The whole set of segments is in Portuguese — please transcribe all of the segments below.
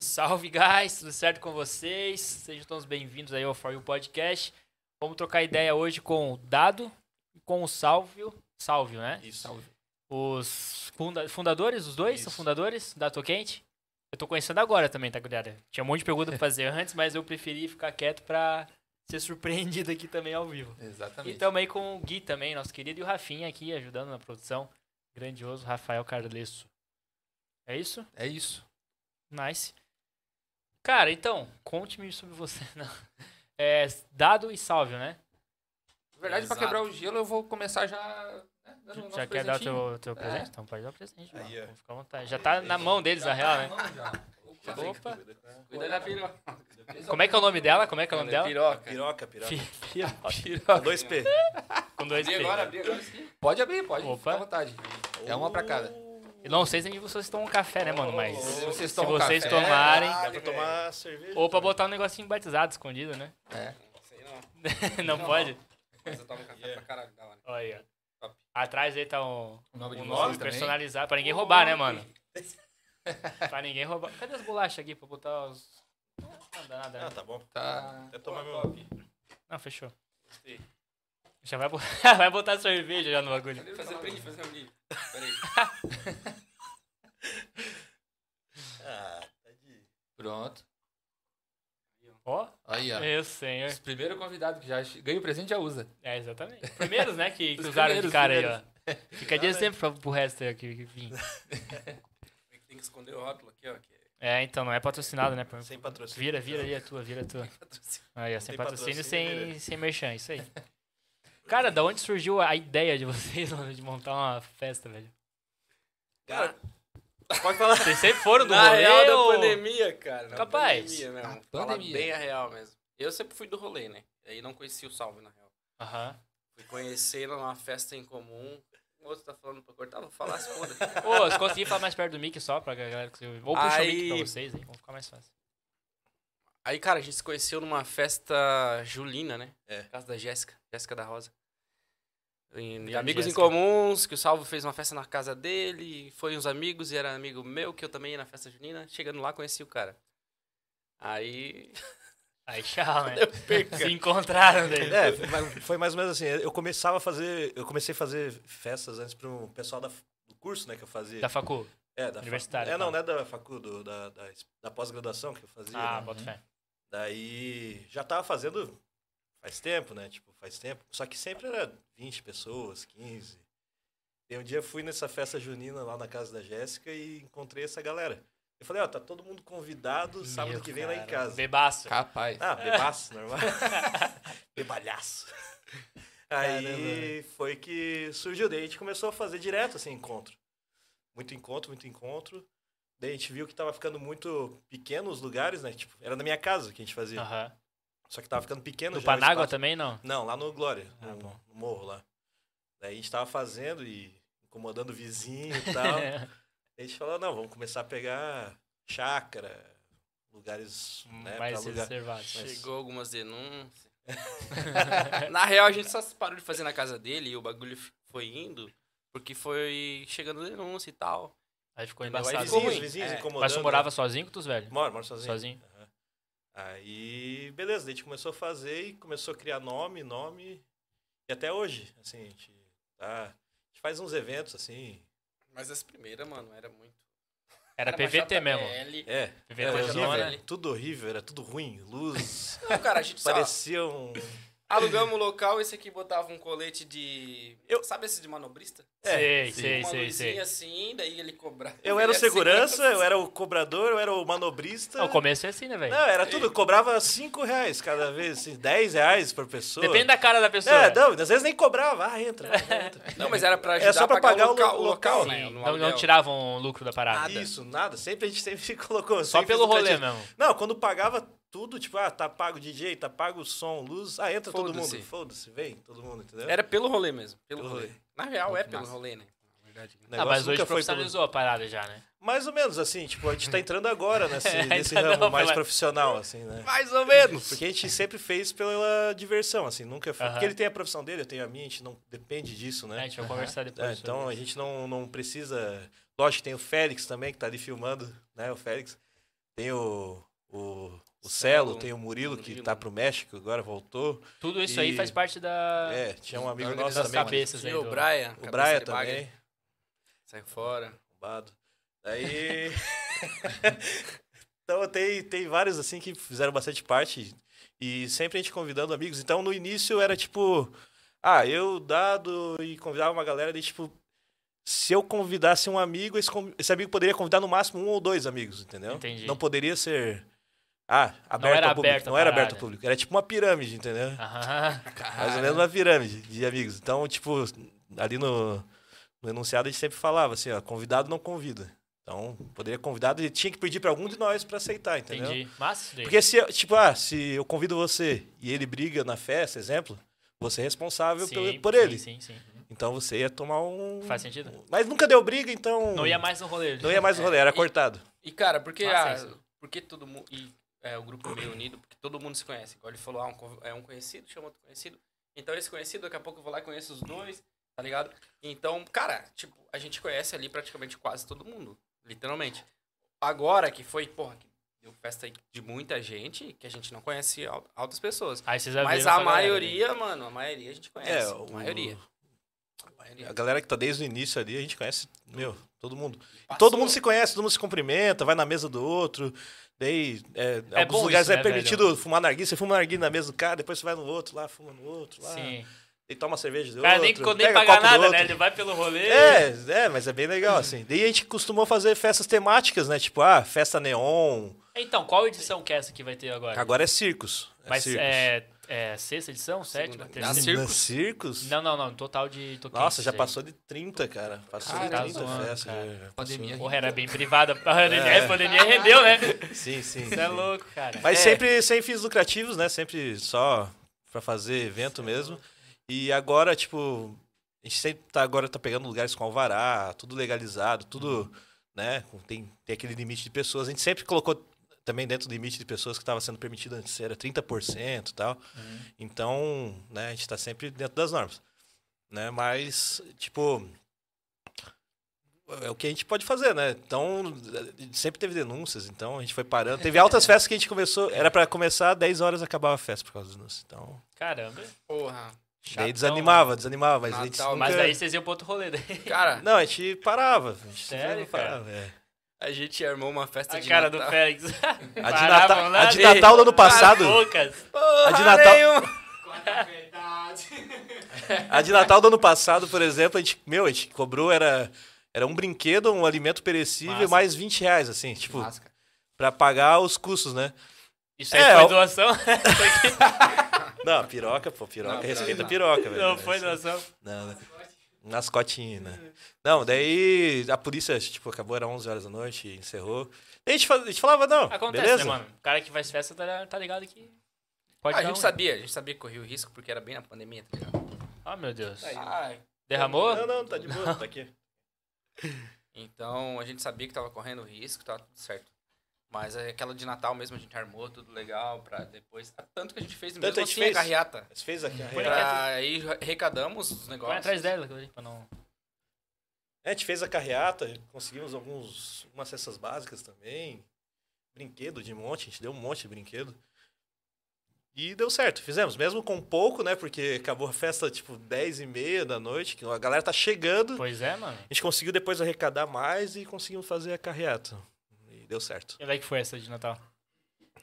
Salve, guys! Tudo certo com vocês? Sejam todos bem-vindos aí ao For You Podcast. Vamos trocar ideia hoje com o Dado e com o Salvio. Salvio, né? É Isso. Os funda- fundadores, os dois são Isso. fundadores da Tô Quente. Eu tô conhecendo agora também, tá, galera? Tinha um monte de pergunta pra fazer antes, mas eu preferi ficar quieto pra ser surpreendido aqui também ao vivo. E Exatamente. Então, também com o Gui também, nosso querido, e o Rafinha aqui ajudando na produção. Grandioso Rafael Carlesso. É isso? é isso. Nice. Cara, então, conte-me sobre você. Não. É, dado e Salvio, né? Na verdade, Exato. pra quebrar o gelo, eu vou começar já. Né, dando o nosso Já quer dar o teu, presentinho. teu É. presente? Então pode dar o presente. Aí, mano. ó. Pô, Fica à vontade. Já tá na mão deles, na real, né? Vamos já. Opa. Cuida da piroca. Como é que é o nome dela? Como é que é o nome dela? Piroca. Piroca, piroca. Piroca. 2P. Com dois Abri P. agora, abri agora. Pode abrir, pode. Opa. Fica à vontade. É uma pra cada. Uh, Eu não sei se vocês tomam café, né, mano? Mas Se se vocês tomam vocês café, tomarem... Dá pra tomar cerveja. Ou pra botar um negocinho batizado escondido, né? É. não, pode? Mas eu tomo café pra caralho, da hora. Olha aí, ó. Top. Atrás aí tá um, O nome um de nome vocês também. personalizado pra ninguém roubar, né, mano? pra ninguém roubar. Cadê as bolachas aqui pra botar os. Não dá nada, Ah, né? tá bom. Tá. Até tomar meu. Ah. Não, fechou. Gostei. Já vai, bo- vai botar cerveja já no bagulho. Fazer brinde, fazer um brinde. Peraí. Ah, tá de. Pronto. Ó, Aí, ó. meu senhor. Esse primeiro convidado que já che- ganha o presente já usa. É, exatamente. Primeiros, né, que, que Os usaram de primeiros, cara aí, ó. Fica de exemplo pra- pro resto aí ó, que, que vim. Tem que esconder o rótulo aqui, ó. É, então, não é patrocinado, né? pra- Sem patrocínio. Vira, vira aí a tua, vira a tua. Aí, ó, sem Tem patrocínio, patrocínio, sem, beleza. sem merchan, isso aí. Cara, da onde surgiu a ideia de vocês mano, de montar uma festa, velho? Cara, pode falar. Vocês sempre foram do Na rolê real da ou- pandemia, cara. Na Capaz. Pandemia, mesmo. Na Falar pandemia. bem a real mesmo. Eu sempre fui do rolê, né? Aí não conheci o Salve, na real. Aham. Fui conhecê-lo numa festa em comum. O outro tá falando pra cortar, vou falar se foda. Ô, se conseguir falar mais perto do mic só pra galera que Ou puxa o mic Aí- pra vocês aí, vamos ficar mais fácil. Aí, cara, a gente se conheceu numa festa julina, né? É. Casa da Jéssica, Jéssica da Rosa. E Grande amigos Jéssica. em comuns, que o Salvo fez uma festa na casa dele, foi uns amigos e era amigo meu, que eu também ia na festa junina. Chegando lá, conheci o cara. Aí. Aí, tchau, né? Eu perco. Se encontraram daí. É, foi mais- foi mais ou menos assim. Eu começava a fazer. Eu comecei a fazer festas antes pro pessoal da, do curso, né, que eu fazia. Da facu. é, da universitária, É, não, tá. não é da facu, do- da, da, da pós-graduação que eu fazia. Ah, né? bota fé. Daí já tava fazendo faz tempo, né? Tipo, faz tempo. Só que sempre era 20 pessoas, 15. E um dia eu fui nessa festa junina lá na casa da Jéssica e encontrei essa galera. Eu falei, ó, tá todo mundo convidado sábado Meu que vem lá em cara, casa. Bebaço. Capaz. Ah, bebaço, normal. Bebalhaço. Aí foi que surgiu, daí a gente começou a fazer direto, assim, encontro. Muito encontro, muito encontro. Daí a gente viu que tava ficando muito pequeno os lugares, né? Tipo, era na minha casa que a gente fazia. Aham. Só que tava ficando pequeno. No já o Panágua espaço. também, não? Não, lá no Glória, Ah, no, bom. no morro lá. Daí a gente tava fazendo e incomodando o vizinho e tal. É. Daí a gente falou, não, vamos começar a pegar chácara, lugares, né, mais pra alugar. reservado. Chegou algumas denúncias. na real, a gente só parou de fazer na casa dele e o bagulho f- foi indo, porque foi chegando denúncia e tal. Aí ficou Mas aí embaçado. Vizinhos, ruim. vizinhos É. incomodando. Mas né? tu morava sozinho com tu, velho? Moro, moro sozinho. Sozinho. Aham. Aí, beleza, daí a gente começou a fazer e começou a criar nome, nome. E até hoje, assim, a gente, tá, a gente faz uns eventos, assim. Mas as primeiras, mano, era muito. Era PVT mesmo. É, PVT era Vergonha horrível, zona. zona. era tudo horrível, era tudo ruim, luz. Não, cara, a gente só parecia um. alugamos o local, esse aqui botava um colete de. Eu- Sabe esse de manobrista? Sei, sim. sei, Uma sei, luzinha sei. assim, daí ele cobrava. Assim. Eu era o segurança, eu era o cobrador, eu era o manobrista. Ah, O começo é assim, né, velho? Não, era tudo, eu cobrava 5 reais cada vez, assim, 10 reais por pessoa. Depende da cara da pessoa. É, não, às vezes nem cobrava. Ah, entra, vai, entra. Não, mas era É pra Era ajudar só pra a pagar pagar o o local, lo- o local, local, né? Sim, no não, não aluguel. tiravam o lucro da parada. Nada. Isso, nada. Sempre a gente sempre colocou. Só sempre pelo nunca rolê né? tinha- mesmo. Não, quando pagava tudo, tipo, ah, tá pago o DJ, tá pago o som, luz. Ah, entra todo Foda-se. mundo. Foda-se, vem, todo mundo, entendeu? Era pelo rolê mesmo. Pelo Pelo rolê. rolê. Na real, Muito é pelo massa. rolê, né? Na verdade. O Ah, negócio mas hoje nunca foi profissionalizou a parada já, né? pelo- Mais ou menos, assim, tipo, a gente tá entrando agora nesse, É, nesse ainda ramo não, mais mas- profissional, assim, né? Mais ou menos. Porque a gente sempre fez pela diversão, assim, nunca foi. Aham. Porque ele tem a profissão dele, eu tenho a minha, a gente não depende disso, A né? gente vai conversar É, depois. então sobre a gente não, não precisa. Lógico, tem o Félix também, que tá ali filmando, né? O Félix. Tem o, o, o Celo, Celo, tem o Murilo, que Murilo. tá pro México, agora voltou. Tudo isso E- aí faz parte da. É, tinha um amigo da nosso organização. também. que- Cabeças aí. Tinha o do- Brian. O cabeça Braia de bagre, também. Sai fora. Bombado. Daí. então tem, tem vários assim que fizeram bastante parte. E sempre a gente convidando amigos. Então no início era tipo. Ah, eu dado e convidava uma galera de tipo. Se eu convidasse um amigo, esse, com- esse amigo poderia convidar no máximo um ou dois amigos, entendeu? Entendi. Não poderia ser. Ah, aberto era ao público. aberta a não era parada. aberto ao público. Era tipo uma pirâmide, entendeu? Aham. Mais Ah, ou menos é. uma pirâmide de amigos. Então, tipo, ali no, no enunciado a gente sempre falava assim, ó, convidado não convida. Então, poderia convidado e tinha que pedir pra algum de nós pra aceitar, entendeu? Entendi. Massa, Drake. Porque se, eu- tipo, ah, se eu convido você e ele briga na festa, exemplo, você é responsável Sim, pelo- por sim, ele. Sim, sim. Então você ia tomar um... Faz sentido? Mas nunca deu briga, então... Não ia mais no rolê. Não ia mais no rolê, era É, e- cortado. E, cara, porque, Massa a- isso. porque todo mundo. E é, o grupo é meio unido, porque todo mundo se conhece. Igual ele falou, ah, um, conv- é um conhecido, chama outro conhecido. Então esse conhecido, daqui a pouco eu vou lá e conheço os dois, tá ligado? Então, cara, tipo, a gente conhece ali praticamente quase todo mundo. Literalmente. Agora que foi, porra, que deu festa aí de muita gente, que a gente não conhece al- altas pessoas. Aí vocês abriram Mas pra a galera, né? maioria, mano, a maioria a gente É, conhece. É, o- a maioria. A A maioria. galera que tá desde o início ali, a gente conhece, meu, todo mundo. Passou. Todo mundo se conhece, todo mundo se cumprimenta, vai na mesa do outro. Daí, é, É alguns bom lugares isso, é né, permitido velho? fumar narguilha. Você fuma narguilha na mesa do cara, depois você vai no outro lá, fuma no outro lá. Sim. E toma cerveja do O cara nem, outro. nem pega paga copo do nada, outro. né? Ele vai pelo rolê. É, é, mas é bem legal, assim. Daí a gente costumou fazer festas temáticas, né? Tipo, ah, festa neon. Então, qual edição que é essa que vai ter agora? Agora é circos. É Mas circos. Ah, é, é sexta edição? Sétima? Segunda. Terceira? Na Circos? circos? circos? Não, não, não. Total de toquinhos. Nossa, já aí. passou de 30, cara. Passou Caramba, de 30 mano, festas. cara. já- já Pandemia. Porra, era bem privada. É. É. A pandemia rendeu, né? passou. Sim, sim. Você é sim. louco, cara. Mas É. sempre sem fins lucrativos, né? Sempre só pra fazer evento mesmo. E agora, tipo, a gente sempre tá, agora tá pegando lugares com alvará, tudo legalizado, tudo, né? com- Tem, tem aquele limite de pessoas. A gente sempre colocou também dentro do limite de pessoas que estava sendo permitido antes, era 30% e tal. Então, né, a gente tá sempre dentro das normas. Né? Mas, tipo, é o que a gente pode fazer, né? Então, sempre teve denúncias, então a gente foi parando. Teve altas festas que a gente começou, era pra começar 10 horas acabava a festa por causa denúncias. Então, Caramba. Porra. Chatão, né? daí desanimava, desanimava, mas a gente Natal, nunca... Mas aí vocês iam pro outro rolê. né? Daí. Cara, Não, a gente parava. A gente Sério, sempre parava, é. a gente armou uma festa A de cara Natal. do Félix. A de, Paravam Natal, lá, né? a de daí- Natal do ano passado, Poucas. Porra A de Natal- nenhuma. a de Natal do ano passado, por exemplo, a gente, meu, a gente cobrou, era, era um brinquedo, um alimento perecível, Massa. mais 20 reais, assim, tipo, Máscara. pra pagar os custos, né? Isso aí É, foi o- doação? Não, piroca, pô, piroca, Não, respeita a não. piroca, velho. Não foi doação. Não, né? Mascotinho, né? Não, daí a polícia, tipo, acabou, era 11 horas da noite, encerrou. Daí a gente, faz- a gente falava, não, Acontece, beleza? né, mano? O cara que faz festa tá, tá ligado que. Pode Ah, a dar gente um- sabia, a gente sabia que corria o risco porque era bem na pandemia, tá ligado? Ah, meu Deus. Ah, Derramou? Não, não, tá de boa, tá aqui. então a gente sabia que tava correndo o risco, tava tudo certo. Mas é aquela de Natal mesmo a gente armou tudo legal pra depois. ah, Tanto que a gente fez mesmo a gente assim a fez. carreata. Mas fez aqui. Põe A, aqui. Pra, aí arrecadamos os Vai negócios. atrás dela, pra não. a gente fez a carreata, conseguimos alguns, umas cestas básicas também. Brinquedo de monte, a gente deu um monte de brinquedo. E deu certo, fizemos. Mesmo com pouco, né? Porque acabou a festa, tipo, 10 e meia da noite, que a galera tá chegando. Pois é, mano. A gente conseguiu depois arrecadar mais e conseguimos fazer a carreata. E deu certo. E daí que foi essa de Natal?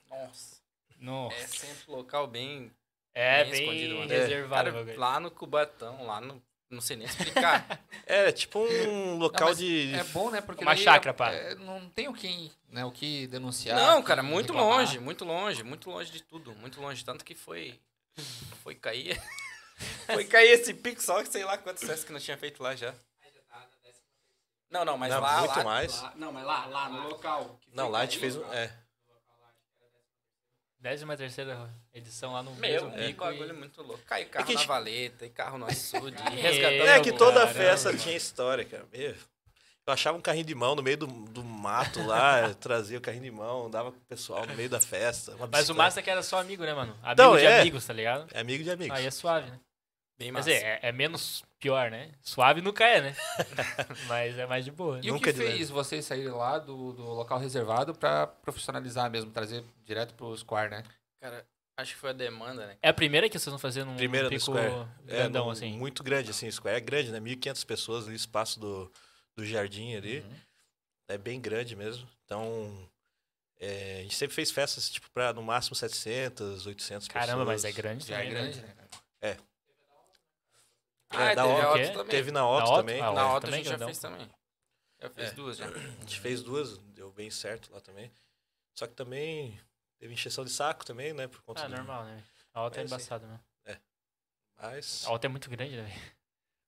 Nossa. No. É sempre local bem É, bem bem, escondido, mano. reservado. Cara, o bagulho. lá no Cubatão, lá no. Não sei nem explicar. É, tipo um local mas de. É bom, né? Porque Uma daí chácara, é- pá. é, não tem o que, né, o que denunciar. não, o que cara, muito reclamar. longe, muito longe, muito longe de tudo, muito longe. Tanto que foi. Foi cair. foi cair esse pico só que sei lá quantos testes que nós tinha feito lá já. Não, não, mas Não, lá. muito lá- mais. lá- não, mas lá, Ah, lá no local. que Não, foi lá a gente cair, fez. um- É. 13 edição lá no Meu, mesmo é. bico. bagulho e... muito louco. Caiu carro que a na gente- valeta, e carro no açude, e Todo resgatando. É que toda caramba, festa mano. tinha história, cara. Meu, eu achava um carrinho de mão no meio do, do mato lá, eu trazia o carrinho de mão, dava pro pessoal no meio da festa. Mas uma o bicicleta. massa é que era só amigo, né, mano? Amigo Então, de é. amigos, tá ligado? É amigo de amigos. Aí é suave, né? Bem Mas massa. é, é- é menos pior, né? Suave nunca é, né? Mas é mais de boa. Né? E Nunca o que de leve. fez vocês saírem lá do, do local reservado pra profissionalizar mesmo, trazer direto pro Square, né? Cara, acho que foi a demanda, né? É a primeira que vocês vão fazer num Primeira do pico Square. grandão, É, num- assim. Muito grande, assim. Square é grande, né? 1.500 pessoas ali, espaço do, do jardim ali. Uhum. É bem grande mesmo. Então, é, a gente sempre fez festas, tipo, pra no máximo 700, 800 Caramba, pessoas. mas é grande Já é também, né? grande, né? cara? É, da teve Otto, a Otto que é? também. Teve na Otto, Otto? também. Ah, Na Otto Otto a também, gente já grandão. fez também. Já fez É. duas já. A gente fez duas, deu bem certo lá também. Só que também teve encheção de saco também, né? Por conta Ah, do- normal, né? A alta é Mas, assim, embaçada, né? Mas, A alta é muito grande, né? velho?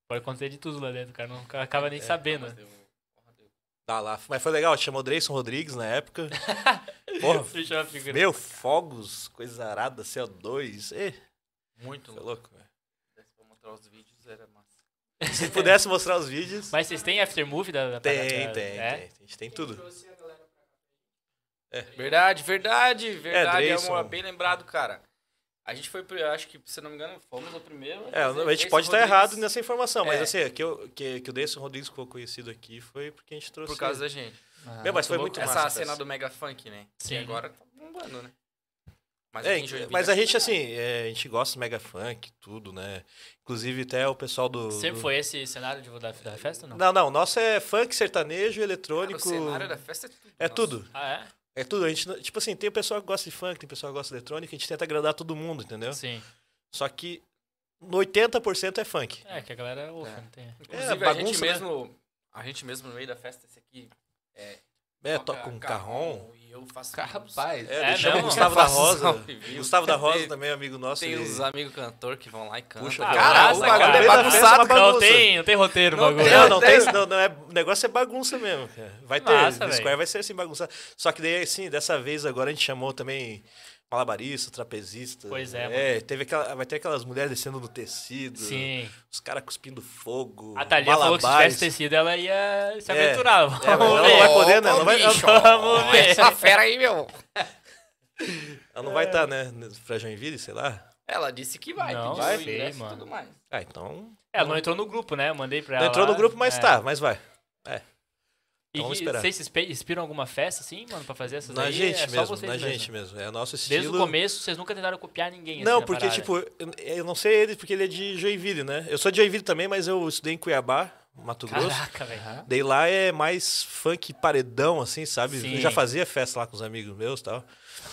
Pode acontecer de tudo lá dentro, o cara não acaba É. nem sabendo. né? Mas deu- porra, deu. dá Tá lá. Mas foi legal, chamou o Dreyson Rodrigues na época. Porra, Fechou a figura. meu, fogos, coisa arada, CO2. Ê, Muito foi louco. louco, velho. Pra mostrar os vídeos era massa. Se pudesse mostrar os vídeos. Mas vocês têm aftermovie da, da Tem, parada? tem, É? tem. A gente tem tudo. Verdade, verdade, verdade, É, Dreyson. amor. Bem lembrado, cara. A gente foi, pro- acho que, se não me engano, fomos o primeiro. É, a gente Dreyson pode estar Rodrigues, errado nessa informação, mas É. assim, que, eu, que, que o Deison Rodrigues ficou conhecido aqui foi porque a gente trouxe. Por causa da gente. Ah, Meu, mas foi louco. muito Essa massa. a cena festa. do Mega Funk, né? Que Sim. agora tá bombando, né? Mas, É, aqui em Joinville mas é a gente, assim, é, a gente gosta do Mega Funk, tudo, né? Inclusive até o pessoal do. Sempre do- foi esse cenário de, da, da festa, não? Não, não, o nosso é funk, sertanejo, Cara, eletrônico. O cenário da festa é tudo. É nossa. tudo. Ah, é? É tudo. A gente, não- tipo assim, tem pessoal que gosta de funk, tem pessoal que gosta de eletrônica, a gente tenta agradar todo mundo, entendeu? Sim. Só que 80% é funk. É, que a galera ouve, não tem. Inclusive, a gente bagunça, né? mesmo. A gente mesmo no meio da festa, esse aqui. É, É, toca um carrom. E eu faço. Rapaz, É, É deixamos o mesmo? Gustavo da Eu faço Rosa. salve, viu? Gustavo da Rosa Tem- também é amigo nosso. Tem ele- uns amigos cantor que vão lá e cantam. Puxa, Ah, cara, nossa, o bagulho cara, é é da festa, bagunçado. uma Não bagunça. tem, não tem roteiro no Não bagulho. Não, não tem, isso, não, não é, o negócio é bagunça mesmo, cara. Vai ter, Massa, no velho. Square vai ser assim bagunça. Só que daí assim, dessa vez agora a gente chamou também malabarista, trapezista. Pois é, teve aquela, vai ter aquelas mulheres descendo no tecido, Sim. os caras cuspindo fogo, A Thalia falou que se malabares. tivesse tecido, ela ia se É. aventurar. É, Vamos mas ela não vai ver. poder, né? Não vai, bicho. ela Vamos ver. Essa fera aí, meu. ela não vai estar, né, pra Joinville, sei lá. Ela disse que vai, Não, pediu vai o ver, ingresso e mano. tudo mais. Ah, então... Ela não entrou no grupo, né? Eu mandei pra ela. Não entrou lá. no grupo, mas É. tá, mas vai. E Vamos que- esperar. vocês se inspi- inspiram alguma festa, assim, mano, pra fazer essas Na aí? gente é só mesmo, vocês na mesmo. gente mesmo. É o nosso estilo... Desde o começo, vocês nunca tentaram copiar ninguém. assim, Não, na porque, parada. tipo, eu, eu não sei ele, porque ele é de Joinville, né? Eu sou de Joinville também, mas eu estudei em Cuiabá, Mato Grosso. Caraca, velho. Daí lá é mais funk paredão, assim, sabe? Sim. Eu já fazia festa lá com os amigos meus e tal.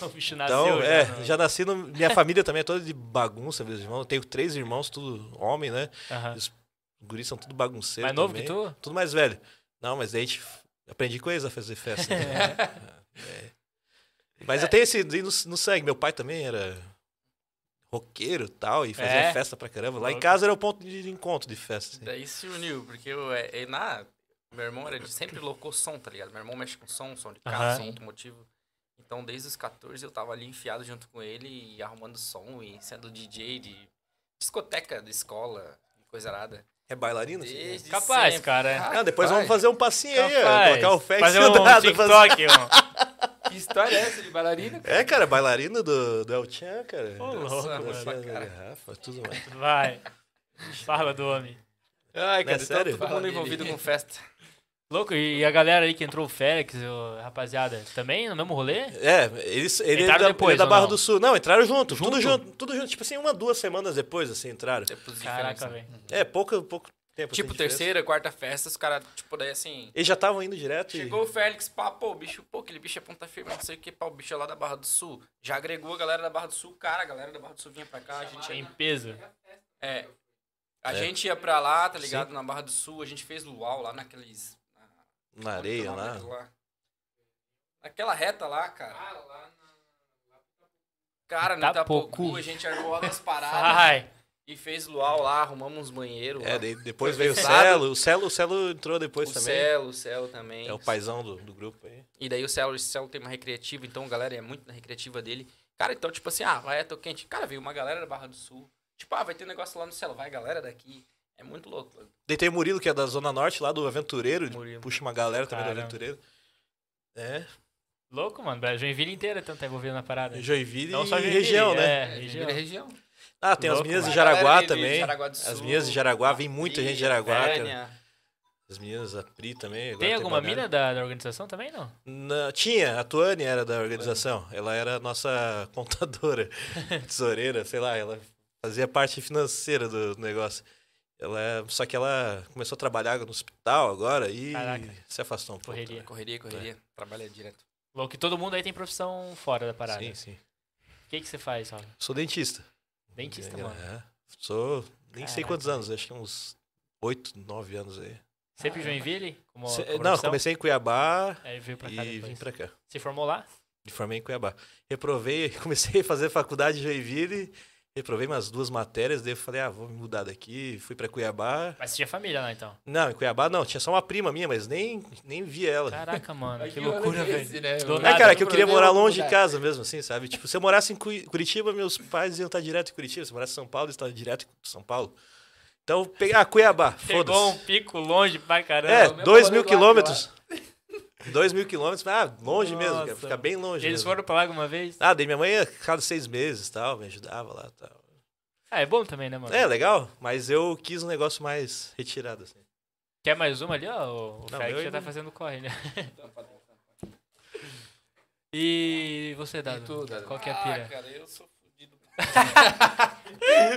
O bicho Então, nasceu. é, né? já nasci. No, minha família também é toda de bagunça, meus irmãos. Eu tenho três irmãos, tudo homem, né? Aham. Os guris são tudo bagunceiro. Mais novo também. que tu? Tudo mais velho. Não, mas daí a gente aprendi com eles a fazer festa. né? É. Mas eu tenho esse daí no, no sangue. Meu pai também era roqueiro e tal, e fazia É? festa pra caramba. Lá em Louco. casa era o ponto de encontro de festa. assim. Daí se uniu, porque eu, é, é na, meu irmão era de, sempre loucou som, tá ligado? Meu irmão mexe com som, som de carro, Aham. som automotivo. Então desde os 14 eu tava ali enfiado junto com ele e arrumando som e sendo DJ de discoteca de escola e coisa arada. É bailarino? assim? Desde Capaz, sempre. cara. é. Ah, depois vamos Rapaz. fazer um passinho aí, ó, Capaz. colocar o fé Fazer um TikTok, mano. Que história é essa de bailarina? É, cara, bailarina do, do El Chan, cara. Ô, louco, Dançando, mano. dançando na garrafa, tudo mais. Vai. Fala do homem. Ai, Não é cara, tá sério? todo mundo Fala envolvido dele. com festa. Louco, e a galera aí que entrou, o Félix, o- rapaziada, também no mesmo rolê? É, eles, ele, é Entraram da, depois, ele é da ou Barra não? do Sul. Não, entraram junto, tudo Junto? junto, tudo junto. Tipo assim, uma, duas semanas depois, assim, entraram. Depois de Caraca, diferença. velho. É, pouco, pouco tempo. assim, de né? Tipo, diferença. terceira, quarta festa, os caras, tipo, daí assim... Eles já estavam indo direto Chegou o Félix, pá, pô, o bicho, pô, aquele bicho é ponta firme, não sei o que, pá, o bicho é lá da Barra do Sul. Já agregou a galera da Barra do Sul, cara, a galera da Barra do Sul vinha pra cá, a gente... Em peso. É. A É. gente ia pra lá, tá ligado? Na Barra do Sul, a gente fez luau lá naqueles. e na areia como que é o lá. nome daquilo Naquela reta lá, cara. Ah, lá na. Cara, no Itapocu. Itapocu, a gente armou altas paradas Ai, e fez luau lá, arrumamos uns banheiros. É, lá. daí depois veio o Sabe? Celo. O Celo, o Celo entrou O depois também. Celo, o Celo também. É o paizão do, do grupo aí. E daí o Celo, o Celo tem uma recreativa, então a galera é muito na recreativa dele. Cara, então, tipo assim, ah, vai até o quente. Cara, veio uma galera da Barra do Sul. Tipo, ah, vai ter um negócio lá no Celo, vai galera daqui. É muito louco. mano. Daí tem o Murilo, que é da Zona Norte, lá do Aventureiro. ele Murilo. Puxa uma galera também do Caramba. Aventureiro. É, louco, mano. A Joinville inteira então tá envolvida é na parada. Joinville Não só e Joinville, região, né? É, É, região. região. Ah, tem as Louco, meninas de mano. Jaraguá Galera de- de também. Jaraguá do As Sul, meninas de Jaraguá, vem muita gente de Jaraguá. cara. Vânia. As meninas, a Pri também. agora Tem alguma Balneário. mina da, da organização também, não? Na- tinha, a Tuane era da organização. Ela era a nossa contadora, tesoureira, sei lá, ela fazia parte financeira do negócio. Ela, é- só que ela começou a trabalhar no hospital agora e Caraca. se afastou um pouco. Correria. Correria, correria. É. Trabalha direto. Louco, que todo mundo aí tem profissão fora da parada. Sim, sim. O que, que você faz, Saulo? Sou dentista. Dentista, É, mano. é. Sou nem sei Caraca. quantos anos, acho que uns oito, nove anos aí. Sempre Joinville? Como Se- como não, profissão? comecei em Cuiabá Aí veio pra cá e vim depois. pra cá. Se formou lá? Me formei em Cuiabá. Reprovei, comecei a fazer faculdade em Joinville, reprovei umas duas matérias, daí eu falei, ah, vou me mudar daqui, fui pra Cuiabá. Mas você tinha família lá, então. Não, em Cuiabá não, tinha só uma prima minha, mas nem, nem vi ela. Caraca, mano. Aí Que olha loucura, esse, velho. né, Do mano? nada. É, cara, que eu Problema queria morar é longe de mudar. casa mesmo, assim, sabe? Tipo, se eu morasse em Cui- Curitiba, meus pais iam estar direto em Curitiba. Se eu morasse em São Paulo, eles estavam direto em São Paulo. Então, eu peguei. Ah, Cuiabá, Pegou foda-se. um pico longe pra caramba. É, mesmo dois rolê mil do quilômetros. Dois mil quilômetros, ah, longe mesmo, cara. Nossa. Fica bem longe. Eles mesmo. foram pra lá alguma vez? Ah, daí minha mãe ia cada seis meses tal, me ajudava lá tal. Ah, é bom também, né, mano? É, legal, mas eu quis um negócio mais retirado, assim. Quer mais uma ali, ó? O, o Não, Félix eu já ainda tá fazendo corre, né? E você, Dado? tu, Dado? Qual que é a pira? Ah, cara, eu sou fudido.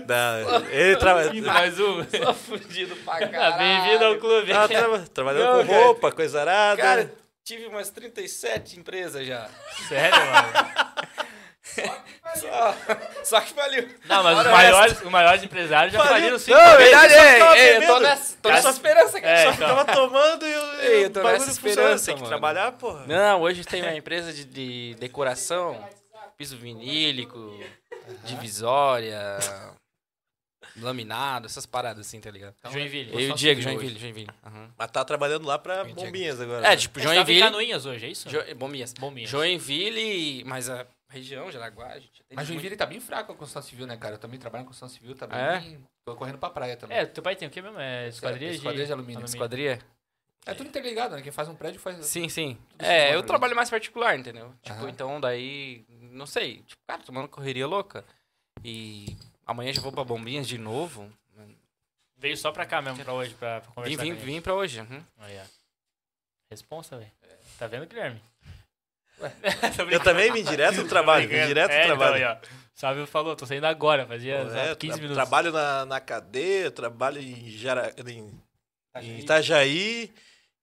Não, ele trava- mais uma. Sou fudido pra Ah, caralho. Bem-vindo ao clube. Ah, trava- trabalhando Não, com cara. roupa, coisa arada. Cara, tive umas 37 empresas já. Sério, mano. Só, só que valeu. Não, mas os Ora, maiores, os maiores empresários já Valeu. faliram cinco. Não, é vezes. verdade, só é, tava é, eu tô bebendo. nessa, tô Cara, nessa esperança, cara. é, Só- então. tava tomando e o- Ei, e eu o tô bagulho não nessa funciona, esperança, Tem que mano. trabalhar, porra. Não, hoje tem uma empresa de, de decoração, piso vinílico, divisória, laminado, essas paradas assim, tá ligado? Então, Joinville. Eu e o Diego, Joinville, Joinville. aham. Mas tá trabalhando lá pra Diego. bombinhas agora. É, né? tipo, Joinville. Joinville... Canoinhas hoje, é isso? Jo... Bombinhas. Bombinhas. Joinville, mas a região, Jaraguá, a gente... atende Mas muito. Joinville tá bem fraco na construção civil, né, cara? Eu também trabalho na construção civil, tá bem... É? Tô correndo pra praia também. É, teu pai tem o quê mesmo? É esquadrilha de... Esquadrilha de Tá alumínio. Esquadria? É tudo interligado, né? Quem faz um prédio faz... Sim, sim. Tudo É, isso eu trabalha. trabalho mais particular, entendeu? Tipo, Aham. então daí, não sei. Tipo, cara, tomando correria louca. E amanhã já vou pra Bombinhas de novo. Veio só pra cá mesmo, pra hoje, pra, pra Vim, conversar vim, com a vim pra hoje. uhum. gente. Aí, ó. Responsa, velho. Tá vendo, Guilherme? Ué. Tô brincando. Eu também vim direto do trabalho, vim Brincando. direto É, do então, trabalho. aí, ó. Sávio falou, tô saindo agora, fazia É, exato 15 tra- minutos. Trabalho na, na cadeia, trabalho em, Jara, em, Tá, em Itajaí,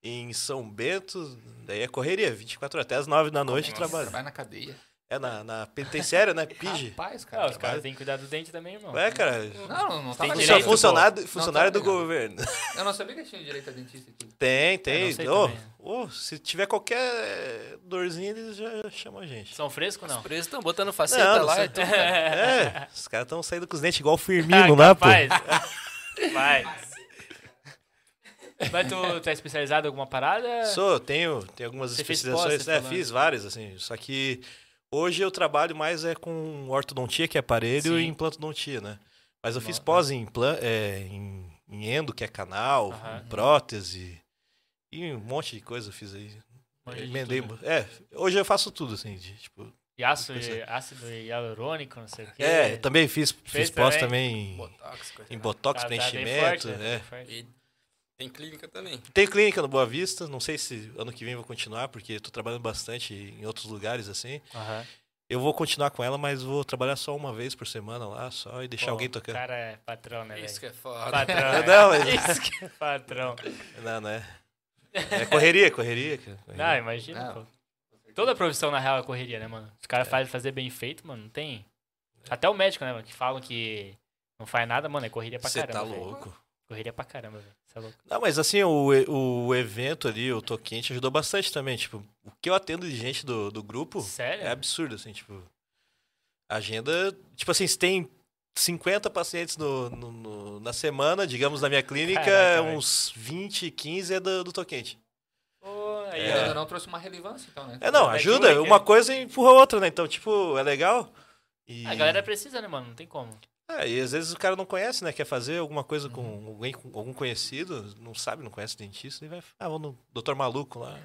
em São Bento. Daí é correria, 24 até as 9 da noite eu trabalho. Trabalha na cadeia. É na, na penitenciária, né? PIG. Rapaz, Ah, cara. os caras têm que cuidar do dente também, irmão. É, cara. Não, não, não tá Tem funcio- mais direito, ligado. pô. funcionário funcionário Não, do tá ligado. governo. Eu não sabia que tinha direito a dentista e tudo. Tem, É, tem. não sei Ô, também. ô, se tiver qualquer dorzinha, eles já chamam a gente. São frescos, não? presos estão botando faceta Não, não lá. sei. e tudo. É, os caras estão saindo com os dentes igual o Ah, Firmino lá, pô. capaz. Vai. Mas tu, tu é especializado em alguma parada? Sou, tenho, tenho algumas Você fez pós, especializações. você tá É, falou, fiz várias, assim. Só que hoje eu trabalho mais é com ortodontia, que é aparelho, Sim. e implantodontia, né? Mas eu fiz Bom, pós em, implan- é, em, em endo, que é canal, Aham. em prótese, e um monte de coisa eu fiz aí. Manja de Emendei. tudo. né? É, hoje eu faço tudo, assim, de, tipo... E ácido, e- ácido hialurônico, não sei o quê. É, eu também fiz, Fez fiz pós também? também, em- Botox, coisa. em lá. botox, Tá- tá bem preenchimento, forte, é. né? Tá forte. E tem clínica também. Tem clínica no Boa Vista, não sei se ano que vem eu vou continuar, porque eu tô trabalhando bastante em outros lugares, assim. Aham. Eu vou continuar com ela, mas vou trabalhar só uma vez por semana lá, só e deixar Pô, alguém O tocando. cara é patrão, né, Isso que velho? é foda. Patrão. Não, né? Não, mas- Isso que é patrão. não, não é. É correria, correria, cara. correria. Não, Ah, imagina, Não. pô. Toda profissão, na real, é correria, né, mano? Os caras fazem fazer bem feito, mano, não tem... Até o médico, né, mano, que falam que não faz nada, mano, é correria pra Você caramba, tá velho. louco. Correria pra caramba, velho. Você é louco. Não, mas assim, o, e- o evento ali, o Tô Quente, ajudou bastante também. Tipo, o que eu atendo de gente do, do grupo Sério? é absurdo, assim, tipo. a Agenda. Tipo assim, se tem 50 pacientes no, no- no- na semana, digamos, na minha clínica, Caraca, velho. uns 20, 15 é do, do Tô Quente. Pô, aí, É. ó. Ainda não trouxe uma relevância, então, né? É, não, Mas ajuda. ajuda, Uma que- coisa empurra a outra, né? Então, tipo, é legal. E, A galera precisa, né, mano? Não tem como. é, e às vezes o cara não conhece, né? Quer fazer alguma coisa Uhum. com alguém, com algum conhecido, não sabe, não conhece dentista, e vai. Ah, vou no Doutor Maluco lá.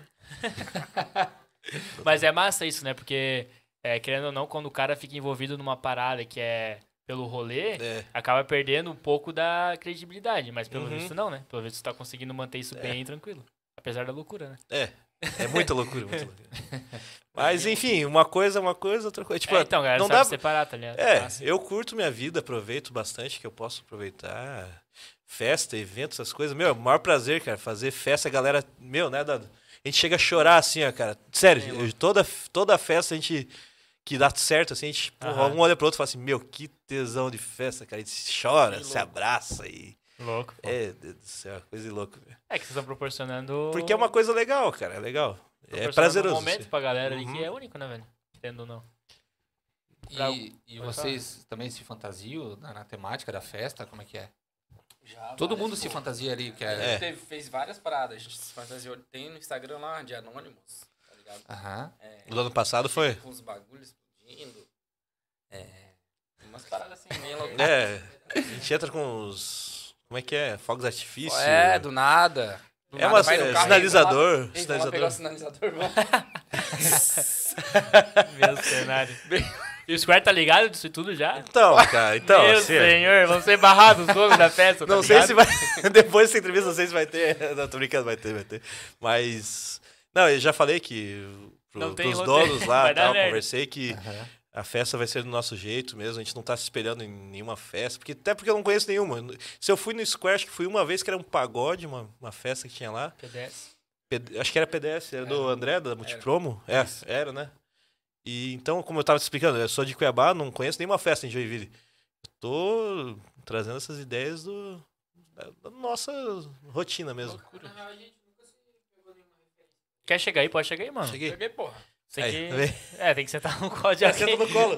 Mas é massa isso, né? Porque, é, querendo ou não, quando o cara fica envolvido numa parada que é pelo rolê, É. acaba perdendo um pouco da credibilidade. Mas pelo Uhum. visto não, né? Pelo visto você tá conseguindo manter isso bem tranquilo. Apesar da loucura, né? É muita loucura, muita loucura. Mas, enfim, uma coisa é uma coisa, outra coisa. Tipo, É, então, galera, não sabe dá. separar, tá ligado? É, Ah, Massa. eu curto minha vida, aproveito bastante que eu posso aproveitar. Festa, eventos, essas coisas. Meu, é o maior prazer, cara, fazer festa, a galera. Meu, né, Dado? A gente chega a chorar assim, ó, cara. Sério, Sim, eu- mano. toda, toda festa a gente. Que dá certo, assim, a gente porra, Aham. um olha pro outro e fala assim: Meu, que tesão de festa, cara. A gente chora, Que se louco. abraça e. Tá Louco. pô. É, Deus do céu, coisa de louco. velho. É que vocês estão proporcionando. Porque é uma coisa legal, cara, é legal. É proporcionando prazeroso. Um momento assim. pra galera ali Uhum. que é único, né, velho? Tendo ou não. Pra- E, e Pode vocês também se fantasiam na, na temática da festa? Como é que é? Já Todo várias, mundo se pô. fantasia ali, que A gente é. É. teve- fez várias paradas. A gente se fantasiou. Tem no Instagram lá de Anonymous, tá ligado? Aham. É, assim. Do ano passado foi? com os bagulhos explodindo. É. Umas paradas assim, meio loucas. É. A gente entra com os. Como é que é? Fogos de artifício. É, do nada. Do É nada, uma, vai no é, carro, sinalizador. Ei, vamos sinalizador. lá pegar o sinalizador, vamos. Meu cenário. e o Square tá ligado disso tudo já? Então, cara, então, Meu assim. senhor, vão ser barrados os homens da festa. tá Não sei ligado? se vai. Depois dessa entrevista, não sei se vai ter. Não, tô brincando, vai ter, vai ter. Mas. Não, eu já falei que. Pro, Não tem pros roteiro, donos lá vai e dar tal, merda. conversei que aham. a festa vai ser do nosso jeito mesmo. A gente não tá se espelhando em nenhuma festa. Porque, até porque eu não conheço nenhuma. Se eu fui no Square, acho que fui uma vez que era um pagode, uma, uma festa que tinha lá. PDS. P- Acho que era PDS, era do André, da Multipromo. É, era, né? E então, como eu tava te explicando, eu sou de Cuiabá, não conheço nenhuma festa em Joinville. Eu tô trazendo essas ideias do, da, da nossa rotina mesmo. Quer chegar aí? Pode chegar aí, mano. Cheguei. Peguei, porra. Tem Aí, que- tá vendo? É, tem que sentar no colo de alguém. Senta no colo.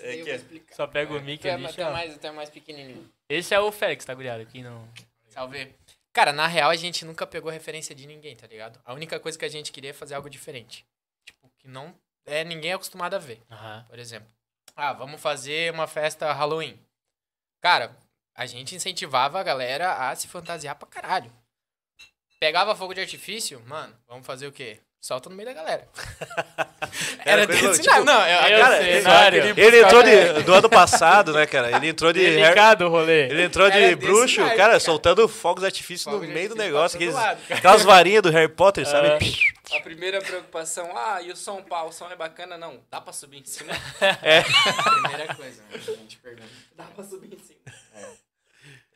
É É que é. explicar. Só pega o mic ali. e até chama. mais, até mais pequenininho. Esse é o Félix, tá, guriado? Quem não... Salve. Cara, na real, a gente nunca pegou referência de ninguém, tá ligado? A única coisa que a gente queria é fazer algo diferente. Tipo, que não é ninguém é acostumado a ver. Aham. Por exemplo, ah, vamos fazer uma festa Halloween. Cara, a gente incentivava a galera a se fantasiar pra caralho. Pegava fogo de artifício, mano, vamos fazer o quê? Solta no meio da galera. Era, Era coisa, desse tipo, nada. Não, é, eu, eu cara, sei, eu- Mário. aquele- Ele entrou de, do ano passado, né, cara? Ele entrou de. Harry- é Delicado o rolê. Ele entrou de Era desse bruxo, naipe, cara, cara. soltando fogos de artifício fogo no de meio do artifício pra negócio. todo Aqueles, lado, Ah. cara. aquelas varinhas do Harry Potter, sabe? Aham. A primeira preocupação, ah, e o som, pá, o som é bacana? Não, dá pra subir em cima? É. Primeira coisa, né? mano, a gente pergunta. Dá pra subir em cima.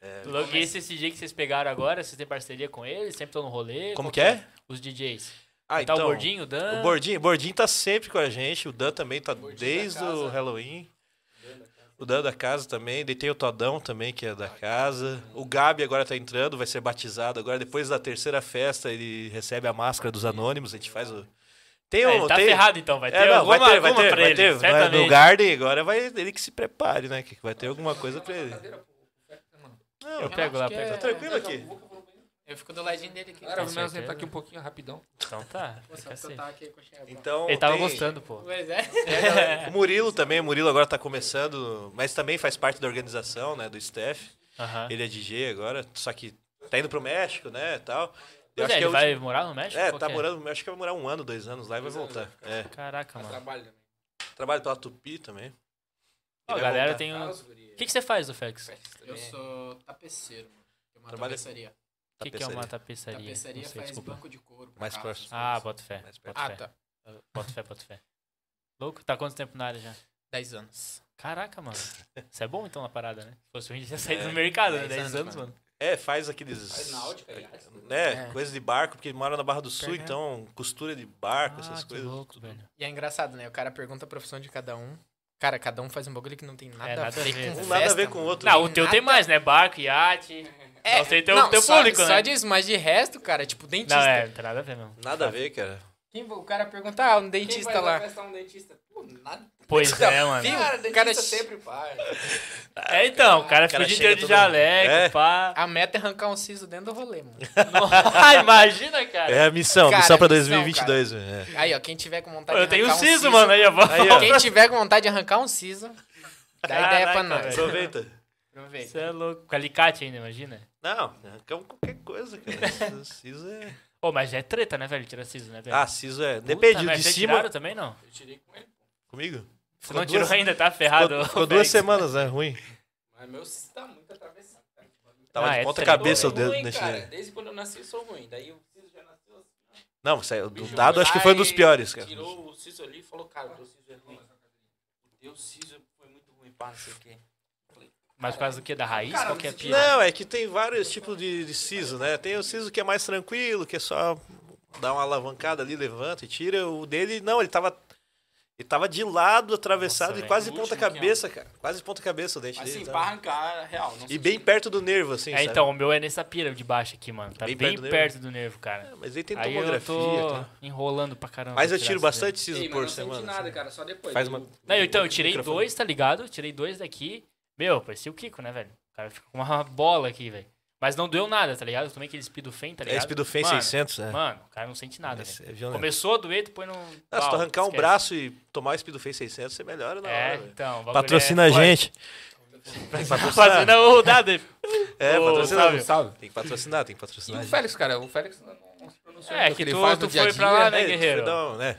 é- Logo, e esse, esse DJ que vocês pegaram agora, vocês têm parceria com eles? Sempre estão no rolê? Como Qual que é? Os DJs. Ah, tá o Gordinho, o Dan? O Bordinho, o Bordinho tá sempre com a gente, o Dan também tá Bordinho desde da casa. o Halloween. O Dan da casa também, daí tem o Todão também, que é da casa. O Gabi agora tá entrando, vai ser batizado agora. Depois da terceira festa, ele recebe a máscara dos anônimos, a gente faz o. Tem É, um. ele tá tem- ferrado, então. Vai ter É, não, alguma, vai ter, vai alguma ter, pra vai ele, ter. Vai- certamente. No Garden agora vai ele que se prepare, né? Que vai ter alguma coisa pra ele. Não, é Eu pego lá, Acho que pego. tá lá. tranquilo aqui. Eu fico do ladinho dele aqui. Galera, Com o meu certeza. tá aqui um pouquinho rapidão. Então tá. Pô, fica assim. só porque eu tava aqui com a cheia boa. Então, Ele tava tem- gostando, pô. Pois é. O Murilo também, o Murilo agora tá começando, mas também faz parte da organização, né, do staff. Aham. Ele é DJ agora, só que tá indo pro México, né, e tal. Pois Eu acho é, que ele é, o vai morar no México? último- é, Qual tá que morando, acho que vai morar um ano, dois anos lá e vai voltar. né? É. Caraca, mano. Trabalho também. Trabalho pela Tupi também. Ó, A vai galera voltar. tem um... Ah, O os guri, que, que você faz, do Félix? festa também. Eu sou tapeceiro, mano. Tem uma Trabalha- tapeçaria. O que, que é uma tapeçaria? Não Tapeçaria sei, faz desculpa. banco de couro. pra Mais carro. próximo. Ah, bota fé. Mais perto. Bota Ah, fé. tá. Bota fé, bota fé. Louco? Tá quanto tempo na área já? 10 anos. Caraca, mano. Isso é bom então na parada, né? Se fosse ruim, já saído do mercado, né? 10 anos, mano. É, faz aqueles. Faz náutica, aliás. né, É. coisa de barco, porque ele mora na Barra do Sul, Caraca. então costura de barco, essas Ah, que coisas. louco, velho. E é engraçado, né? O cara pergunta a profissão de cada um. Cara, cada um faz um bagulho que não tem nada, É, nada a a ver ver, com né? Um festa, nada a ver mano. com o outro. Não, o teu tem mais, né? Barco, iate. É, Não, tem teu- não, teu só, público, Só né? disso, mas de resto, cara, tipo, dentista. Não, é, não tem nada a ver mesmo. Nada a ver, cara. Quem- o cara pergunta, ah, um Quem dentista faz lá. a festa é um dentista? Pô, nada. Pois é, mano. Viu? Cara, dentista O cara- sempre pai. É, então, o cara fica cara o dia chega inteiro de todo- jaleco, É. pá. A meta é arrancar um siso dentro do rolê, mano. Não, imagina, cara. É a missão, Cara, missão pra missão, 2022. é. Aí, ó, quem tiver com Pô, vontade eu de tenho um arrancar siso, mano, aí, ó. Aí, ó. Quem tiver com vontade de arrancar um siso, dá ideia pra Caraca, nós. velho. Aproveita. Aproveita. Você é louco. Com alicate ainda, imagina. Não, arrancamos qualquer coisa, cara. Siso é. Pô, mas já é treta, né, velho? Tirar siso, né, velho? Ah, Siso é. Puta, Depende, mas de vocês cima. tiraram também, não? Eu tirei com ele. Comigo? Se não tirou ainda, tá ferrado. Ficou, ô, ficou duas Félix. semanas, né? Ruim. Mas meu cis tá muito atravessado, cara. Tava Ah, de é ponta três. cabeça o Eu sou dedo ruim, nesse cara. daí. Desde quando eu nasci, eu sou ruim. Daí o Ciso já nasceu assim. Não, mas aí, o do Bicho, dado foi acho que lá foi um dos e piores, cara. Tirou o Ciso ali e falou, cara, o teu Ciso é ruim. O teu Ciso foi muito ruim, pá, não sei o quê. Mas por causa do quê? Da raiz? Cara, Qual que é a não pira? Não, é que tem vários tipos de, de siso, né? Tem o siso que é mais tranquilo, que é só dar uma alavancada ali, levanta e tira. O dele, não, ele tava. Ele tava de lado, atravessado Nossa, e velho. quase O ponta último que é cabeça, um- cara. Quase ponta cabeça o dente Mas dele. assim, tá? pra arrancar, real. Não E sei bem se- perto do nervo, assim, É, sabe? então, o meu é nessa pira de baixo aqui, mano. Tá bem, Bem perto, perto do, do nervo, cara. É, Mas ele tem Aí eu tomografia. tô tá? enrolando pra caramba. Mas eu pra tiro tirar esse bastante Ei, siso mas por não sente semana. nada, assim. cara, só depois. Faz do- uma- do- Não, eu- então, eu O tirei microfone. dois, tá ligado? Eu tirei dois daqui. Meu, parecia o Kiko, né, velho? O cara fica com uma bola aqui, velho. Mas não doeu nada, tá ligado? Eu tomei aquele Spidofen, tá É ligado? Spidofen Mano, 600, né? Mano, o cara não sente nada, Esse velho. é violento. Começou a doer, depois não... Ah, se tu Pau, arrancar um esquece. braço e tomar o Speedoface 600, você melhora na É, hora. velho. então... o bagulho Patrocina é a forte. gente. Patrocina o dado. É, Ô, patrocina. Sávio. Salve. Tem que patrocinar, tem que E patrocinar. o Félix, cara, o Félix não, não se pronunciou. É, do que ele tu, faz tu no dia a foi pra dia. lá, É, né, ele guerreiro? foi dar um, né?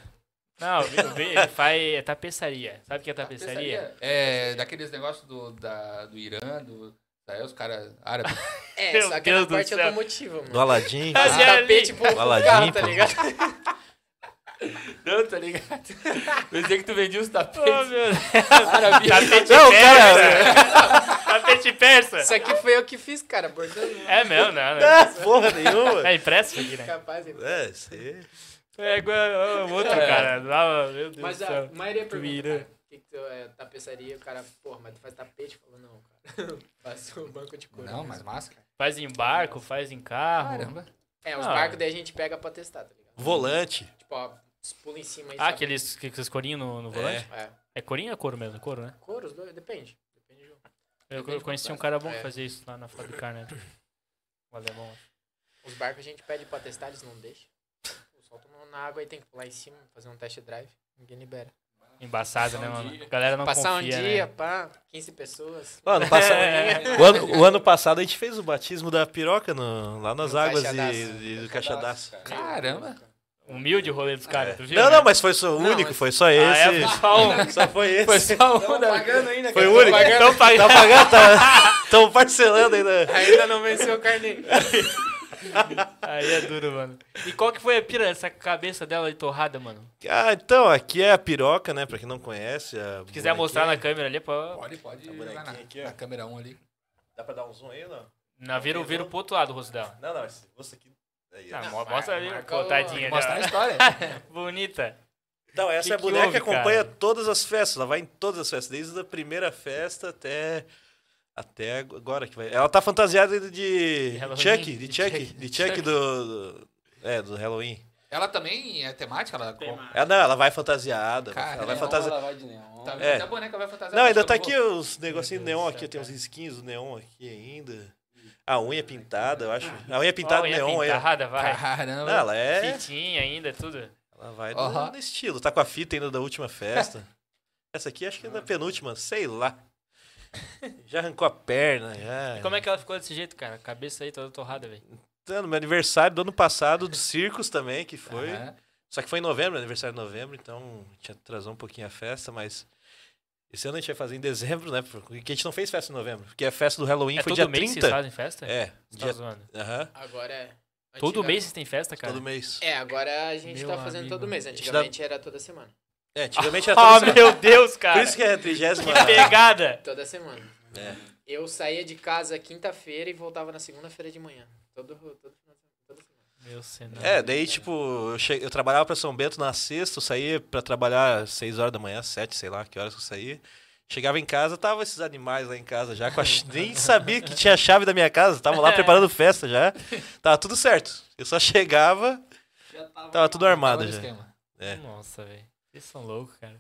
Não, eu vi- ele faz é tapeçaria. Sabe o que é tapeçaria? É, daqueles negócios do, da, do Irã, do. Daí os caras árabes. É, Meu só aquela Deus do parte céu. é do motivo, mano. Do Aladim. Ah, Esse é ali. tapete pro Aladim, carro, tá pô. ligado? Não, tá ligado? Eu dizia que tu vendia os Oh, tapetes meu Deus. árabes. Tapete Não, é- persa. Tapete Isso persa. aqui foi eu que fiz, cara. Bordando não É mesmo, não, não. Ah, porra nenhuma. É impresso isso aqui, é né? capaz. né? É, isso aí. É igual o outro, cara. Ah, meu Deus Mas do a céu. maioria pergunta, Vira. cara, o que que tu é tapeçaria? O cara, porra, mas tu faz tapete? Falou, não, cara. Faço um banco de couro. Não, mesmo. mas máscara. Faz em barco, faz em carro. Caramba. É, os Ah. barcos daí a gente pega pra testar, tá ligado? Volante. Tipo, ó, pula em cima e Ah, sabe? aqueles, aqueles corinhos no, no volante? É. É. corinho ou é couro mesmo? É couro, né? Couro, os dois, depende. Depende do... Eu, Depende eu do conheci um contrato. cara bom que É. fazia isso lá na Fabricar, né? Um alemão. Os barcos a gente pede pra testar, eles não deixam. Pô, Solta uma na água e tem que pular em cima, fazer um test drive. Ninguém libera. Embaçado, Passar né, um mano? dia. A galera não Passar confia, um né? dia, pá, 15 pessoas. Mano, passa- É. o, ano, o ano passado a gente fez o batismo da piroca no- lá nas No águas Caixadaço. de, de, do Caixadaço. Caramba. Humilde o rolê dos caras, tu viu? Não, né? não, mas foi só o Não, único, mas- foi só Ah, é, esse. pessoal. Só foi Foi esse. só um Tão Tá da. pagando ainda, Foi cara. o único. Então paga. Tá pagando, tá. Tão parcelando ainda. Ainda não venceu o carnê. Aí é duro, mano. E qual que foi a pira dessa cabeça dela de torrada, mano? Ah, então, aqui é a piroca, né? Pra quem não conhece. a Se quiser bonequinha. mostrar na câmera ali, pô. Pode, pode. A jogar na, bonequinha aqui, ó. na câmera 1 ali. Dá pra dar um zoom aí ou não? Na vira, vira pro outro lado o rosto dela. Não, não, esse rosto aqui. é Aí, ó. Ah, mo- mostra ali, marca pô, o- tadinha Mostrar a dela. história. Bonita. Então, essa Que é a que boneca houve, que acompanha cara? todas as festas. Ela vai em todas as festas, desde a primeira festa até. Até agora que vai. Ela tá fantasiada de. de Halloween? Chuck, De de Chuck, Chuck, de de Chuck Chuck. do. do- É, do Halloween. Ela também é temática, ela Ela, não, ela vai fantasiada. Cara, ela vai é fantasiada. Ela vai de neon. Tá, É. Até a boneca vai fantasiar. Não, mas ainda eu tá não aqui vou. os negocinhos Meu Deus neon do aqui, céu, tem uns cara. skins do neon aqui ainda. A unha pintada, eu acho. A unha Ó, pintada unha neon aí. ó. pintada, né? vai. Não, Caramba. ela é. Fitinha ainda, tudo. Ela vai no- Aham. no estilo. Tá com a fita ainda da última festa. Essa aqui acho que é Ah. da penúltima, sei lá. Já arrancou a perna, já. E como é que ela ficou desse jeito, cara? Cabeça aí toda torrada, velho. Então, no meu aniversário do ano passado, do Circos também, que foi. Aham. Só que foi em novembro, aniversário de novembro, então tinha atrasou um pouquinho a festa, mas. Esse ano a gente vai fazer em dezembro, né? Porque a gente não fez festa em novembro. Porque a festa do Halloween É foi todo dia mês que 30. vocês fazem festa? é, Você tá dia. zoando. Aham. Agora é. Todo antiga- mês vocês têm festa, cara? Todo mês. É, agora a gente Meu tá fazendo amigo. todo mês. gente dá- Antigamente era toda semana. É, antigamente era Ah, toda semana. meu Deus, cara. Por isso que é a trigésima. Pegada. Toda semana. É. Eu saía de casa quinta-feira e voltava na segunda-feira de manhã. Todo, todo final de semana. Toda semana. Meu senão. É, daí, tipo, eu, che- eu trabalhava pra São Bento na sexta, eu saía pra trabalhar às 6 horas da manhã, 7, sei lá, que horas que eu saía. Chegava em casa, tava esses animais lá em casa já, com a ch- nem sabia que tinha a chave da minha casa, tava É. lá preparando festa já. Tava tudo certo. Eu só chegava, Já tava. tava tudo Tava armado no já. esquema. É. Nossa, velho. Vocês são loucos, cara.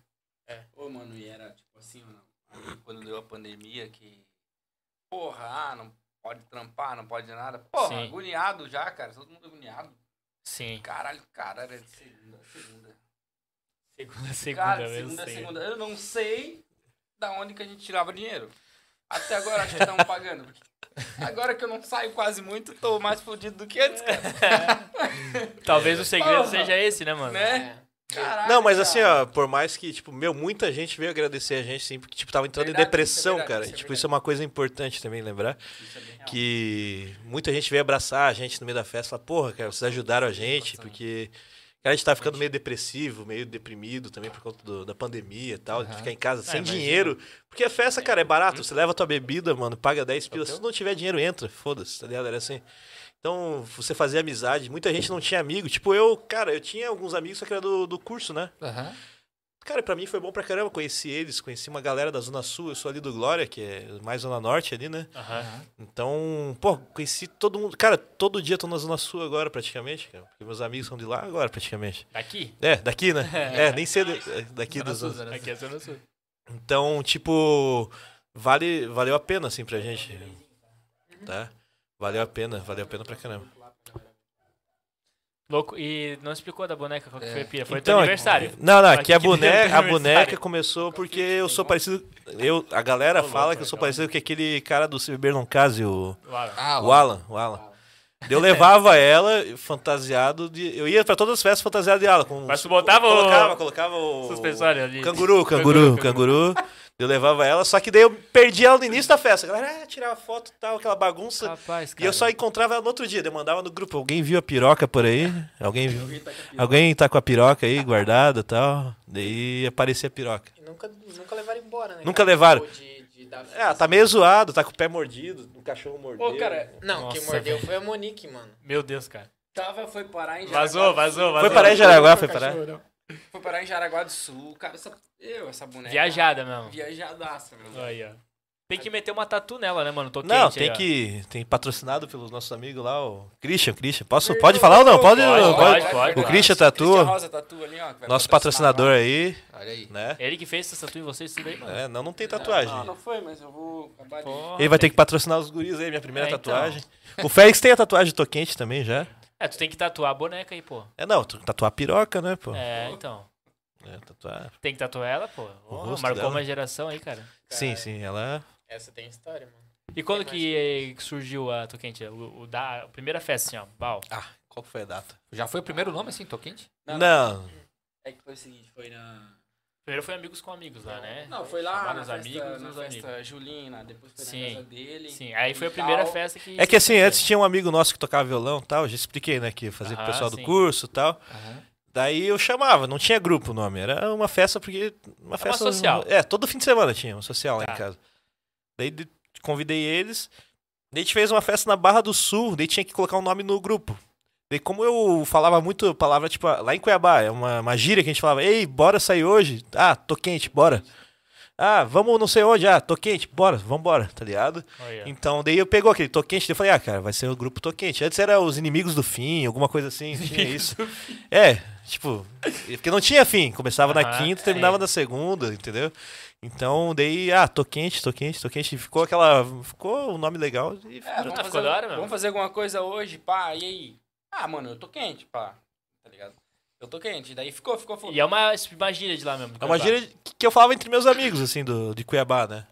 Ô, mano, e era tipo assim, mano, aí quando deu a pandemia que. Porra, ah, não pode trampar, não pode nada. Porra, Sim. agoniado já, cara. Todo mundo agoniado. Sim. Caralho, cara, era de segunda, segunda. Segunda, segunda, Cara, eu segunda, sei. segunda. Eu não sei da onde que a gente tirava dinheiro. Até agora acho que estavam pagando. porque Agora que eu não saio quase muito, tô É, mais fodido do que antes, cara. Talvez o segredo Porra. seja esse, né, mano? Né? É. É. Caraca, Não, mas cara. assim, ó, por mais que, tipo, meu, muita gente veio agradecer a gente, sim, porque, tipo, tava entrando Verdade, em depressão, isso é verdade, cara. isso é e, tipo, verdade. isso é uma coisa importante também lembrar. que muita gente veio abraçar a gente no meio da festa e falar, porra, cara, vocês ajudaram a gente, porque. Cara, a gente tá ficando meio depressivo, meio deprimido também por conta do- da pandemia e tal, de Aham. ficar em casa sem imagina. dinheiro. Porque a festa, cara, é barato. Você leva tua bebida, mano, paga 10 pilas. Se não tiver dinheiro, entra. Foda-se, tá ligado? Era assim. Então, você fazia amizade. Muita gente não tinha amigo. Tipo, eu, cara, eu tinha alguns amigos, só que era do, do curso, né? Aham. Cara, pra mim foi bom pra caramba. Conheci eles, conheci uma galera da Zona Sul. Eu sou ali do Glória, que é mais Zona Norte ali, né? Aham. Então, pô, conheci todo mundo. Cara, todo dia tô na Zona Sul agora, praticamente, cara. Porque meus amigos são de lá agora, praticamente. Daqui? É, daqui, né? É, nem cedo. é, Daqui da Zona Zona Sul, Zona Sul. Daqui é Zona Sul. Então, tipo, vale, valeu a pena, assim, pra gente. Tá? Valeu a pena, valeu a pena pra caramba. Louco, e não explicou da boneca qual que É. foi a pira. Foi teu aniversário. Então, Não, não, Aqui aqui a que deu teu boneca, a boneca aniversário. começou porque eu sou parecido. Eu, a galera fala que eu sou parecido com aquele cara do Se Beber Não Case, o. Claro. Ah, O Alan, o Alan. Eu levava ela fantasiado de. Eu ia pra todas as festas fantasiado de Alan. Com, Mas tu botava o- colocava, colocava o. Suspensório ali. o Canguru, o canguru, o canguru. Eu levava ela, só que daí eu perdi ela no início da festa. A galera ah, tirava foto e tal, aquela bagunça. Rapaz, cara. e eu só encontrava ela no outro dia, demandava no grupo. Alguém viu a piroca por aí? Alguém viu? Alguém tá com a piroca aí guardada e tal? Daí aparecia a piroca. E Nunca, nunca levaram embora, né? Nunca cara? levaram. Ou de- de dar Ah, tá meio zoado, tá com o pé mordido, o cachorro mordeu. Ô, cara, Não, Nossa, quem mordeu foi a Monique, mano. Meu Deus, cara. tava, foi parar em Jaraguá. Vazou, vazou, vazou. Foi parar em Jaraguá, foi parar. Foi parar em Jaraguá do Sul. Cara, essa, eu, essa boneca. Viajada mesmo. Viajadaça, meu. Aí, ó. Tem que meter uma tatu nela, né, mano? Tô Não, quente tem aí, ó. que. Tem patrocinado pelos nossos amigos lá, o Christian, Christian. Posso, pode falar ou não? Pode, Pode, pode, pode, pode. O Christian Tatu, Christian né? Tá Rosa Tatu ali, ó. que vai nosso patrocinar patrocinador nós. aí, Olha aí. né? Ele que fez essa tatu em vocês tudo aí, mano. É, não, não tem tatuagem. Não, não foi, mas eu vou acabar de... Porra, É. Ele vai tem ter que patrocinar os guris aí, minha É, primeira então. tatuagem. O Félix tem a tatuagem do Tô Quente também já. É, tu tem que tatuar a boneca aí, pô. É, não, tu- tatuar a piroca, né, pô? É, É, então. tatuar. Tem que tatuar ela, pô. Ô, rosto marcou dela. uma geração aí, cara. Sim, sim, ela. é- Essa tem história, mano. E quando que, eh, que surgiu a Tô Quente? O, o da, a primeira festa, assim, ó. Bal. Ah, Qual foi a data? já foi o primeiro nome assim, Tô Quente? Não, Não, É que foi o seguinte, foi na... Primeiro foi amigos com amigos lá, né? Não, foi lá Chamaram na os festa, amigos, na os festa amigos. Julina, depois foi Sim. na casa dele. Sim, aí foi a e primeira tal. festa que. é que assim, antes tinha um amigo nosso que tocava violão e tal, já expliquei, né, que fazia pro Aham, pessoal do sim. curso e tal. Aham. Daí eu chamava, não tinha grupo o nome, era uma festa porque. Uma festa social. É, todo fim de semana tinha uma social lá Tá. em casa. Daí de- convidei eles, daí a gente fez uma festa na Barra do Sul, daí tinha que colocar um nome no grupo. Daí como eu falava muito palavra, tipo, lá em Cuiabá, é uma, uma gíria que a gente falava, ei, bora sair hoje? Ah, tô quente, bora. Ah, vamos não sei onde, ah, tô quente, bora, vambora, tá ligado? Olha. Então daí eu pegou aquele tô quente, daí eu falei, ah, cara, vai ser o grupo tô quente. Antes era os inimigos do fim, alguma coisa assim, tinha isso. É, tipo, porque não tinha fim. Começava na Aham, é. quinta, sim. terminava na segunda, entendeu? Então daí, ah, tô quente, tô quente, tô quente. e Ficou aquela. Ficou um nome legal e É, vamos, Tá, ficou fazer, da hora, meu. vamos fazer alguma coisa hoje, pá, e aí? Ah, mano, eu tô quente, pá. Tá ligado? Eu tô quente. Daí ficou, ficou, ficou. E é uma, uma gíria de lá mesmo. É uma gíria que- que eu falava entre meus amigos, assim, do, de Cuiabá, né?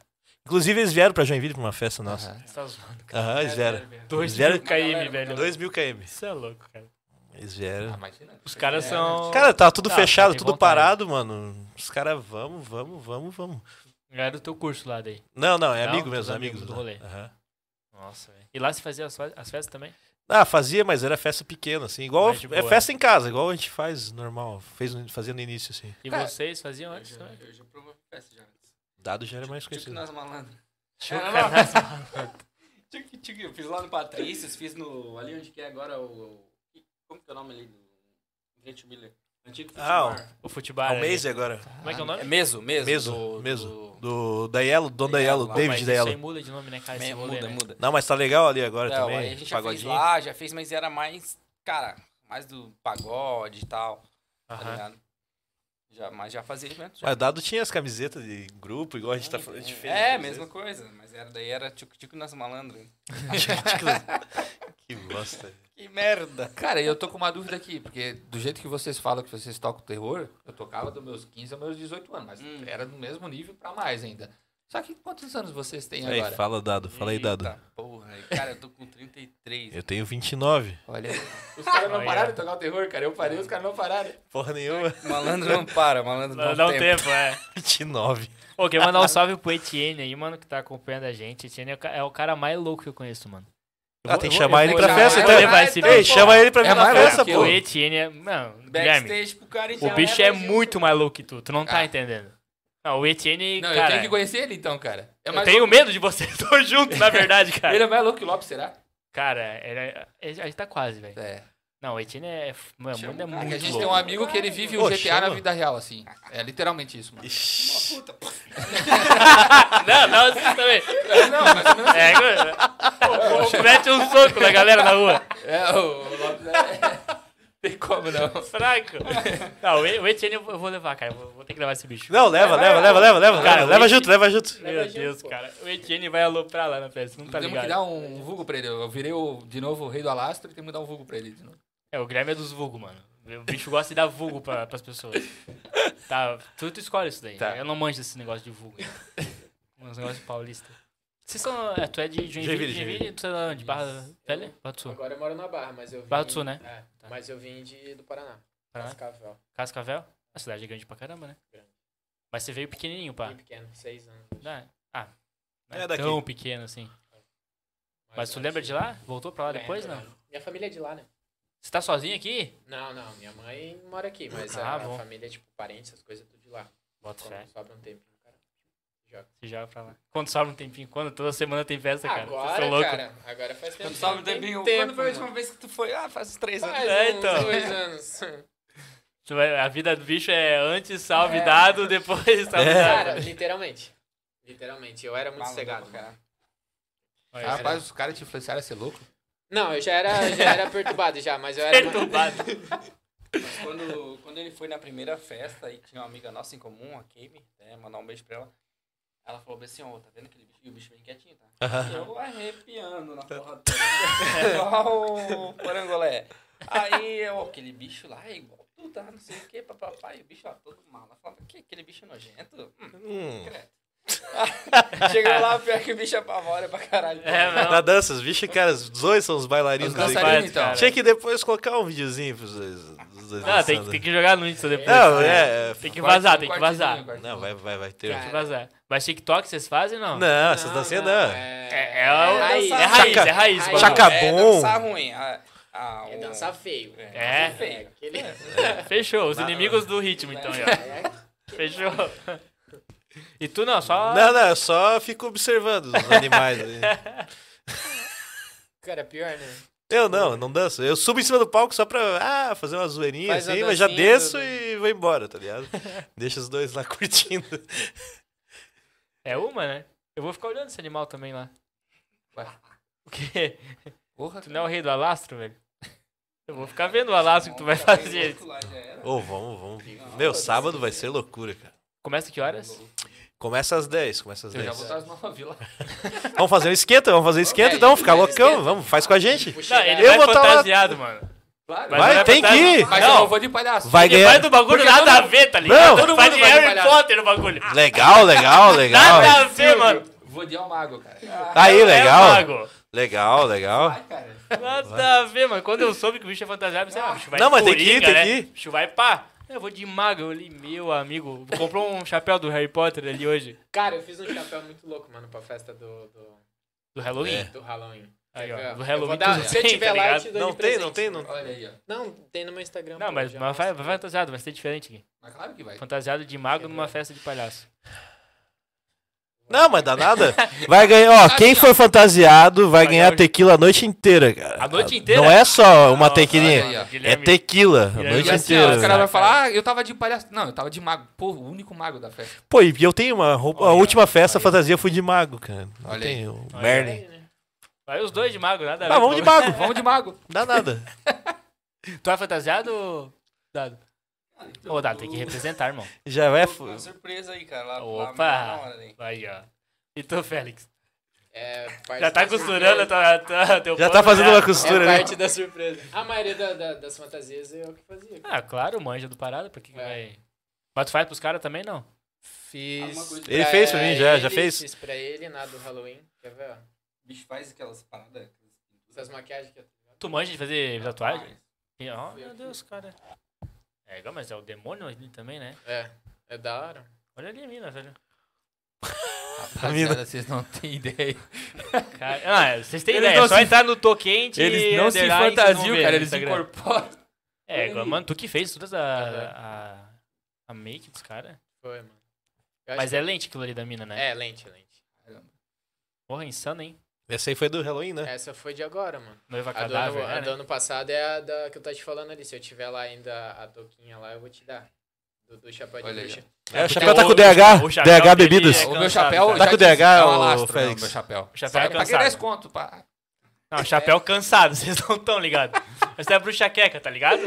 Inclusive, eles vieram pra Joinville pra uma festa nossa. Você tá zoando, cara. Aham, eles vieram. Dois Eles vieram- mil KM, Galera, velho. 2 mil km. Isso é louco, cara. É. Eles vieram. Ah, imagina. Os caras são. Cara, tava tudo Tá, fechado, tem tudo vontade. parado, mano. Os caras, vamos, vamos, vamos, vamos. Era do teu curso lá daí. Não, não, é Não? amigo meus Os amigos amigos. do né? rolê. Aham. Nossa, velho. E lá se fazia as, fe- as festas também? Ah, fazia, mas era festa pequena, assim. Igual. Mais de É boa. festa em casa, igual a gente faz normal. Fez, no- fazia no início, assim. E Cara, vocês faziam Eu antes já, é também? eu já provou festa já. Dado já era É mais Tchuc conhecido. nas malandras. Tchuc É, não, não. Tchuc, tchuc. Eu fiz lá no Patrícios, fiz no. Ali onde que é agora o. o- Como que é o nome ali? Do. Gente Miller. Antigo Ah, futebol. O futebol. É o Ah, ali. Maze agora. Como é que é o nome? É mesmo, mesmo. Meso, do- meso. do- Do Daielo, Dom Daielo, lá, Mas David isso aí Daielo. muda de nome, né, É, cara? Esse Me- rolê, Muda, né? muda. Não, mas tá legal ali agora Não, aí também. a gente já fez Pagodinho. lá, já fez, mas era mais, cara, mais do pagode e tal, tá Aham. ligado? Já, mas já fazia eventos. Mas Dado tinha as camisetas de grupo, igual a gente tá falando. A gente fez É, as mesma camisetas. coisa, mas era, daí era tico-tico nas malandras. Tipo, Que bosta. Que merda! Cara, eu tô com uma dúvida aqui, porque do jeito que vocês falam que vocês tocam terror, eu tocava dos meus 15 aos meus 18 anos, mas Hum. era no mesmo nível pra mais ainda. Só que quantos anos vocês têm Aí, agora? fala, Dado. Fala aí, Dado. Eita Porra, aí, cara, eu tô com 33. Eu tenho 29. Olha, os caras não Olha. pararam de tocar o terror, cara. Eu parei, os caras não pararam. Porra nenhuma. Malandro não para, malandro não, Dá um tem. tempo, é. 29. Ô, queria mandar um salve pro Etienne aí, mano, que tá acompanhando a gente. Etienne é o ca- é o cara mais louco que eu conheço, mano. Ah, tem que vou- chamar eu ele vou pra chamar festa, ele então. pra levar esse Ei, bicho. chama ele pra vir É na mais louco festa, que pô. O Etienne é. Mano, Guilherme, Backstage pro cara o bicho é muito mais louco que tu. Tu não tá Ah. entendendo. Não, o Etienne, Não, eu cara. tenho que conhecer ele então, cara. É eu mais tenho louco- medo de vocês dois juntos, na verdade, cara. Ele é mais louco que o Lopes, será? Cara, ele é- ele- a gente tá quase, velho. É. Não, o Etienne é. f- Mano, Chama muito, é o cara É muito que a gente louco. tem um amigo que ele vive o Ô, GTA na chama. vida real, assim. É literalmente isso, mano. Não, não, vocês também. É, não, mas ou menos assim. É, mano. mete um soco na galera na rua. É, o o Lopes é... Tem como não. Fraco. Não, o E- o Etienne eu vou eu vou levar, cara. Eu Vou, vou ter que levar esse bicho. Não, leva, leva, leva, leva, leva. Cara, leva, leva hoje- junto, leva junto. Meu Deus, cara. O Etienne vai aloprar lá na festa, não tá Temos que ligado? dar um vulgo pra ele. Eu virei o, de novo o rei do alastro e temos que dar um vulgo pra ele de novo. É, o Guilherme é dos vulgo, mano. O bicho gosta de dar vulgo pra, pras pessoas. Tá, tu, tu escolhe isso daí. Tá. Eu não manjo desse negócio de vulgo. aí. Uns negócios de paulista. Vocês são... É, tu é de Joinville, Joinville, Joinville? Tu é de Barra Velha? Barra do Sul. Agora eu moro na Barra, mas eu vim... Barra do Sul, né? É, mas eu vim de, do Paraná. Paraná? Cascavel. Cascavel? A cidade é grande pra caramba, né? Mas você veio pequenininho, pá. Bem pequeno, seis anos. Não, Ah, não É é daqui. tão pequeno assim. Mas tu lembra de lá? Voltou pra lá depois, é Lembro, não? lembro. É, Minha família é de lá, né? Você tá sozinho aqui? Não, não. Minha mãe mora aqui, mas Ah, a, bom. a família, tipo, parentes, essas coisas, tudo de lá. Bota fé. Quando sobra um tempinho, cara. Se joga pra lá. Quando sobra um tempinho? Quando? Toda semana tem festa, cara. é Vocês agora, são loucos. cara. Agora faz tempo. Quando sobe o tem tempinho, tempo, quando foi a mano. última vez que tu foi? Ah, faz uns três anos. Faz É, uns então. dois anos. Tu vai- A vida do bicho é antes salve É. dado, depois salve Cara, dado. literalmente. Literalmente. Eu era muito cegado, cara. Olha, cara. Rapaz, os caras te influenciaram a ser louco. Não, eu já era, já era perturbado já, mas eu era... Perturbado. Mas quando, quando ele foi na primeira festa e tinha uma amiga nossa em comum, a Kame, né, mandar um beijo pra ela, ela falou bem assim, ó, tá vendo aquele bicho? E o bicho bem quietinho, tá? E eu arrepiando na porra toda. Igual o porangolé. Aí eu, ó, aquele bicho lá é igual tu, tá? Não sei o que, papai, o bicho lá todo mal. Ela falava, que aquele bicho nojento? Hum, Hum. credo. Chegou lá, pior que o bicho apavora pra caralho. É, mano. Na dança, os bichos, cara, os dois são os bailarinos. Os daqui. dançarinos, então. cara. Tinha que depois colocar um videozinho pros dois. Dos dois Não, tem, dançando. que- tem que jogar no Insta depois. Não, né? é. Tem que Corte- vazar, tem que cortezinho, vazar. Tem cortezinho. Não, vai, vai, vai ter. um- que Cara. vazar. Mas TikTok vocês fazem, não? Não, essas dancinhas não. É, É, é, o- raiz. é raiz, é raiz. Chaca- mano. chaca- É Acabou. dançar ruim. Ah, ah, É o- dançar feio. É? Dançar feio. Aquele- Fechou, os Não, não. inimigos do ritmo, então. aí, ó. É. Fechou. E tu não, só. Não, não, eu só fico observando os animais ali. Cara, pior, né? Eu não, não danço. Eu subo em cima do palco só pra ah, fazer uma zoeirinha Faz a assim, mas já dancinha, desço Dudu. e vou embora, tá ligado? Deixa os dois lá curtindo. É uma, né? Eu vou ficar olhando esse animal também lá. Ué. O quê? Porra, Tu não é o rei do alastro, velho? Eu vou ficar vendo o alastro que tu vai Tá bem fazer. louco lá, já era. Ô, vamos, vamos. Meu, sábado vai ser loucura, cara. Começa que horas? Começa às 10, começa às eu já 10. vou estar às nove lá. Vamos fazer um esquenta, vamos fazer esquenta então, ficar loucão, vamos, faz com a gente. Não, ele Eu vai vou tá lá- fantasiado, mano. Claro. Mas Vai, não é tem que fantasi- ir. Mas eu não, não vou de palhaço. Vai ele vai ganhar. do um bagulho Porque nada todo a ver, tá ligado? Não, Todo todo faz mundo de vai Harry trabalhar. Potter no bagulho. Legal, legal, Nada a legal. Tá ver, mano. Vou de almago, cara. Aí, É legal. mago. Legal, legal. Nada a ver, mano. Quando eu soube que o bicho é fantasiado, eu pensei, ah, o bicho vai Não, mas tem que coringa, ir, tem né? que ir. O bicho vai pá. Eu vou de mago. Eu li, meu amigo, comprou um chapéu do Harry Potter ali hoje. Cara, eu fiz um chapéu muito louco, mano, pra festa do, do, Do É. Halloween. do Halloween. Aí, Quer ver, ó. ó? Do Tá É. Eu Halloween. vou dar- tu se eu tem, tiver tá lá, eu ligado? te dou Não de tem, presente. não tem, não tem. Olha aí, ó. Não, tem no meu Instagram. Não, pô, mas, já mas vai, mostro. vai fantasiado, vai ser diferente aqui. Mas claro que vai. Fantasiado de mago numa festa de palhaço. Não, mas dá nada. Vai ganhar, ó, quem for fantasiado vai ganhar tequila a noite inteira, cara. A noite inteira? Não é só uma Nossa, tequilinha. olha aí, ó. É Guilherme. tequila a Guilherme noite E Garcia, assim, inteira. ó, os caras né, cara? vão falar, ah, eu tava de palhaço. Não, eu tava de mago. Pô, o único mago da festa. Pô, e eu tenho uma roupa. a Olha, última festa, olha. fantasia, eu fui de mago, cara. Não Olha tem o Olha Merlin. É, né? Vai os dois de mago, nada a ver. Ah, vamos de mago. Vamos de mago. Não dá nada. Tu é fantasiado, Dado? Ô, Dado, tem que representar, irmão. Já vai. Uma surpresa aí, cara. Tá Lá, Opa! Lá, na hora, né? Aí, ó. E tu, Félix? É, parte Já tá da surpresa. costurando a tua, a tua- teu Já pano, tá fazendo né? uma É costura, né? parte da surpresa. A maioria da- da- das fantasias eu que fazia. Ah, claro, manja do parada, porque que É. vai... Mas tu faz pros caras também, não? Alguma Fiz. coisa Ele pra- fez pra mim já, é, ele, já fez? Fiz pra ele na do Halloween. Quer ver, ó? Bicho faz aquelas paradas. aquelas pinturas. Essas maquiagens que eu Tu manja de fazer tatuagem? Mas, Oh, meu Deus, cara. É legal, mas é o demônio ali também, né? É, é da hora. Olha ali a mina, velho. Rapaziada, vocês não têm ideia. Cara, ah, é, vocês têm Eles ideia, não é só se- entrar no Tô Quente Eles não se underline, vocês vão fantasiam, ver cara, no eles Instagram. incorporam. É, agora, mano, tu que fez toda a, a, a make dos caras. Foi, mano. Eu acho Mas é lente aquilo ali da mina, que- né? É, lente, lente. Porra, insano, hein? Essa aí foi do Halloween, né? Essa foi de agora, mano. Noiva A do, ano, É. cadáver, a né? do ano passado é a da que eu tô te falando ali. Se eu tiver lá ainda a toquinha lá, eu vou te dar. Do, do chapéu de Olha aí, bruxa. É, o porque chapéu tá Então, o- com o DH. cha- o chapéu DH dele Bebidas. é O Cansado, meu chapéu. tá? Tá já com disse, DH, é um ô, alastro, né, o Félix? meu chapéu. O chapéu é Eu paguei 10 cansado. conto, pá. Não, chapéu cansado, vocês não estão ligados. Mas é bruxa queca, tá ligado?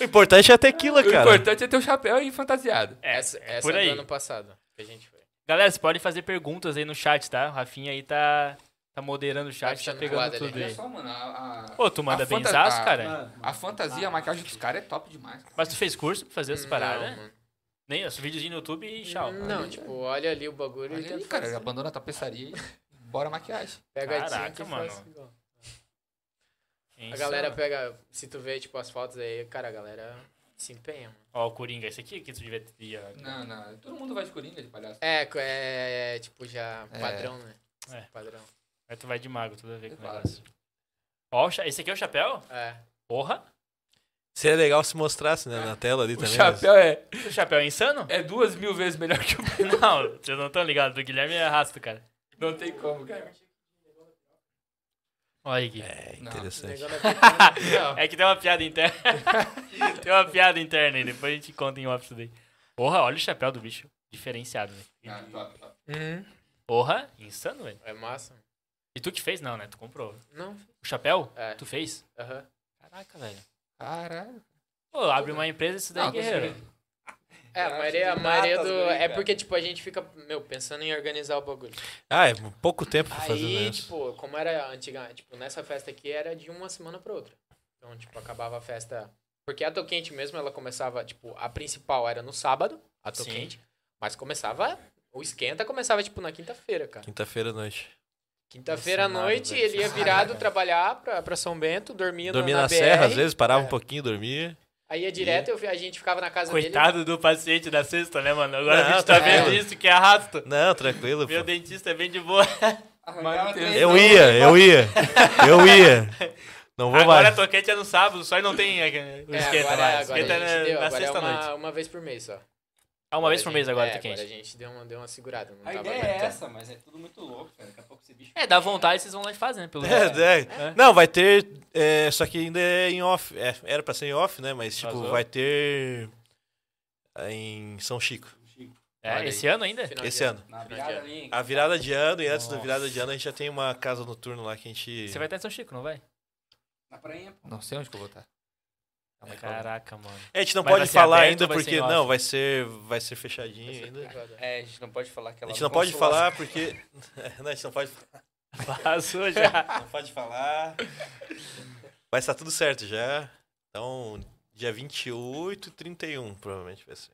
O importante é a tequila, O cara. importante é ter o chapéu e fantasiado. É, essa é essa por do aí. ano passado que a gente foi. Galera, vocês podem fazer perguntas aí no chat, tá? O Rafinha aí tá, tá moderando o chat, tá puxando pegando colada ali. tudo Olha aí. só, mano, a, a- Pô, tu manda A fanta- benzaço, a- tá cara. a fantasia, a maquiagem dos caras é top demais. cara. Mas tu fez curso pra fazer essas paradas, Não, né? mano. Nem os videozinhos no YouTube e tchau. Não, tipo, olha ali o bagulho e Olha aí, tenta cara, fazer. abandona a tapeçaria e bora a maquiagem. Pega a Caraca, tinta e mano. é- faz igual. Quem A galera sabe? pega, se tu vê, tipo, as fotos aí, cara, a galera se empenha, mano. Ó, o Coringa, esse aqui que tu devia ter. ó. Não, não. Todo mundo vai de coringa de palhaço. É, co- é, é, tipo, já É. padrão, né? É. Padrão. Aí tu vai de mago, tudo a ver com o Claro. negócio. Ó, o cha- esse aqui é o chapéu? É. Porra! Seria legal se mostrasse, né, na tela ali O também. mas- chapéu é, O chapéu é insano? é duas mil vezes melhor que o meu. Não, vocês não estão ligados. O Guilherme é rasto, cara. Não tem como, cara. Olha aí, Gui. É Não. O interessante. negão da pequena- Não. É que tem uma piada interna. tem uma piada interna aí, depois a gente conta em off isso daí. Porra, olha o chapéu do bicho. Diferenciado, né? Não, top, top. Uhum. Porra, insano, velho. É massa? mano. E tu que fez? Não, né? Tu comprou. Não. O chapéu? É. Tu fez? Aham. Caraca, velho. Caralho. Pô, abre uma empresa isso daí, Não, tô guerreiro. É, a Gráfico maioria, a de maioria datas, do... guri, É cara. porque, tipo, a gente fica, meu, pensando em organizar o bagulho. Ah, é pouco tempo pra fazer Aí, isso. tipo, como era antiga, tipo, nessa festa aqui era de uma semana pra outra. Então, tipo, acabava a festa. Porque a Toquente mesmo, ela começava, tipo, a principal era no sábado, a Sim. Toquente. Mas começava. O esquenta começava, tipo, na quinta-feira, cara. Quinta-feira à noite. Quinta-feira à Nossa, nada, noite, velho. ele ia virado trabalhar pra, pra São Bento, dormia, Dormia na, na BR, serra, às vezes, parava um pouquinho, dormia. Aí ia direto, eu, vi- a gente ficava na casa dele. Coitado do paciente da sexta, né, mano? Agora Não, a gente tá tranquilo. vendo isso que é rasto. Não, tranquilo, pô. Meu dentista é bem de boa. Arrancava Deus. três Eu dentes. ia, eu ia. Eu ia. Não vou Agora a mais. toquete é no sábado, só e não tem é, o É, esquenta agora, mais. agora, Esquenta a gente na, deu, na né? agora é sexta-noite. uma, uma vez por mês só. Ah, uma vez por mês agora, é, a agora a toquete. gente deu uma, deu uma segurada. Não A tava ideia é aguentando. essa, mas é tudo muito louco, cara. Daqui a pouco esse bicho. É, dá vontade, vocês vão lá e fazem, né? Pelo jeito. É, é. Não, vai ter. é, só que ainda é em off. É, era pra ser em off, né? Mas, tipo, Vazou. vai ter. é, Em São Chico, É, Olha esse ano ainda? Final de esse ano. Na Final de virada ano. ali. A virada de ano, e antes da Nossa. virada de ano, a gente já tem uma casa noturna lá que a gente. Você vai estar em São Chico, não vai? Na prainha, pô. Não sei onde que eu vou estar. Caraca, mano. A gente não Mas vai pode ser falar aberto ainda ou vai ser porque. em off? Não, vai ser, vai ser fechadinho ainda. Privada. É, a gente não pode falar que A ela gente não pode falar porque. É, Não, a gente não pode, Passou já. não pode falar. Vai estar tudo certo já. Então, dia 28 e 31, provavelmente vai ser.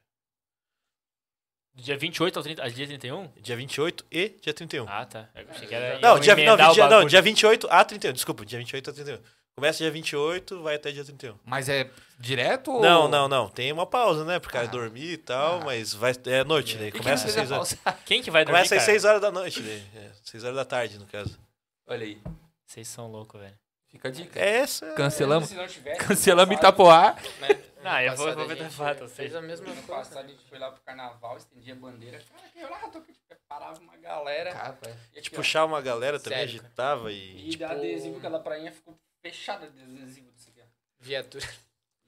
Dia 28 ao 30, a dia 31? Dia 28 e um. dia 31. Ah, tá. Eu achei que era não, iam dia, não, emendar o dia, não, bagulho. dia 28 a 31. Desculpa, dia 28 a 31. Começa dia 28, vai até dia 31. Mas é direto ou. Não, não, não. Tem uma pausa, né? Pro cara Ah. dormir e tal, Ah. mas vai, é noite, né? E quem Começa às fez a 6 horas. pausa? Quem que vai dormir, Começa às cara? 6 horas da noite, né? É, 6 horas da tarde, no caso. Olha aí. Vocês são loucos, velho. Fica a dica. É essa. Cancelamos. Se não tiver. Cancelamos ano Itapoá. Ano Não, eu vou, eu passado vou a ver gente da fato. Fez vocês- a mesma Ano coisa. passado a gente foi lá pro carnaval, estendia a bandeira. Cara, que lá, tô que parava uma galera. é. E aqui, De ó, puxar uma galera também, Sério, cara. agitava e. tipo, E da adesivo, aquela prainha ficou fechada de adesivo disso aqui, ó. Viatura.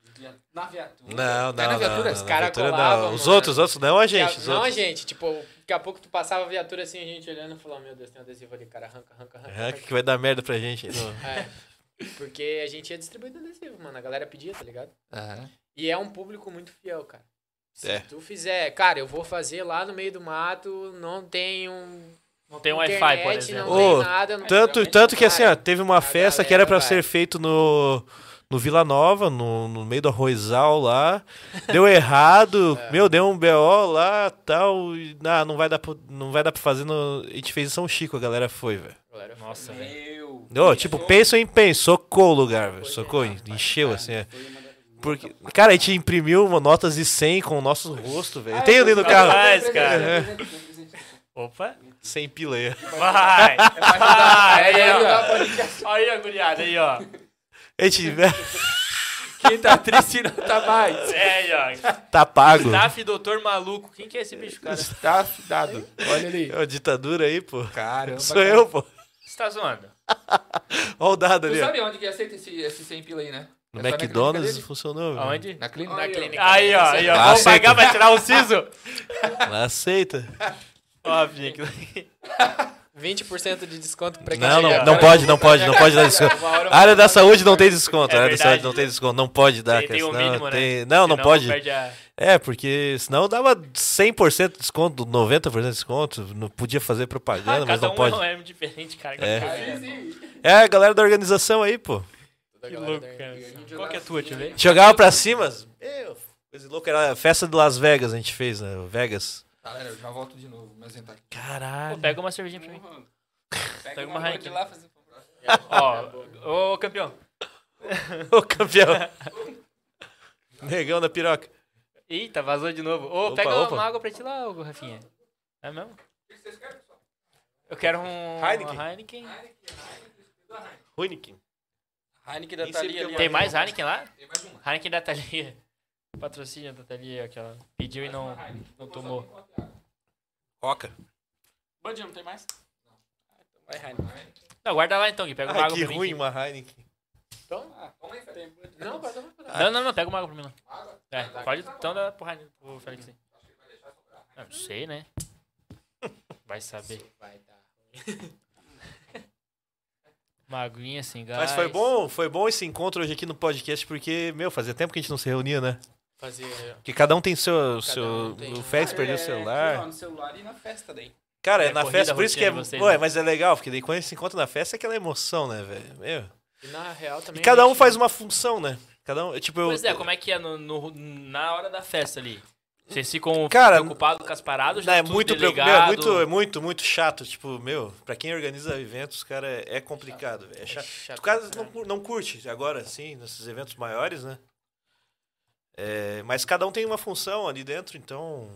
De via- Na viatura. Não, não, Não é na não, viatura? não, Os na cara viatura colava, não. Os mano. outros, os outros não, a gente. os não, outros. gente, tipo, daqui a pouco tu passava a viatura assim, a gente olhando e falando, meu Deus, tem um adesivo ali, cara, arranca, arranca, arranca. Aham, É, que vai dar merda pra gente. não. É, porque a gente ia distribuindo adesivo, mano, a galera pedia, tá ligado? E é um público muito fiel, cara. Se É. tu fizer, cara, eu vou fazer lá no meio do mato, não tem um... Não tem um internet, Wi-Fi, por não exemplo. tem Ô, nada. Não Tanto, Realmente, tanto que assim, ó, cara, teve uma a festa que era pra galera ser vai. feito no, no Vila Nova, no, no meio do arrozal lá. Deu errado, meu, deu um BO lá, tal. E, ah, não vai dar pra, não vai dar pra fazer no... A gente fez em São Chico, a galera foi, velho. Galera, Nossa, velho. Meu. Ô, tipo, pensa em pen, socou o lugar, velho. Socou, encheu, assim, é. Porque, cara, a gente imprimiu uma notas de 100 com o nosso rosto, velho. Tem ali no carro. Rapaz, cara. Opa. Sem pileia. Vai. Vai. Aí, ó. Quem Aí, ó, guriada, aí, ó. A gente tá triste não tá mais. É, aí, ó. tá pago. Staff Doutor Maluco. Quem que é esse bicho, cara? Você Tá dado. Olha ali. É uma ditadura aí, pô. Caramba. Sou eu, pô. tá zoando? Olha o dado Tu ali, ó. sabe onde que aceita esse, esse 100 pila aí, né? No É só na clínica McDonald's dele? funcionou, velho. Aonde? Na clínica? Na clínica. Aí, ó, aí, ó. Ah, Vamos aceita. pagar pra tirar o siso? Lá aceita. Ó, vim aqui. 20% de desconto pra quem Não, não, chegar. não pode, não pode, não pode dar desconto. Uma hora eu A área da saúde não tem desconto. É A área da verdade. saúde não tem desconto. Não pode dar, Tem- cara. tem um senão mínimo, né? tem- Não, não Senão pode. perde a- É, porque senão dava 100% de desconto, 90% de desconto. Não podia fazer propaganda, mas Cada não um pode. é um M diferente, cara. É. Cada um É, a galera da organização aí, pô. Da Que galera louco, da- cara. Qual que é a tua, deixa eu ver? Jogava pra cima. Meu, coisa louca. Era a festa de Las Vegas a gente fez, né? Vegas. Galera, eu já volto de novo, mas então. Pô, Caralho. pega uma cervejinha pra mim. Pega uma uma Heineken. Heineken lá, faz um favor. Ó, ô campeão. Ô, campeão. Negão da piroca. Eita, vazou de novo. Ô, Opa, pega opa. uma água pra ti lá, ô, Rafinha. É mesmo? Eu quero um Heineken. uma Heineken. Heineken. Heineken da Nem sei Thalia porque ali. eu- ó. Tem mais Heineken lá? Tem mais uma. Heineken da Thalia. Patrocínio da Thalia, que ela pediu e não, não tomou. Coca. Bud, não tem mais? Ah, então Vai, Heineken. Não, guarda lá então, Gui. Pega uma Ah, água que pra mim. ruim uma Heineken. Ah, toma aí, Felipe. Não, guarda uma pra Não, não, não, pega uma água pra mim lá. É, pode então dar pro, Heineken, pro Félix aí. Ah, Não sei, né? Vai saber. Vai dar. Uma aguinha assim, sem gás. Mas foi bom, foi bom esse encontro hoje aqui no podcast, porque, meu, fazia tempo que a gente não se reunia, né? Fazer... Porque cada um tem seu. seu um tem. O Félix perdeu o celular. É, No celular e na festa daí. Cara, É é na corrida festa, por isso que é. rotina de vocês, né? Ué, mas é legal, porque daí quando a gente se encontra na festa é aquela emoção, né, velho? Meu. E na real E também... é cada um faz uma função, né? Cada um. Tipo, eu. Pois é, como é que é no, no- na hora da festa ali? Vocês ficam Cara, preocupados com as paradas? Não, já é tudo muito, preocup- meu, é delegado? muito é muito muito chato tipo meu pra quem organiza eventos cara é é complicado velho. é chato, chato né? tu caso não, cur- não curte agora assim nesses eventos maiores né É, mas cada um tem uma função ali dentro então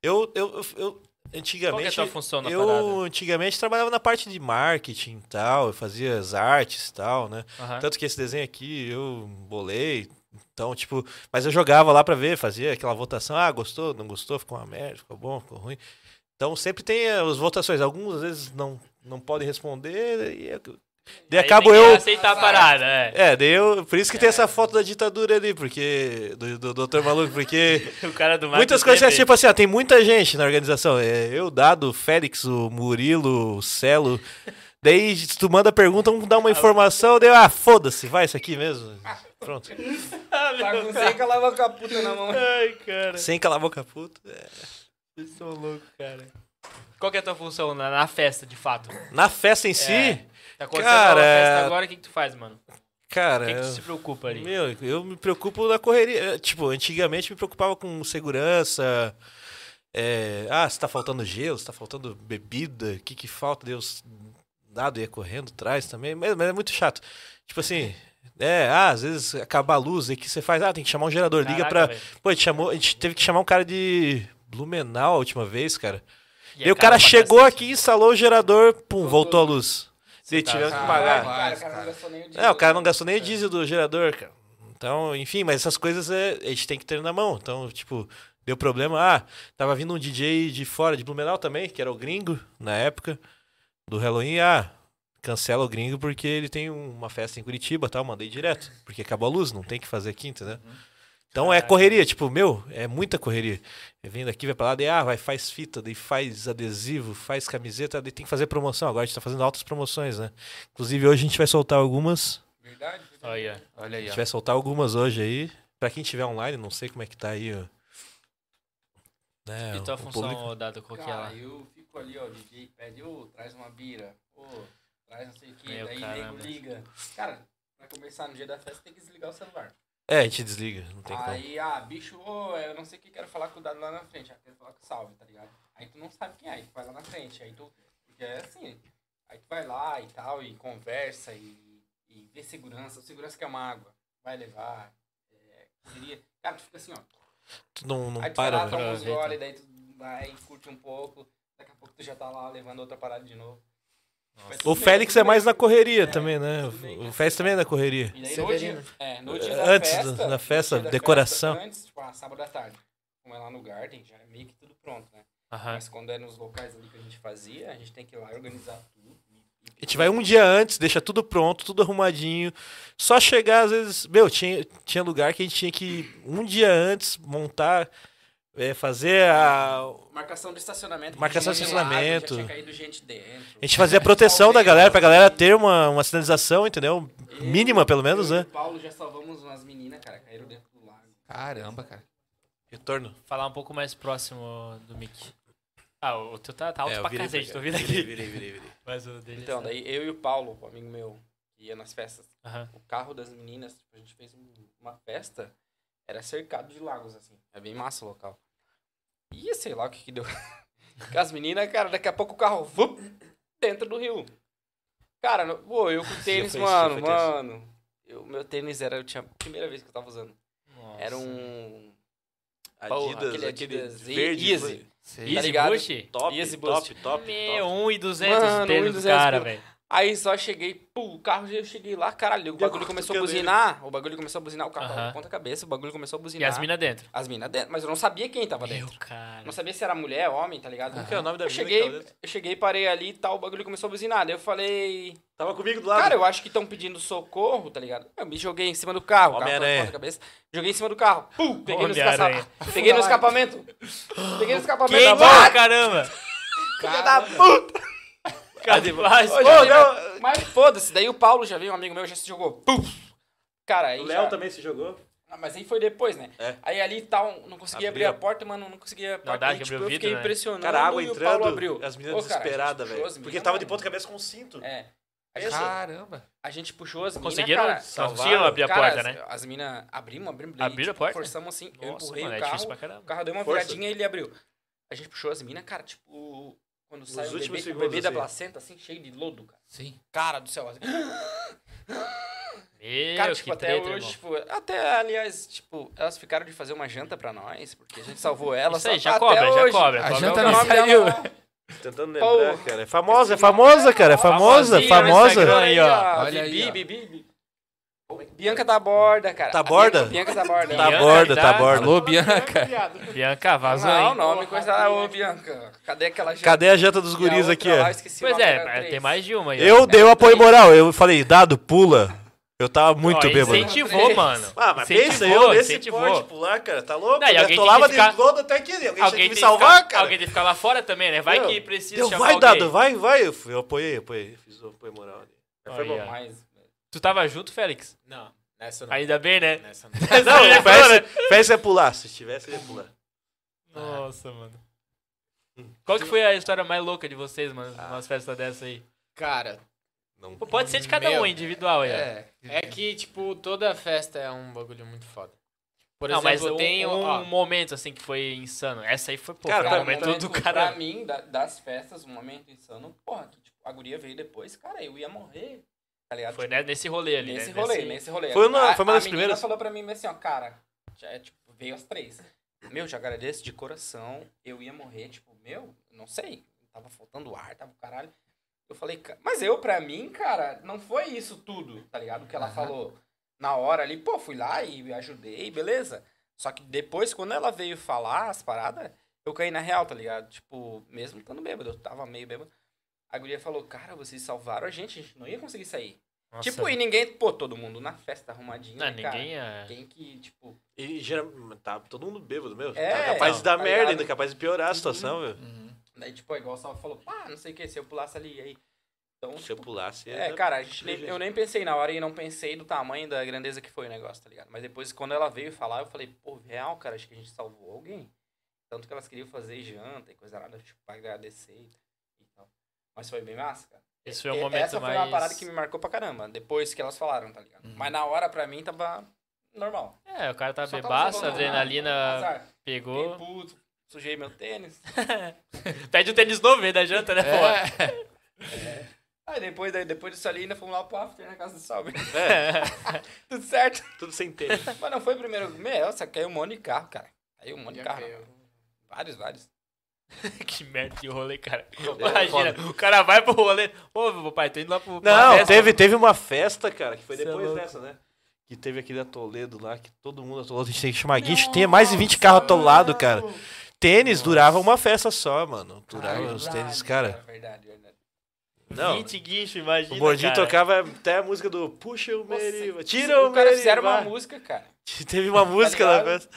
eu eu, eu, eu Qual que é a antigamente tua função na eu parada? antigamente trabalhava na parte de marketing e tal eu fazia as artes e tal né Aham. tanto que esse desenho aqui eu bolei. Então, tipo, mas eu jogava lá pra ver, fazia aquela votação. Ah, gostou, não gostou, ficou uma merda, ficou bom, ficou ruim. Então sempre tem eh, as votações. Algumas vezes não, não podem responder. E, é eu- daí Aí acabo tem que eu. aceitar a parada, é. É, daí eu. Por isso que tem essa foto da ditadura ali, porque. Do, do, do Dr. Maluco, porque. O cara do Muitas marketing coisas sempre- tipo assim, ó, tem muita gente na organização. É, eu, Dado, o Félix, o Murilo, o Celo. Daí se tu manda pergunta, um dá uma informação, daí eu, ah, foda-se, vai isso aqui mesmo. Pronto. Tá com sem calava a puta na mão. Ai, cara. Sem calar a boca puta. É. Vocês são loucos, cara. Qual que é a tua função na, na festa, de fato? Na festa em si, É. Tá acontecendo Cara, uma festa é- agora, o que, que tu faz, mano? O cara. que, que tu eu- se preocupa ali? Meu, eu me preocupo na correria. Eh, Tipo, antigamente me preocupava com segurança. eh, ah, se tá faltando gelo, se tá faltando bebida, o que que falta? Deus dado ia correndo atrás também. Mas, mas é muito chato. Tipo assim, é, ah, às vezes acabar a luz, aí o que você faz? Ah, tem que chamar um gerador. Liga pra. Caraca, velho. Pô, a gente, chamou, a gente teve que chamar um cara de Blumenau a última vez, cara. E é assim. Daí o caro cara pra chegou cacete. né? aqui, instalou o gerador, pum, voltou a luz. Você Daí tá tivemos que zoado. pagar. Cara, Mas, o cara não cara. gastou nem o dinheiro. É, o cara não gastou nem o diesel do gerador, cara. Então, enfim, mas essas coisas é, a gente tem que ter na mão. Então, tipo, deu problema. Ah, tava vindo um DJ de fora, de Blumenau também, que era o gringo na época do Halloween. Ah, cancela o gringo porque ele tem um, uma festa em Curitiba tal. Mandei direto, porque acabou a luz, não tem que fazer aqui, entendeu? Então é Caraca. correria, tipo, meu, é muita correria. É Vindo aqui, vai pra lá, daí, ah, vai, faz fita, daí faz adesivo, faz camiseta, daí tem que fazer promoção. Agora a gente tá fazendo altas promoções, né? Inclusive hoje a gente vai soltar algumas. Verdade? Aí, ó. Olha aí, A gente ó. vai soltar algumas hoje aí. Pra quem tiver online, não sei como é que tá aí, ó. É, Né, E tua o função, público- ô, Dado, qual que é lá? Cara, eu fico ali, ó, DJ pede, ô, traz uma bira, ô, traz não sei o que, Meu daí caramba. nego liga. Cara, Pra começar no dia da festa tem que desligar o celular. É, a gente desliga, não tem como. Aí, ah, bicho, ô, eu não sei o que quero falar com o dado lá na frente. Ah, quero falar com o salve, tá ligado? Aí tu não sabe quem é, aí tu vai lá na frente. Aí tu. Porque é assim. Aí tu vai lá e tal, e conversa, e, e vê segurança. O segurança quer uma água. Vai levar. É, correria. Cara, tu fica assim, ó. Tu não, não Aí tu para, né? vai lá, toma velho. uns gole, daí tu vai, curte um pouco. Daqui a pouco tu já tá lá levando outra parada de novo. Vai tudo O bem, Félix tudo é mais bem. na correria É, também, né? tudo bem. O o Félix também é na correria. E daí no Severino. dia, é, no dia Antes da da- festa, da no festa, dia decoração. antes, tipo, ah, sábado à tarde. Como é lá no Garden, já é meio que tudo pronto, né? Ah. Aham. Mas quando é nos locais ali que a gente fazia, a gente tem que ir lá e organizar tudo. e- e- A gente vai um dia antes, deixa tudo pronto, tudo arrumadinho. Só chegar, às vezes. Meu, tinha, tinha lugar que a gente tinha que ir um dia antes montar, é, fazer a. Marcação de estacionamento. que Marcação tinha de gelado, estacionamento. Já tinha caído gente dentro. A gente fazia a proteção da galera, pra galera ter uma, uma sinalização, entendeu? Mínima, pelo menos, eu e né? o Paulo já salvamos umas meninas, cara, caíram dentro do lago. Caramba, cara. Retorno. Falar um pouco mais próximo do mic. Ah, o teu tá, tá alto É, eu pra virei pra cacete, cá. tô ouvindo aqui. Virei, virei, virei, virei. Mas o dele Então, tá- daí eu e o Paulo, um amigo meu, que ia nas festas, Aham. o carro das meninas, tipo, a gente fez um- uma festa, era cercado de lagos, assim. É bem massa o local. Ia, sei lá o que que deu. Com as meninas, cara, daqui a pouco o carro vup, dentro do rio. Cara, no- pô, eu com tênis, foi isso, já mano, foi tenso. mano. Eu, meu tênis era, eu tinha a primeira vez que eu tava usando. Nossa. Era um. Porra, Adidas, aquele aquele, Adidas e- verde. Easy. foi- Easy tá ligado? Bush? Top, Easy top, Boost. top, top. Meu, 1 e 200 Mano, o tênis 1.200 do cara, pelo- velho. Aí só cheguei, pô, o carro, eu cheguei lá, caralho, o bagulho começou a buzinar. O bagulho começou a buzinar, o carro tava Aham. na ponta cabeça, o bagulho começou a E buzinar. as minas dentro. As minas dentro, mas eu não sabia quem tava dentro. Meu, cara. Não sabia se era mulher, homem, tá ligado? que é o nome da eu mina cheguei, que tava dentro? Eu cheguei, parei ali e tal, o bagulho começou a buzinar. Daí eu falei, Tava comigo do lado. cara, eu acho que estão pedindo socorro, tá ligado? Eu me joguei em cima do carro, o carro tava Homem-Aranha. na cabeça. Joguei em cima do carro, pum, peguei no, escapa... Homem-Aranha. peguei no escapamento. Peguei no escapamento. Quem Ah, ah, caramba! filha da puta! Cadê mais? Ô, já tem- Mas foda-se, daí o Paulo já veio, um amigo meu, já se jogou, pum! Cara, aí o já- Léo também se jogou. Ah, mas aí foi depois, né? É. Aí ali tal, não conseguia Abriu. abrir a porta, mano, não conseguia abrir dá, a porta. Aí, que tipo, abriu o eu fiquei vidro, né? impressionado. Cara, a água e o entrando, Paulo abriu. as meninas Ô, cara, a gente desesperadas, puxou as velho. meninas, Porque tava de mano. ponta cabeça com cinto. É. Pensa. Caramba. A gente puxou as minas, Conseguiram? cara. Só conseguiram abrir a Cara, porta, as- né? As minas abrimos, abrimos. Abriram a porta? Forçamos assim, eu Nossa, empurrei mano, o é carro, difícil pra o caramba. carro deu uma Força. viradinha e ele abriu. A gente puxou as minas, cara, tipo... Quando sai o últimos bebê, o segundos, bebê da assim. placenta, assim, cheio de lodo, cara. Sim. Cara do céu, assim. Meu, Cara, tipo, que até treta, hoje, irmão. tipo, até, aliás, tipo, elas ficaram de fazer uma janta pra nós, porque a gente salvou elas. Isso aí, só- já até cobra, já hoje. cobra. A cobra janta é o não nome. saiu. Tentando lembrar, Pô. cara. É Famosa, famosa. é famosa, cara. É famosa, Famosinha no famosa. Tá Instagram aí, ó. Olha aí, ó. Bibi, Bibi, Bibi. Bianca tá borda, cara. Tá A borda? Bianca, Bianca tá borda. Tá Bianca, borda, tá tá? borda. Alô, Bianca. Bianca, vazou Ah, Não, aí. não, me coisa. Ô, Bianca, cadê aquela janta? Cadê a janta dos E a guris outra aqui, lá, eu ó? esqueci o Pois nome, era é, três. tem mais de uma aí. ó. Eu tá dei o apoio moral. Eu falei, dado, pula. Eu tava Ó, muito bêbado. Incentivou, mano. Ah, mas pensa Incentivou, eu nesse incentivou. porte pular, cara. Tá louco? Não, e eu alguém atolava tem que ficar- de lodo até aqui. Alguém, tinha Alguém que tem me salvar, ficar, cara. Alguém tem que ficar lá fora também, né? Vai Meu, que precisa Eu, chamar vai, alguém. dado, vai, vai. Eu fui- eu apoiei, apoiei. Fiz o apoio moral ali. Foi bom, Aí, ó. mas- Tu tava junto, Félix? Não, nessa não. Ainda bem, né? Nessa não. Não, o Fez- Fez é pular. Se tivesse, ele ia pular. Nossa, mano. Qual que foi a história mais louca de vocês, mano, nas festas dessa aí? Cara, Pô, pode ser de cada Meu. um, individual aí. ó. é que, tipo, toda festa é um bagulho muito foda. Por não, mas exemplo, eu eu tenho. tenho um, ó, momento assim que foi insano. Essa aí foi, pô, Cara, foi Cara, um o momento momento, do cara. Pra mim, da- das festas, um momento insano, porra, que tipo, a guria veio depois, cara, eu ia morrer. Tá ligado? Foi Tipo, né, nesse rolê ali, Nesse né? rolê, Nesse- nesse rolê. Foi uma- A- foi uma das a menina primeiras? falou pra mim assim, ó, cara, já, é, tipo, veio as três. Meu, já agradeço de coração. Eu ia morrer, tipo, meu, não sei. Tava faltando ar, tava o caralho. Eu falei, "Ca- mas eu, pra mim, cara, não foi isso tudo, tá ligado? O que ela falou na hora ali, pô, fui lá e ajudei, beleza. Só que depois, quando ela veio falar as paradas, eu caí na real, tá ligado? Tipo, mesmo estando bêbado, eu tava meio bêbado. A guria falou, cara, vocês salvaram a gente, a gente não ia conseguir sair. Nossa, Tipo, e ninguém, pô, todo mundo na festa arrumadinho. não, né, cara? ninguém é. Tem que, tipo. E geralmente tá todo mundo bêbado, meu. É, tá capaz de dar tá merda ligado? ainda, capaz de piorar a situação, meu. Daí, tipo, é igual o Salva falou, pá, não sei o que, se eu pulasse ali, aí. Então, Se eu pulasse. é, era- cara, a gente nem- eu nem pensei na hora e não pensei do tamanho da grandeza que foi o negócio, tá ligado? Mas depois, quando ela veio falar, eu falei, pô, real, cara, acho que a gente salvou alguém. Tanto que elas queriam fazer janta e coisa nada, tipo, pra agradecer e tal. Mas foi bem massa, cara. Esse foi o um momento Essa foi uma mais- Uhum. parada que me marcou pra caramba, depois que elas falaram, tá ligado? Mas na hora, pra mim, tava normal. É, o cara tá Só tava bebaço, a jogando, adrenalina azar. Fiquei pegou. puto, sujei meu tênis. Pede o tênis novo aí da janta, É. né, pô? Aí depois, daí, depois disso ali, ainda fomos lá pro after na casa do Salve. É. Tudo certo. Tudo sem tênis. Mas não foi o primeiro. Meu, nossa, caiu um monte de carro, cara. Caiu um monte de Já carro. caiu. Vários, vários. que merda de rolê, cara. É, Imagina, o cara vai pro rolê. Ô, meu pai, tô indo lá pro. pra Não, festa. teve, teve uma festa, cara, que foi Cê é depois louco. dessa, né? Que teve aquele atoledo lá, que todo mundo atolado. A gente tem que chamar guincho. Tinha mais de 20 carros atolados, cara. Tênis durava uma festa só, mano. Durava os tênis, cara. É Verdade, verdade. Não. 20 guincho, imagina. né, O Bordinho cara. tocava até a música do Puxa o Meriva. Tira Os o caras fizeram uma Meriva. música, cara. Teve uma música na ligado? festa.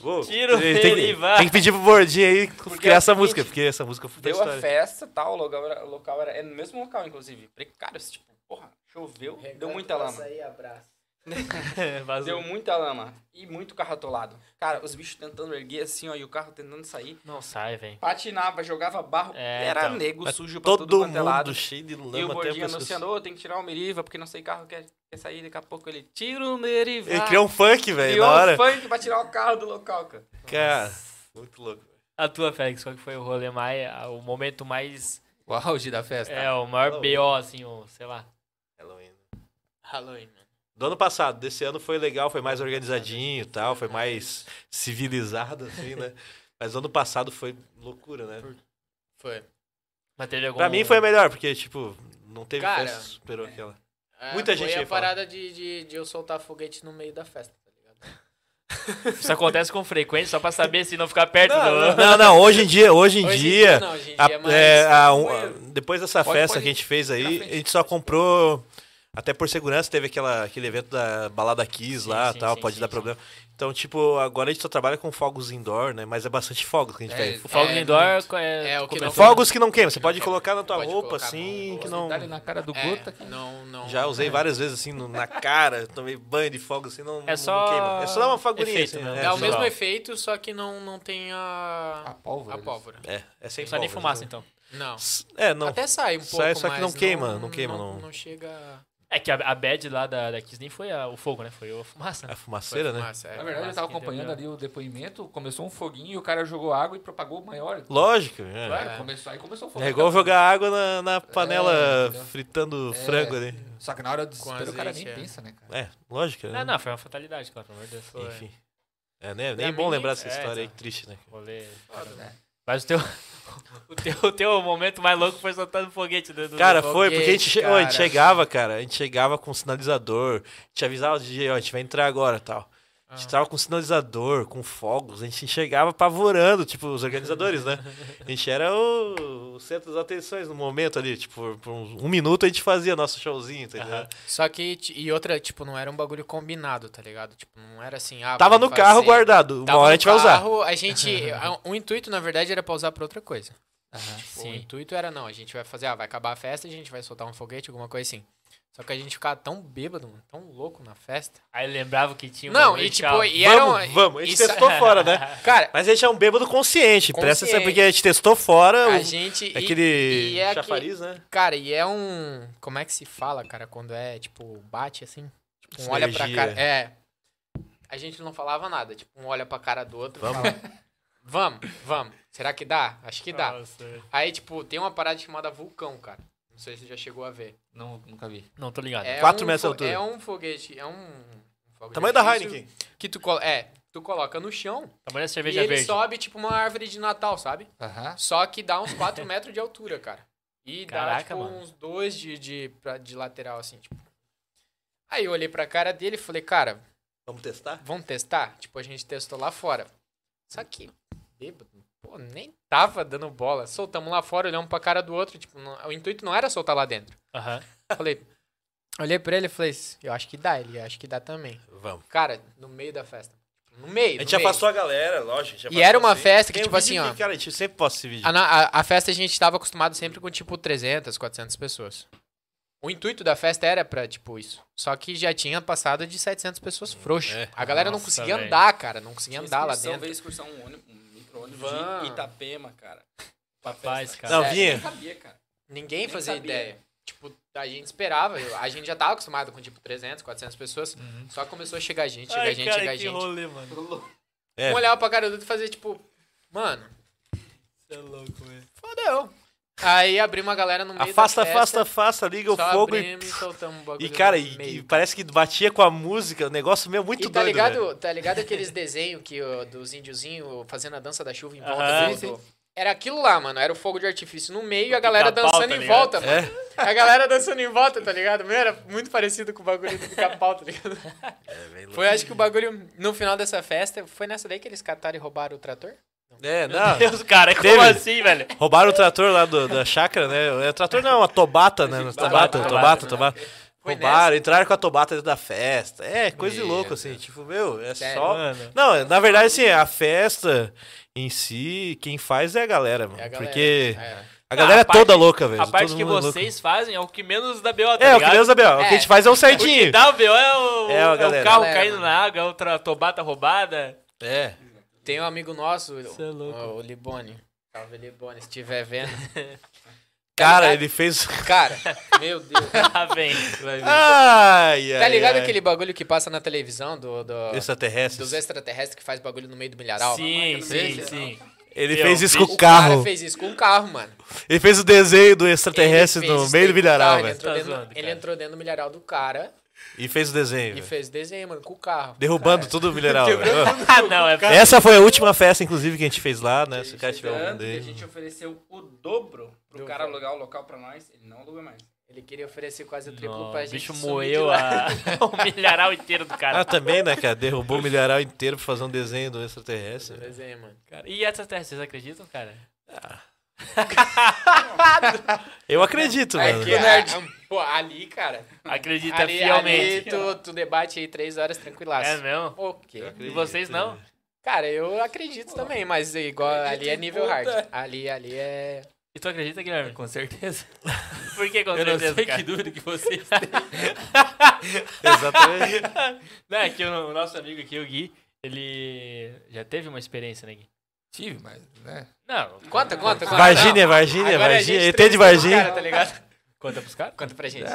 Pô, Tira o tem, tem, que- Meriva. tem que pedir pro Bordinho aí criar é o essa seguinte, música, porque essa música foi da Deu a história. festa tal, o local era, o local era- é no mesmo local, inclusive. Precário, assim, tipo, porra, choveu, deu muita lama. Açaí, abraço. Vazou. Deu um- muita lama e muito carro atolado. Cara, os bichos tentando erguer assim, ó, e o carro tentando sair. Não sai, velho. Patinava, jogava barro, É, era então. nego, sujo pra Todo tudo quanto é lado. mundo cheio de lama E até o a Bordinho pescoço. anunciando, ô, tem que tirar o Meriva, porque não sei carro quer, quer sair. Daqui a pouco ele tira o Meriva. Ele criou um funk, velho, Criou na um hora. funk pra tirar o carro do local, cara. Cara, muito louco. A tua, Félix, qual que foi o rolê mais. a- O momento mais. O auge da festa. É, o maior BO, assim, o, sei lá. Halloween. Halloween, mano. Do ano passado, desse ano foi legal, foi mais organizadinho e tal, foi mais civilizado, assim, né? Mas ano passado foi loucura, né? Foi. Mas teve algum. Pra né? mim foi a melhor, porque, tipo, não teve Cara, festa que superou aquela. É, Muita gente Foi ia a falar. parada de, de, de eu soltar foguete no meio da festa, tá ligado? Isso acontece com frequência, só pra saber se não ficar perto do. Não, não, hoje em dia, hoje em Hoje em dia, não, hoje em a- dia é mais... é, a- um- a- depois dessa Pode- festa pode que a gente fez aí, frente. a gente só comprou. Até por segurança, teve aquela, aquele evento da balada Kiss Sim, lá sim, e tal, sim, pode sim, dar sim. problema. Então, tipo, agora a gente só trabalha com fogos indoor, né? Mas é bastante fogos que a gente É, fez. O fogo É, indoor muito. é. É, o que não começou- Fogos que não queimam, você pode colocar na tua Pode roupa colocar assim, no- que no não. Detalhe na cara do é, Gota que não, não... É. Já usei várias vezes assim no- na cara, tomei banho de fogos assim, não, não- não só queima. É só dar uma fagulhinha efeito, assim, né? Dá o visual. mesmo efeito, só que não, não tem a a, pólvora. a pólvora. É, é sem Não precisa nem pólvora, fumaça, né? então. Não. É, não. Até sai um pouco, Sai, só que mas não queima, não queima, não. Não, chega... É que a, a bad lá da, da Kiss nem foi a- o fogo, né? Foi a fumaça. né? A fumaceira, né? Fumaça, é. Na verdade, eu Fumaça tava que acompanhando entendeu. ali o depoimento, começou um foguinho e o cara jogou água e propagou maior. Lógico, é. Claro, começou, aí começou o fogo. É igual jogar água na, É, na panela entendeu? fritando É. frango ali. Só que na hora do desespero o cara azeite, nem é. pensa, né, cara? É, lógico, né? Ah, Não, não, foi uma fatalidade, claro, pelo amor de Deus. Foi Enfim. É, né? Pra Nem mim, bom lembrar essa é, história aí, então. que triste, né? rolê. né? Mas o teu, o, teu, o teu momento mais louco foi soltando foguete dentro do. Cara, foi, porque a gente, foguete, che- ó, a gente cara. chegava, cara, a gente chegava com um sinalizador, te avisava o DJ, ó, a gente vai entrar agora tal. A Ah. gente tava com um sinalizador, com fogos, a gente chegava apavorando, tipo, os organizadores, né? A gente era o, o centro das atenções no momento ali, tipo, por, por uns- um minuto a gente fazia nosso showzinho, entendeu? Aham. Só que, ti- e outra, tipo, não era um bagulho combinado, tá ligado? Tipo, não era assim, ah... Tava no vamos carro fazer- guardado, uma Tava hora a no gente vai usar. carro, A gente, a- o intuito, na verdade, era pra usar pra outra coisa. Tipo, O Sim. intuito era, não, a gente vai fazer, ah, vai acabar a festa, a gente vai soltar um foguete, alguma coisa assim. Só que a gente ficava tão bêbado, mano, tão louco na festa. Aí lembrava que tinha um não, bagulho, e tipo, tchau. e era um- vamos, vamos, a gente isso- testou fora, né? Cara, Mas a gente é um bêbado consciente, presta atenção, Consciente. porque a gente testou fora a o- gente... e- aquele e é aquele- chafariz, né? Cara, e é um... Como é que se fala, cara, quando é, tipo, bate assim? Tipo, um olha pra Sinergia. cara... É. A gente não falava nada. Tipo, um olha pra cara do outro vamos. fala... Vamos, vamos. Será que dá? Acho que dá. Nossa, Aí, tipo, tem uma parada chamada vulcão, cara. Não sei se você já chegou a ver. Não, nunca vi. não, tô ligado. É Quatro um metros de fo- altura. É um foguete, é um... um fogo de Tamanho da artifício Heineken. Que tu, colo- é, tu coloca no chão Tamanho da Tá e cerveja ele verde. sobe tipo uma árvore de Natal, sabe? Aham. Só que dá uns 4 metros de altura, cara. E dá Caraca, tipo, mano. uns 2 de, de, pra- de lateral, assim, tipo. Aí eu olhei pra cara dele e falei, cara, Vamos testar? vamos testar? Tipo, a gente testou lá fora. Só que, bêbado, pô, nem tava dando bola. Soltamos lá fora, olhamos pra cara do outro. Tipo, não- o intuito não era soltar lá dentro. Aham. Falei, olhei pra ele e falei, eu acho que dá, ele acho que dá também. Vamos. Cara, no meio da festa. Tipo, No meio, A gente no já meio. passou a galera, lógico. já E passou era uma assim. festa que, Tem um tipo vídeo assim, que, ó. Ah, Cara, a gente sempre posta esse vídeo. A, na- a- a festa a gente tava acostumado sempre com, tipo, 300, 400 pessoas. O intuito da festa era pra, tipo, isso. Só que já tinha passado de 700 pessoas frouxo. É. A galera não Nossa, conseguia velho. andar, cara. Não conseguia Tinha andar lá excursão, dentro. Veio excursão um, ônibus, um micro-ônibus Van. de Itapema, cara. Rapaz, cara. Não, É, Eu nem vinha. sabia, cara. Ninguém fazia sabia. ideia. Tipo, a gente esperava. eu- A gente já tava acostumado com, tipo, 300, 400 pessoas. Uhum. Só começou a chegar gente, chegar gente, cara, chegar que gente. rolê, mano. É. Um olhava pra cara do outro e fazia, tipo... Mano, Você é louco, velho. fodeu. Aí abriu uma galera no meio Afasta, da afasta, festa. afasta, liga o só fogo e. abrimos e soltamos o bagulho E, cara, no e, meio. e parece que batia com a música, o negócio meu é muito E tá doido. velho. ligado, tá ligado aqueles desenhos que ó, dos índiozinhos fazendo a dança da chuva em volta Aham. do- Sim, do- Era aquilo lá, mano. Era o fogo de artifício no meio e a galera pica-pau, dançando tá em ligado? volta, mano. A galera dançando em volta, tá ligado? Meu, era muito parecido com o bagulho do pica-pau, tá ligado? Foi, acho que o bagulho no final dessa festa, foi nessa daí que eles cataram e roubaram o trator? É, Meu não. Deus, cara, como Teve. assim, velho? Roubaram o trator lá do- da chácara, né? É, Trator não, a tobata, né? Tobata, Tobata, tobata, tobata. tobata. Foi Roubaram, entraram com a tobata dentro da festa. É, coisa de Meu louco, assim. Deus. Tipo, meu, é Sério? só. Mano. Não, na verdade, assim, a festa em si, quem faz é a galera, mano. É a galera. Porque É. a a galera é toda parte- louca, velho. A parte Todo que mundo louco. vocês fazem é o que menos da BO, tá É, o que ligado? Deus Abel, o que a É. gente faz é o O que certinho. dá o BO é o, É, a é o galera. carro Galera, caindo mano. na água, é outra tobata roubada. É. Tem um amigo nosso, Cê é louco. o, o Libone. Salve, Libone, se estiver vendo. Tá Cara, ligado? ele fez. um Cara, meu Deus. Ah, vem. Ai, ai. Tá ligado ai. aquele é bagulho que passa na televisão do, do- Extraterrestre. dos extraterrestres que faz bagulho no meio do milharal? Sim, marca no sim, meio, sim. Ele Eu fez isso com O o carro. cara fez isso com um carro, mano. Ele fez o desenho do Ele extraterrestre fez no isso meio do com o carro, né? milharal, ele velho. entrou Tá dentro- zoando, Ele cara. entrou dentro do milharal do cara E fez o desenho, e velho. fez desenho, mano, com o carro. Derrubando Cara, tudo o milharal, velho. Ah, não, é Ah, Essa foi a última festa, inclusive, que a gente fez lá, né? Se o cara tiver algum Tanto que a deles. gente ofereceu o dobro pro Dobro. cara alugar o local pra nós, ele não aluga mais. Ele queria oferecer quase o triplo Não, pra o gente. bicho sumir de moeu ah. lá. a... o milharal inteiro do cara. Ah, também, né, cara? Derrubou o milharal inteiro pra fazer um desenho do extraterrestre. velho. Desenho, mano. Cara, E essas terras, vocês acreditam, cara? Eu acredito, É mano. que a- pô, ali, cara. Acredita ali, ali tá fielmente. tu, tu debate aí três horas É tranquilaço. mesmo? O quê? E vocês não? Cara, eu acredito também, mas é igual ali é nível hard. Ali, ali é. E tu acredita, Guilherme? Com certeza. Por que com Eu não certeza, sei cara? que dúvida que vocês Exatamente. Não, é que o nosso amigo aqui, o Gui, ele já teve uma experiência, né, Gui? Tive, mas, né? Não, Conta, conta, conta. Varginha, Não, Varginha, agora é a gente Varginha. ET de entrevistando o Varginha. Cara, tá ligado? conta pros caras? Conta pra É. gente.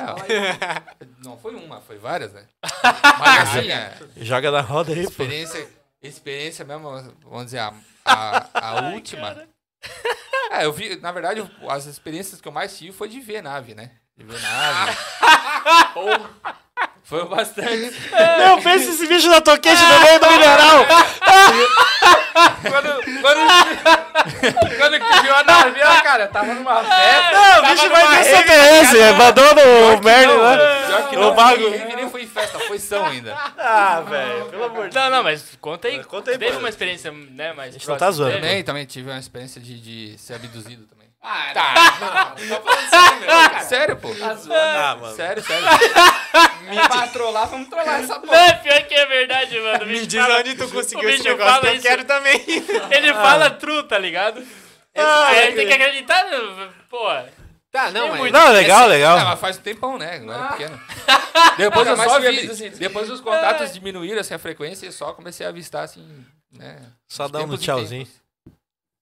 Não, não foi uma, foi várias, né? Mas assim, é, Joga na roda aí, pô. experiência, experiência mesmo, vamos dizer, a, a, a última. É, eu vi, na verdade, eu- as experiências que eu mais tive foi de ver nave, né? De ver nave. foi bastante. É. Não, pensa esse bicho na toquete no meio do milharal. quando, quando, quando que viu a nave, Ah, ó, cara, tava numa festa. Não, o bicho vai ver extraterrestre. né? Mandou no Merlin É. lá. Pior que Ô, não, Mago. nem, nem foi em festa, foi são ainda. Ah, velho, pelo amor Não, não, mas conta aí. Conta aí, teve pô. uma experiência, né, mais gente não tá próxima, zoando, teve? Também, também tive uma experiência de, de ser abduzido também. Ah, tá. Não, tá falando sério, meu, cara. Sério, pô. Ah, mano. Sério, sério. Me pra trollar, vamos trollar essa porra. Não, pior que é verdade, mano. O bicho fala- tu o bicho fala isso. também. Ah. Ele fala true, tá ligado? aí é é ele tem que acreditar, né? pô. Tá, não, mas. Não, legal, Ah, legal. mas faz um tempão, né? Agora é pequeno. Depois Nunca eu mais só fui vi. abduzido. Depois os contatos diminuíram assim, a frequência e só comecei a avistar assim, né? Só de dá um tempos em tchauzinho. tempos.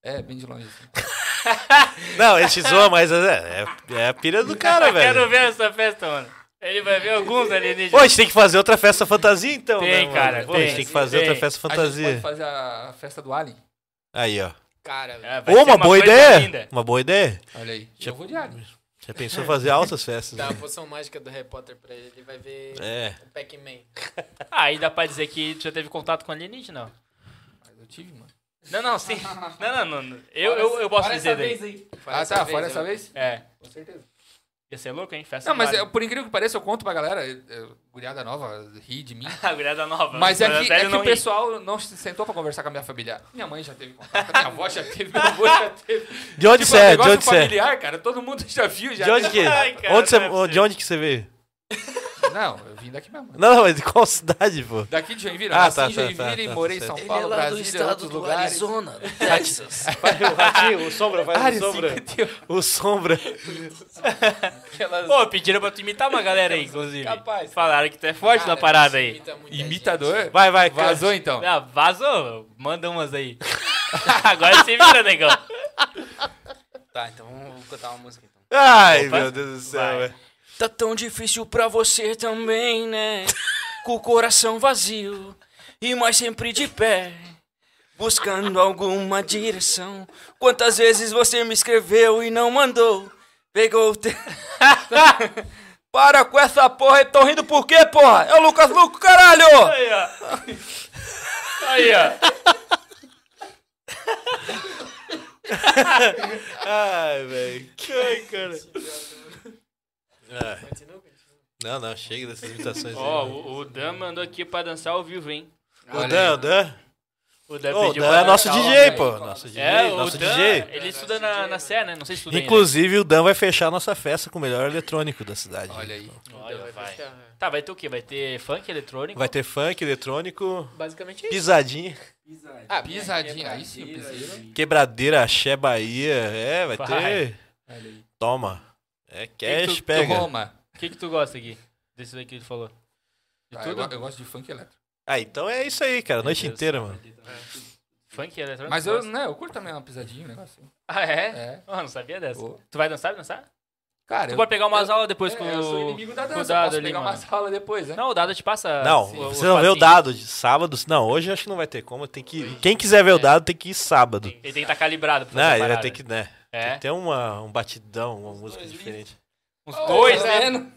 É, bem de longe. Assim. Não, ele te zoa, mas é, é, é a pira do cara, eu quero velho. ver essa festa, mano. Ele vai ver alguns Pô, a alienígenas. gente tem que fazer outra festa fantasia, então, né, Tem, mano? cara, Pô, a tem, gente tem que fazer tem. outra festa A gente pode fantasia. fazer a festa do Alien. Aí, ó. Cara, É, vai Ô, ser uma boa coisa ideia. linda. Uma boa ideia. Olha aí. Eu vou de Alien. Já pensou em fazer altas festas? dá né? tá, a poção mágica do Harry Potter pra ele. Ele vai ver É. o Pac-Man. Ah, Aí dá pra dizer que tu já teve contato com alienígena, não? Mas eu tive, mano. Não, não, sim. Não, não, não. Eu, eu, eu posso Fora dizer essa daí. vez aí. Fora ah, tá. fora essa vez? É. Com certeza. Ia ser louco, hein? Festa Não, mas é do eu- por incrível que pareça, eu conto pra galera. eu- eu- Guriada nova, ri de mim. A guriada Ah, nova. Mas é a que, velha é que não o ri. pessoal não se sentou pra conversar com a minha família. Minha mãe já teve contato, minha avó já teve, meu avô já teve. De onde tipo, você é um é? De negócio onde você é? familiar, cara. Todo mundo já viu, já. De onde que? Ai, cara, onde cê- não é possível. de onde que você veio? Não, eu vim daqui mesmo. Não, não, mas de qual cidade, pô? Daqui de Joinville. Ah, Ah, nasci tá, em tá, Joinville tá, e tá, morei tá em é São é Paulo, Brasília, outros lugares. Texas. Ratinho, o Sombra, Área vai, 51. O Sombra. Aquelas... Pô, pediram pra tu imitar uma galera aí, inclusive. Capaz. Falaram que tu é forte na parada aí. Imita muita Imitador. Vai, vai, cara. Vazou então. Ah, vazou, manda umas aí. Agora se vira, negão. Tá, então vamos cantar uma música então. Ai, Opa. meu Deus do céu, Vai. velho. Tá tão difícil pra você também, né? Com o coração vazio e mais sempre de pé, buscando alguma direção. Quantas vezes você me escreveu e não mandou? Pegou o te... Para com essa porra, e tão rindo por quê, porra? É o Lucas Luco, caralho! Aí, ó. Aí, ó. Ai, velho. Ai, cara. Não, não, chega dessas imitações Ó, aí. o, o Dan mandou aqui pra dançar ao vivo, hein? O Dan, o Dan. O Dan Ô, o pediu Dan pra é nosso dançar, DJ, ó. pô. Nosso DJ, né? É, o nosso Dan, DJ. ele estuda na, na Sé, né? Não sei se estuda ainda. Inclusive, o Dan vai fechar a nossa festa com o melhor eletrônico da cidade. Olha aí. Olha, vai. Tá, vai ter o quê? Vai ter funk eletrônico? Vai ter funk, eletrônico, Basicamente é pisadinha, Ah, Pisadinha. Aí sim, pisadinha. quebradeira, axé, Bahia. É, vai Vai. ter. Toma. É que cash, tu pega. Toma. O que que tu gosta aqui? Desse daí que tu falou. De Ah, eu, tudo? go- eu gosto de funk elétrico. Ah, então é isso aí, cara. a Noite inteira, mano. Funk eletrônico? Mas tu eu, gosta? né, eu curto também uma pisadinha, um negócio assim. Ah, é? É. Ah, não sabia dessa. Pô. Tu vai dançar, vai dançar? Cara, Tu eu, pode pegar umas aulas depois é, com eu sou o... inimigo da dança. cuidado posso ali, pegar mano. umas aulas depois, né? Não, o Dado te passa... assim, Não, o- os vocês vão ver o passinhos. dado de sábado. Não, hoje acho que não vai ter como. Tem que, quem quiser ver o dado tem que ir sábado. Ele É. tem que estar calibrado. Pra Não, fazer ele vai parada. ter que, né? Tem É. que ter uma, um batidão, uma música diferente. Uns dois, Tá né? vendo?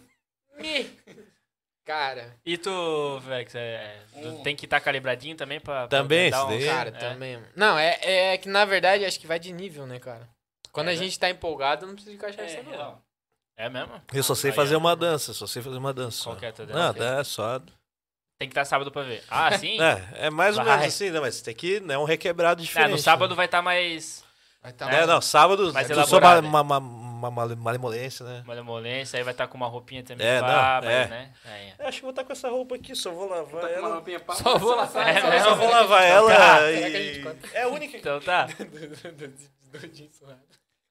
Cara, E tu, Vex, é, tu tem que estar calibradinho também pra. pra Também, dar um isso daí. cara, Um. Cara, também. Não, é, é que na verdade acho que vai de nível, né, cara? Quando a gente tá empolgado, não precisa de caixa É, é, não. real. É mesmo? Eu só sei Aí, fazer ó. uma dança, só sei fazer uma dança. só. Qual que é a tua dança? Não, dá só. Tem que estar sábado pra ver. Ah, sim? É, é mais ou Vai. menos assim, né? Mas tem que. É um requebrado Ah, diferente. né? no sábado vai estar mais. Vai tá É, mais- não, sábado Mais tu sou uma, elaborado, né? uma, uma, uma male- malemolência, né? Malemolência, aí vai estar com uma roupinha também É, é, não, é. né? Aí, é. Eu acho que vou estar com essa roupa aqui, só vou lavar ela. Só vou lá. É, só- né? só- Eu vou lavar ela e. É a única Então tá.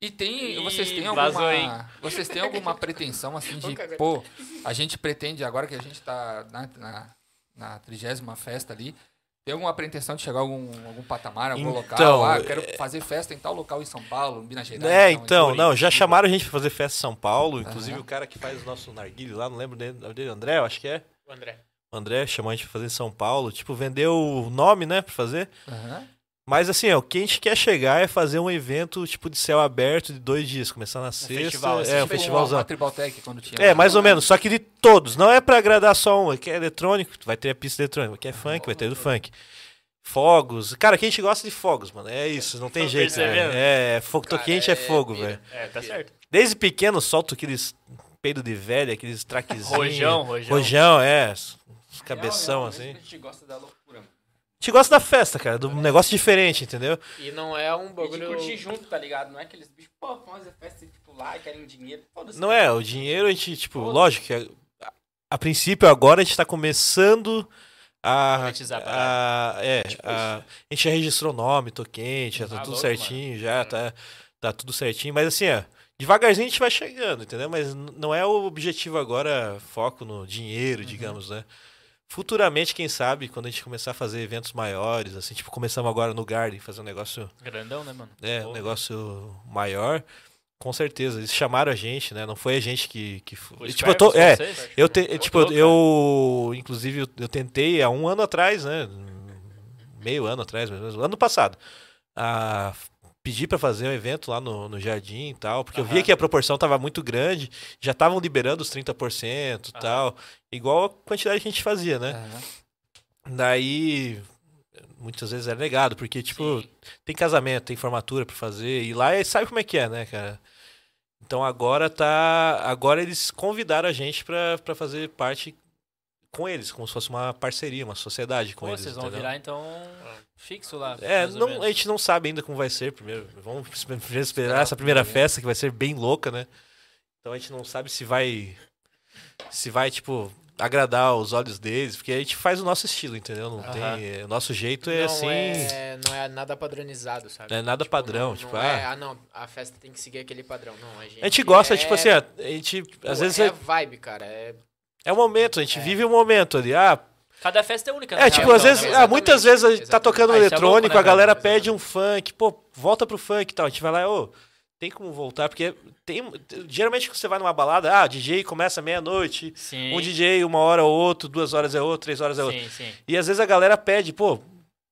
E tem. Vocês têm Ih, vazou, alguma. hein? Vocês têm alguma pretensão assim de, pô, a gente pretende, agora que a gente tá na, na, na trigésima festa ali, tem alguma pretensão de chegar a algum, algum patamar, algum Então, local? Ah, eu quero fazer festa em tal local em São Paulo, Minas Né, Gerais. É, em então, Curitiba. não, já chamaram a gente pra fazer festa em São Paulo, inclusive Aham. o cara que faz o nosso narguile lá, não lembro dele, dele, André, eu acho que é. O André. O André chamou a gente pra fazer em São Paulo, tipo, vendeu o nome, né, pra fazer. Aham. Mas assim, ó, o que a gente quer chegar é fazer um evento, tipo, de céu aberto de dois dias, começar na sexta. festival, assim, é, um tipo, assim. festivalzão. A Tribaltec, quando tinha. É, mais ou menos, só que de todos. Não é pra agradar só um, que é eletrônico, vai ter a pista eletrônica, que é funk, vai ter do funk. Fogos. Cara, quem a gente gosta de fogos, mano. É isso, não tem Tô jeito. percebendo. velho. É, fogo tô quente é, fogo, velho. É, tá certo. Desde pequeno solto aqueles peido de velha, aqueles traquezinhos. Rojão, rojão. Rojão, é. os- os Cabeção, assim. A gente gosta da loucura, mano. A gente gosta da festa, cara, do negócio diferente, entendeu? E não é um E de bagulho. curtir junto, tá ligado? Não é aqueles bichos, pô, vamos fazer festa tipo lá e querem dinheiro. Foda-se. Não é, o dinheiro a gente, tipo, lógico que a, a- a princípio agora a gente tá começando a. Monetizar a a, é, a, a gente já registrou o nome, tô quente, já tá Ah, tudo louco, certinho, já tá, tá tudo certinho, mas assim, ó. Devagarzinho a gente vai chegando, entendeu? Mas n- não é o objetivo agora, foco no dinheiro, Uhum. digamos, né? Futuramente, quem sabe, quando a gente começar a fazer eventos maiores, assim, tipo, começamos agora no Garden, fazer um negócio Grandão, né, mano? é, um Pô, negócio maior. Com certeza, eles chamaram a gente, né? Não foi a gente que. que foi. os tipo, eu tô. É, vocês? eu, te- é, Ô, tipo, louco, né? eu. Inclusive, eu- eu tentei há um ano atrás, né? Meio ano atrás, mais ou menos, ano passado. A pedir pra fazer um evento lá no, no jardim e tal, porque eu via Aham. que a proporção tava muito grande, já estavam liberando os 30% e Aham. tal, igual a quantidade que a gente fazia, né? Aham. Daí muitas vezes era negado, porque tipo, tem casamento, tem formatura pra fazer e lá é- sabe como é que é, né, cara? Então agora tá, agora eles convidaram a gente pra pra fazer parte com eles, como se fosse uma parceria, uma sociedade com Pô, eles, vocês vão entendeu? virar, então, fixo lá. É, mais ou não- menos. a gente não sabe ainda como vai ser primeiro. Vamos primeiro esperar Esperar essa primeira primeiro. festa que vai ser bem louca, né? Então a gente não sabe se vai se vai tipo agradar os olhos deles, porque a gente faz o nosso estilo, entendeu? Não Aham. tem, é, o nosso jeito não, é assim, é, não é nada padronizado, sabe? não é nada padrão, não, tipo, não ah, é, ah, não, a festa tem que seguir aquele padrão. Não, a gente. a gente gosta, é- tipo assim, ó, a gente pô, às vezes é, é, vibe, cara. É, é o momento, a gente vive o momento ali. Ah, Cada festa é única, É, né? tipo, então, às vezes, né? ah, Exatamente, muitas vezes a gente tá exatamente. tocando Ah, isso é louco, eletrônico, né, a galera velho? pede um funk, pô, volta pro funk e tal. A gente vai lá, ô, Tem como voltar, porque tem. Geralmente quando você vai numa balada, ah, DJ começa meia-noite, Sim. um DJ, uma hora ou outro, duas horas é outro, três horas é outro. Sim, sim. E às vezes a galera pede, pô,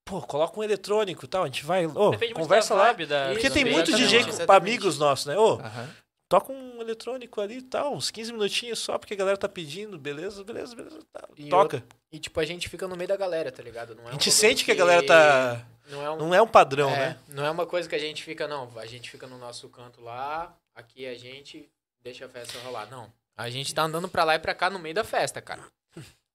pô, coloca um eletrônico e tal, a gente vai, ô, Depende muito conversa da lá. vibe da- Porque do tem ambiente, muito né, DJ mano? com Exatamente. amigos nossos, né? Ô, Aham. toca um eletrônico ali e tal, uns 15 minutinhos só, porque a galera tá pedindo, beleza, beleza, beleza. tá, E toca. E, tipo, a gente fica no meio da galera, tá ligado? Não é A um gente bagulho sente que a galera tá. Não é um Não é um padrão, É, né? Não é uma coisa que a gente fica, não. A gente fica no nosso canto lá, aqui a gente deixa a festa rolar. Não. A gente tá andando pra lá e pra cá no meio da festa, cara.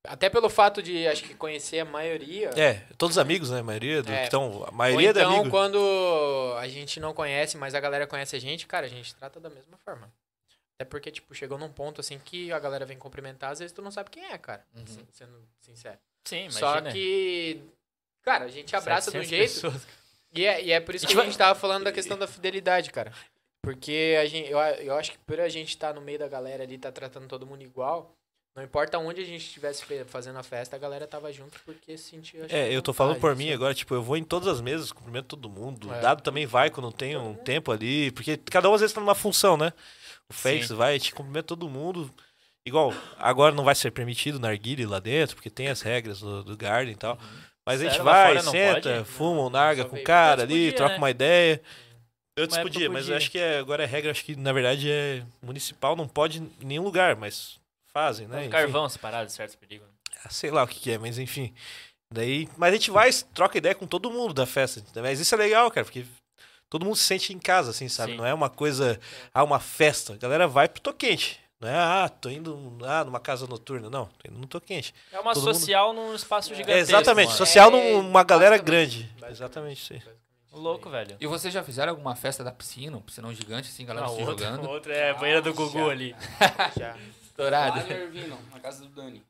Até pelo fato de, acho que, conhecer a maioria. É, todos amigos, né? A maioria do. É. Então, a Ou maioria é então, amigo. quando a gente não conhece, mas a galera conhece a gente, cara, a gente trata da mesma forma. Até porque, tipo, chegou num ponto, assim, que a galera vem cumprimentar, às vezes tu não sabe quem é, cara. Uhum. Sin- Sendo sincero. Sim, imagina. Só que, cara, a gente abraça de um 700 jeito pessoas. E é, e é por isso tipo, que a gente tava falando da questão da fidelidade, cara. Porque a gente, eu, a- eu acho que por a gente estar no meio da galera ali, tá tratando todo mundo igual, não importa onde a gente estivesse fe- fazendo a festa, a galera tava junto porque sentia... Ah, acho É, que eu tô vontade, falando por não mim sei. agora, tipo, eu vou em todas as mesas, cumprimento todo mundo. É. O dado também vai quando tem um tempo ali, porque cada um às vezes tá numa função, né? O Fênix vai, te cumprimenta todo mundo. Igual, agora não vai ser permitido narguile lá dentro, porque tem as regras do, do Garden e tal. Mas a gente Sério? Lá vai, fora não senta, pode? né? fuma um narga só com o veio. cara Antes ali, podia, troca né? uma ideia. Antes Uma época podia, mas eu podia. acho que é- agora é regra, acho que na verdade é municipal, não pode em nenhum lugar, mas fazem, né? Os Enfim. carvão separados, certos perigos. Ah, sei lá o que, que é, mas enfim. Daí, mas a gente vai, troca ideia com todo mundo da festa. entendeu? Mas isso é legal, cara, porque todo mundo se sente em casa, assim, sabe? Sim. Não é uma coisa, ah, uma festa. A galera vai pro Toquente. Não é, ah, tô indo ah, numa casa noturna. Não, tô indo no Toquente. É uma Todo mundo- social num espaço É, gigantesco. exatamente, mano. social É, numa galera basicamente, grande. é basicamente. Exatamente isso aí. Louco, velho. E vocês já fizeram alguma festa da piscina, um piscinão gigante, assim, galera Não, se outro, jogando? outro é a banheira do Gugu Nossa. ali. Já. Estourado. Lá em Irvino, na casa do Dani.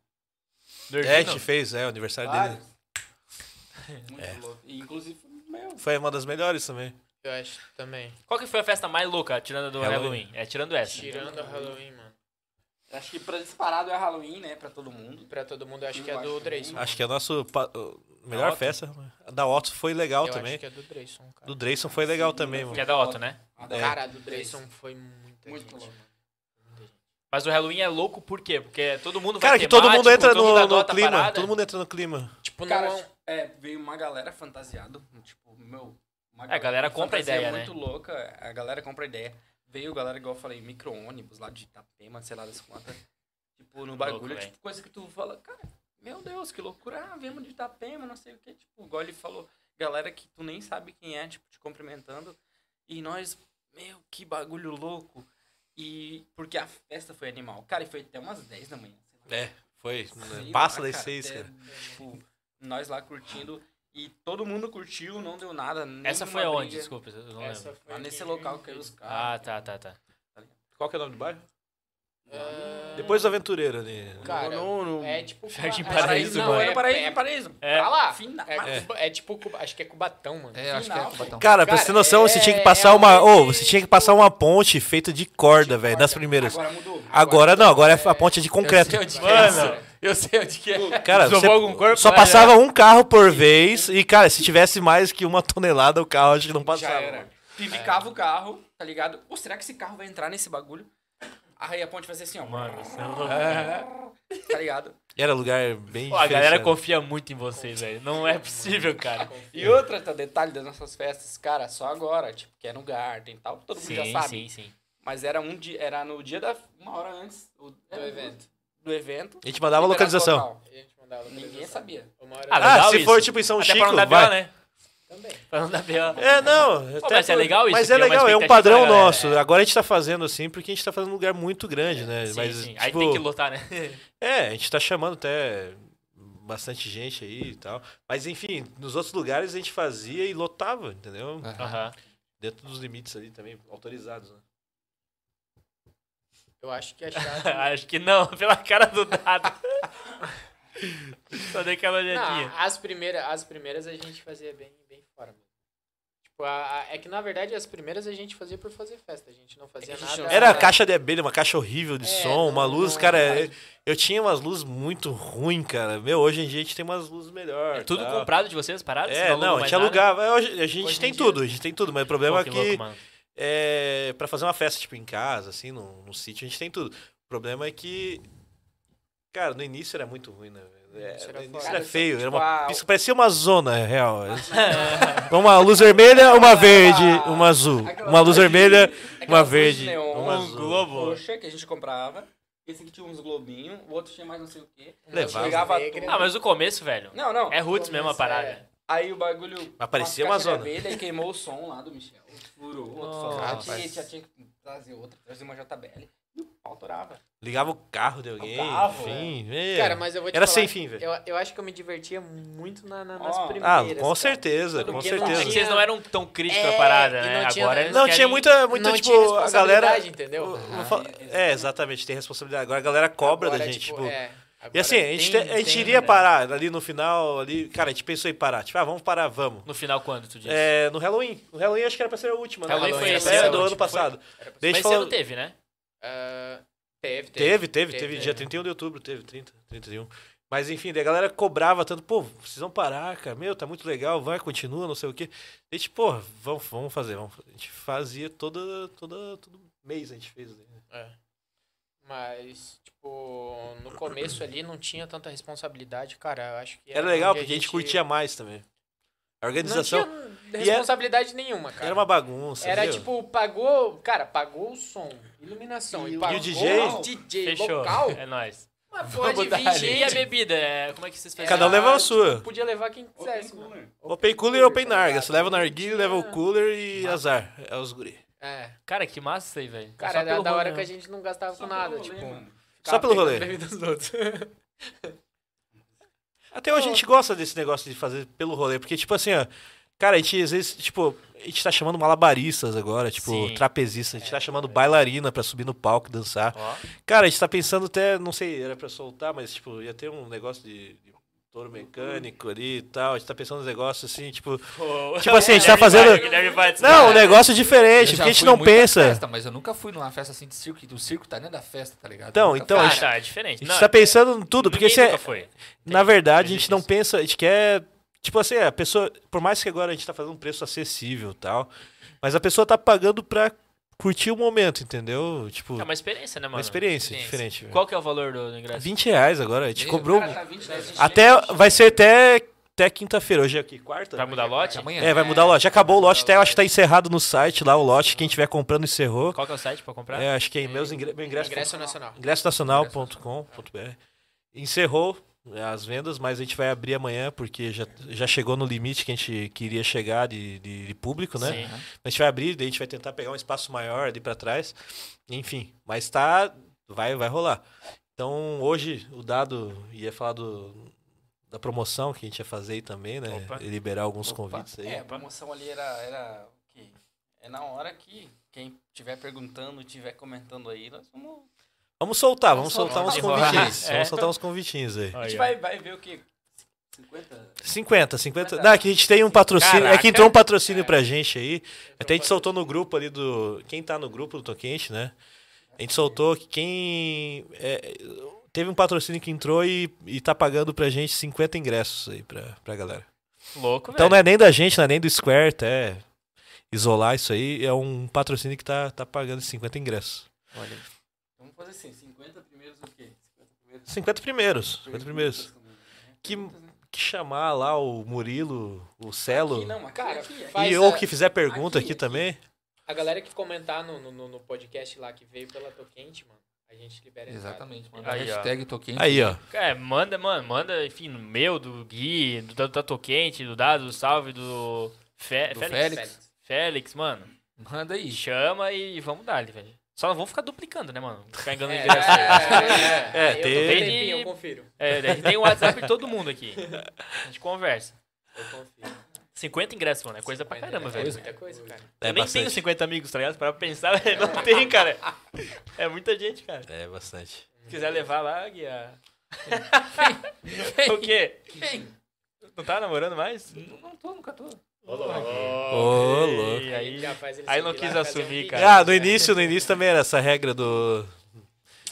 É, a gente fez, é, o aniversário dele. É. Muito louco. E, inclusive, foi meu. Foi uma das melhores também. Eu acho também. Qual que foi a festa mais louca, tirando a do Halloween. Halloween? É, tirando essa. Tirando o Halloween, mano. Acho que pra disparado é Halloween, né? Pra todo mundo. Pra todo mundo, eu acho Eu que é do acho Drayson. Acho que é a nossa melhor Otto. festa. A da Otto foi legal Eu também. acho que é do Drayson, cara. Do Drayson foi legal também, mano. Que é da Otto, né? Cara, a do Drayson foi muita Muito gente. louco. Mas o Halloween é louco por quê? Porque todo mundo vai Cara, que temático, todo mundo entra todo no, mundo no adota a clima. parada. Todo mundo entra no clima. Tipo, Cara, um não... é, veio uma galera fantasiada. Tipo, meu. Uma É, a galera com compra a fantasia ideia, muito louca. A galera compra a ideia. Veio galera, igual eu falei, micro-ônibus lá de Itapema, sei lá das quantas. Tipo, no bagulho, velho. tipo, coisa que tu fala, cara, meu Deus, que loucura. Ah, viemos de Itapema, não sei o que. Tipo, igual ele falou, galera que tu nem sabe quem é, tipo, te cumprimentando. E nós, meu, que bagulho louco. E porque a festa foi animal. Cara, e foi até umas 10 da manhã. sei lá. É, foi. Sei Passa lá, das seis, até, cara. Tipo, nós lá curtindo e todo mundo curtiu, não deu nada. Essa nenhuma foi aonde? briga. Desculpa, eu não lembro. Lá nesse local que os Ah, caras. tá, tá, tá. Qual que é o nome do bairro? Ah, Depois do Aventureiro ali. Cara, no, no, É tipo... Jardim Cuba- Paraíso, não, mano. É, É, paraíso, é, paraíso. É. Pra lá. Final. É, mas- Cuba- é tipo, Cuba- acho que é Cubatão, mano. É, acho que é Final. Cubatão. Cara, pra você ter Cara, noção, você é- tinha que passar uma. Ô, realmente- você tinha que passar uma ponte feita de corda, velho, das primeiras. Agora mudou. Ah, Agora não, agora é a ponte de concreto. Eu sei onde que é. Mano, Eu sei onde que é. Cara, Desovou você algum corpo, só né? passava um carro por vez e, cara, se tivesse mais que uma tonelada, o carro acho que não Já passava. era. mano. Pivicava É. o carro, tá ligado? Pô, será que esse carro vai entrar nesse bagulho? Aí a ponte vai ser assim, ó. Mano, isso é Tá ligado? Era lugar bem. né? Pô, a galera diferenciado. confia muito em vocês, velho. Não é possível, cara. E outra tá, detalhe das nossas festas, cara, só agora, tipo, que era no Garden e tal, todo mundo já sabe. sim, sim. Mas era um dia, era no dia da uma hora antes do, do evento. Do evento. A gente mandava a Liberado localização. local. A gente mandava Ninguém sabia. Uma hora Ah, da- legal Ah, se isso. for tipo em São Até Chico, pra não dar vai. B.O., né? também. Pra não dar B.O. É, não. até mas é foi- legal isso, Mas é cria uma legal, é um expectativa padrão da galera, nosso. Agora a gente tá fazendo assim porque a gente tá fazendo um lugar muito grande, né? É, Sim, mas, sim. Tipo, Aí tem que lotar, né? É, a gente tá chamando até bastante gente aí e tal. Mas enfim, nos outros lugares a gente fazia e lotava, entendeu? Aham. Dentro dos limites ali também, autorizados, né? Eu acho que é a chave... Acho que não, pela cara do dado. Só dei aquela olhadinha. não, as primeiras, as primeiras a gente fazia bem, bem fora, mano. Tipo, a- a- é que na verdade as primeiras a gente fazia por fazer festa, a gente não fazia É que a gente nada. não- Era a caixa de abelha, uma caixa horrível de É, som, uma não- luz, não- cara. eu- Eu tinha umas luzes muito ruins, cara. Meu, hoje em dia a gente tem umas luzes melhor. É tudo tal. comprado de vocês, parado? Vocês É, não, alugam a gente mais nada? alugava. Hoje- A gente Hoje em tem dia- tudo, a gente tem tudo, mas o Pô, problema é que que louco, mano. é, para fazer uma festa, tipo, em casa, assim, num, num sítio, a gente tem tudo. O problema é que, cara, no início era muito ruim, né? velho? É, início era no início foda. ah, era feio, era uma, Tipo, isso parecia uma zona é real. é. uma luz vermelha, Ah, uma verde, uma azul. Uma luz vermelha, É uma verde, uma um azul. globo. Poxa, que a gente comprava. Esse aqui tinha uns globinhos, o outro tinha mais não sei o quê. Levava. Chegava Negra. tudo. Ah, mas o começo, velho. Não, não. É roots mesmo a parada. Aí o bagulho. Mas parecia umas uma caixas de zona. abelha e queimou o som lá do Michel. Furou. o Outro falou. Nossa. "Ah, tia, tia, tinha que trazer outra, trazer uma JBL. E o pau torava. Ligava o carro de alguém, carro, enfim. é. né? Cara, mas eu vou te Era falar, sem fim, velho. Eu, eu acho que eu me divertia muito na, na- nas Ó. Ah, Ah, primeiras. com cara. certeza, com Porque não É certeza. que tinha- vocês não eram tão críticos É, à parada, e né? não tinha- Agora eles Não, querem- tinha muita, muita não tipo, tinha a responsabilidade, galera. entendeu? Ah, Eu vou falar- é, exatamente, tem responsabilidade. Agora a galera cobra Agora, da gente, tipo. é, E agora assim, a gente, tem- te- a gente tem, iria né? parar ali no final, ali. Cara, a gente pensou em parar. Tipo, ah, vamos parar, vamos. No final, quando tu disse? É, no Halloween. No Halloween acho que era pra ser a última, né? Halloween foi Era esse do ano, ano tipo, passado. Daí a Mas gente você falou- não teve, né? Ah, teve, Teve, teve, teve, teve. é, dia 31 de outubro, teve, 30, 31. Mas enfim, daí a galera cobrava tanto, pô, precisam parar, cara, meu, tá muito legal, vai, continua, não sei o quê. A gente, pô, vamos, vamos fazer, vamos. fazer. A gente fazia toda, toda, todo mês a gente fez. Né? Mas, tipo, no começo ali não tinha tanta responsabilidade, cara. Eu acho que Era onde legal, porque a gente curtia mais também. A organização Não E tinha era- responsabilidade nenhuma, cara. era uma bagunça, Era entendeu? tipo, pagou, cara, pagou o som, iluminação e, pagou DJ? o DJ Fechou. local. É nóis. Uma pode Vamos dar vir ali. E a gente, bebida? é, Como é que vocês fazem? Cada um era- leva a sua. podia levar quem quisesse. né? mano. né? Open cooler e open tá narga. ligado? Você leva o narguilho, leva o cooler e azar. É os guri. É. Cara, que massa isso aí, velho. É Só Cara, era pelo da hora rolê, que a né? gente não gastava com nada, tipo. Só pelo ficava rolê. pegando bebida dos outros. Até hoje a gente gosta desse negócio de fazer pelo rolê, porque, tipo assim, ó, cara, a gente às vezes, tipo, a gente tá chamando malabaristas agora, tipo, Sim. trapezista, a gente tá chamando bailarina pra subir no palco e dançar. Ó. Cara, a gente tá pensando até, não sei, era pra soltar, mas, tipo, ia ter um negócio de, de touro mecânico ali e tal, a gente tá pensando nos negócios assim, tipo. Pô, Tipo assim, a gente tá Guilherme fazendo. Bate, Guilherme Bate, Não, um cara. negócio diferente, porque Eu já a gente fui não em muita pensa. Festa, mas eu nunca fui numa festa assim de circo. O circo tá dentro da festa, tá ligado? Então, Eu nunca então, fui. a Cara, gente- tá, é diferente. A Não, gente tá pensando em tudo, porque é ninguém você, nunca foi. É, Na verdade, a Entendi gente não isso. pensa, a gente quer. Tipo assim, a pessoa. Por mais que agora a gente tá fazendo um preço acessível e tal, mas a pessoa tá pagando pra curtir o momento, entendeu? Tipo, É uma experiência, né, mano? uma experiência, Experiência. diferente. velho. Qual que é o valor do do ingresso? 20 reais agora, a gente Meu, cobrou. Cara, tá 20, 10, até. Vai ser até, até quinta-feira. Hoje é aqui, quarta? Vai mudar lote? Amanhã. É, vai mudar o lote. Já Acabou o lote, até eu acho que tá encerrado no site lá, o lote. Quem tiver comprando encerrou. Qual que é o site pra comprar? É, acho que é meus ingre... meu ingresso. Ingresso nacional. ingressonacional.com.br. Encerrou né, as vendas, mas a gente vai abrir amanhã, porque já, já chegou no limite que a gente queria chegar de, de, de público, né? Sim. A gente vai abrir, daí a gente vai tentar pegar um espaço maior ali pra trás. Enfim, mas tá. Vai, vai rolar. Então, hoje o dado ia falar do, da promoção que a gente ia fazer aí também, né? Opa. E liberar alguns convites aí. É, a promoção ali era, era o quê? É na hora que quem estiver perguntando, estiver comentando aí, nós vamos. Vamos soltar, vamos, Vamos soltar uns soltar. convitinhos. É. Vamos soltar uns convitinhos aí. Aí, A gente ó. vai, vai ver o quê? 50? 50, 50. Verdade. Não, é que a gente tem um patrocínio. É Caraca. que entrou um patrocínio pra gente aí. Até a gente soltou no grupo ali do. Quem tá no grupo do Toquente, né? A gente soltou que quem. é, teve um patrocínio que entrou e, e tá pagando pra gente 50 ingressos aí pra, pra galera. Louco, Então velho. não é nem da gente, não é nem do Square, até isolar isso aí. É um patrocínio que tá, tá pagando 50 ingressos. Vamos fazer assim, 50 primeiros o quê? 50 50 primeiros. primeiros. 50 primeiros. Que, Perguntas, né? que chamar lá o Murilo, o Celo. Aqui não, aqui, Cara, aqui, aqui. faz E a- ou que fizer pergunta aqui, aqui aqui. também. A galera que comentar no, no, no- no podcast lá que veio pela Toquente, mano, a gente libera entrada. É, Exatamente, mano. Aí, ó. hashtag tô quente. Aí, ó. É, manda, mano, manda, enfim, no meu, do Gui, do Tato Quente, do Dado, do Salve, do, Fe- Do Félix. Félix. Félix, mano. Manda aí. Chama e vamos dar ali, velho. Só não vamos ficar duplicando, né, mano? Ficar É, enganando é, ingresso. é, É, Eu tô tem- com tempinho, eu confiro. É, daí tem o WhatsApp de todo mundo aqui. A gente conversa. Eu confiro. 50 ingressos, mano, é coisa pra caramba, É velho. muita coisa, cara. É Eu nem tenho 50 amigos, tá ligado? Pra pensar, velho, não tem, cara. É muita gente, cara. É bastante. Se quiser levar lá, Gui, a- o quê? Não tá namorando mais? Não tô, nunca tô. Ô, louco. E aí, Já faz ele aí seguir não lá, quis fazer assumir, um cara. é Ah, no início, no início também era essa regra do.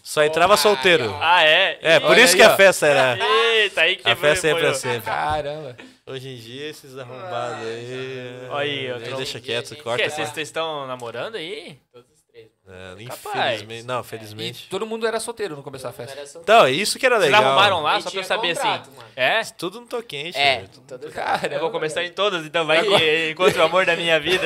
Só entrava solteiro. ah, é? É, por Olha isso aí, que a ó. festa era. Eita, aí que A festa é pra foi- sempre. Caramba. Hoje em dia, esses arrombados aí. é, Olha aí, ó, nem tro- Deixa quieto, Gente, O corta. que, vocês estão namorando aí? Todos os três. mano. É, Capaz. infelizmente. Não, E felizmente. todo mundo era solteiro no começo da festa. Era só- Então, é isso que era Vocês legal. arrumaram um- lá, só E pra tinha eu saber contrato, assim. mano. É? Tudo no toquente. É, velho. todo Cara, Eu vou começar em todas, então vai que encontre o amor da minha vida.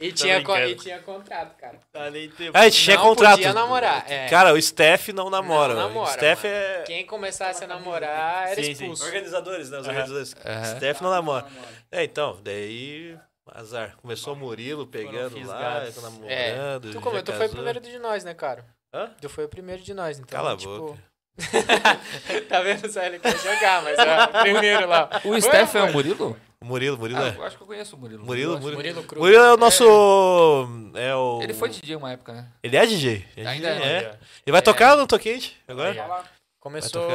E tinha, co- brincando. e tinha contrato, cara. Ah, a gente tinha não contrato. podia namorar, é. Cara, o Steph não namora. Não velho. namora, o Steph mano. é. Quem começasse a namorar era Sim, sim. expulso. Organizadores, né? Os organizadores. Aham. Steph não namora. É, então, daí. Azar. Começou o Murilo pegando lá, tá fisgados. namorando. É. já Tu, como, tu foi o casou. primeiro de nós, né, cara? Hã? Tu foi o primeiro de nós, então. Cala a tipo, boca. Tá vendo só ele quer jogar, mas ó, primeiro lá. O Steph é o Murilo? O Murilo, Murilo Ah, é. eu acho que eu conheço o Murilo. Murilo, Murilo. Murilo Cruz. Murilo é o nosso. É, o... Ele foi DJ uma época, né? Ele é DJ. Ele Ainda DJ, é. Ele vai tocar no Toquente agora? Começou.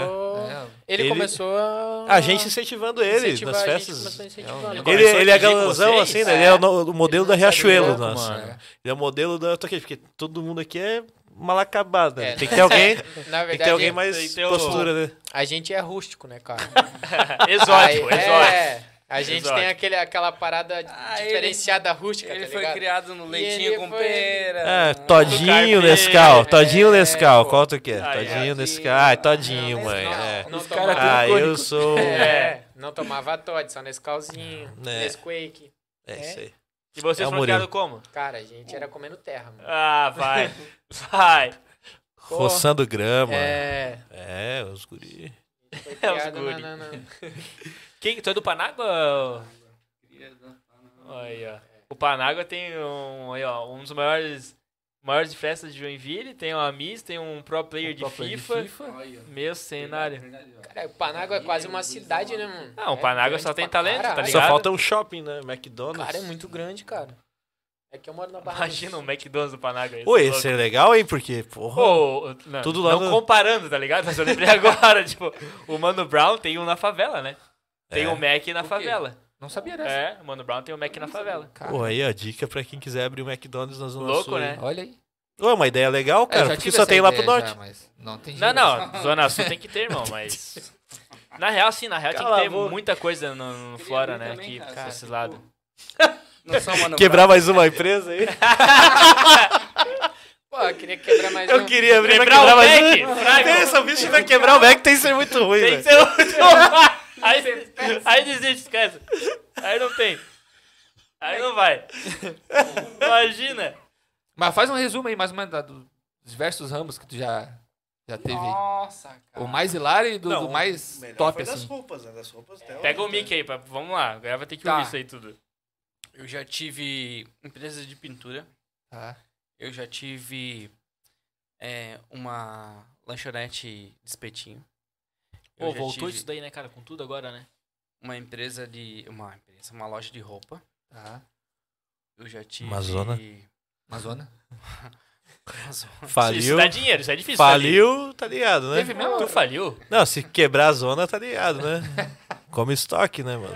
É, Ele, Ele- começou a. A gente incentivando ele Incentivar, nas a gente festas. É um começou a incentivar. né, Ele- Ele, Começou a ele é dirigir com galãozão, vocês? assim, né? Ele é o, no- o modelo da Ele não sabe Riachuelo, louco, nossa. mano. Ele é o modelo da Toquente, porque todo mundo aqui é mal acabado, né? É, tem que ter alguém, Na tem que verdade, é. ter alguém tem mais que ter o- postura, né? a gente é rústico, né, cara? Exótico, Aí- exótico. É. A gente Exótico. tem aquele, aquela parada Ah, ele- diferenciada rústica, Ele tá foi ligado? criado no leitinho ele com foi- pera. Ah, Carpinho, todinho Nescau, todinho é, Nescau, pô. qual tu quer? Ah, é. Todinho Nescau, ah, todinho, mãe. Não, é. não cara tomava, Ah, eu sou... É, Tá é, não tomava Todd, só nesse calzinho, É. nesse quake. isso aí. E vocês É o foram Murilo. criados como? Cara, a gente era comendo terra, mano. Ah, vai. Vai. Pô, Roçando grama. É, É, os guri. foi É os criado na- guri. na- na- Quem? Tu é do Panágua? Aí, ó. O Panágua tem um, aí, ó, um dos maiores, maiores festas de Joinville, tem uma Miss, tem um pro player, de, FIFA, Meu cenário. Cara, o Panágua é quase uma cidade, né, mano? Ah, o É Panágua grande só tem pra talento, tá caralho. ligado? Só falta um shopping, né? McDonald's. Cara, é muito grande, cara. É que eu moro na Barra do Imagina Sul. um McDonald's do Panágua. Pô, esse é legal, hein? Porque, porra... Pô, não, Tudo lá não no- comparando, tá ligado? Mas eu lembrei agora, tipo, o Mano Brown tem um na favela, né? Tem É. um Mac na quê? favela. não sabia dessa. É, o Mano Brown tem um Mac na favela. Cara, Pô, aí a dica pra quem quiser abrir um McDonald's na Zona Louco, Sul. né? olha aí. Pô, uma ideia legal, É, eu cara, já porque tive só essa tem lá pro ideia já, norte. mas não tem Não, jeito. não, Zona Sul tem que ter, irmão, mas. Na real, sim, na real Cala a tinha que ter boca. muita coisa no, no Flora, abrir né? também, aqui, cara, pra cara, esse lado. Não só, mano. Quebrar mais uma empresa aí. Pô, eu queria quebrar mais Eu um. queria abrir pra Quebrar quebrar o mais Mac, uma. fraco. Tem essa bicha que vai quebrar o Mac, tem que ser muito ruim, né? Tem que velho. ser um. aí, aí desiste, esquece. Aí não tem. Aí não vai. Imagina. Mas faz um resumo aí, mais ou menos, da- do- dos diversos ramos que tu já, já teve. aí. Nossa, cara. O mais hilário e do, Não, do mais Melhor top, foi das assim. roupas, né? Das roupas até Pega o hoje, né? mic aí, pra, vamos lá. Agora vai ter que Tá. ouvir isso aí tudo. Eu já tive empresa de pintura. Tá. Eu já tive é, uma lanchonete de espetinho. Eu Pô, já voltou tive isso daí, né, cara? Com tudo agora, né? Uma empresa de. Uma empresa, uma loja de roupa. Tá. Eu já tive. zona. Amazona. Uma zona. Isso Faliu, dá dinheiro, isso é difícil. faliu, tá ligado, Teve né? mesmo? Tu faliu? Não, se quebrar a zona, tá ligado, né? Come estoque, né, mano?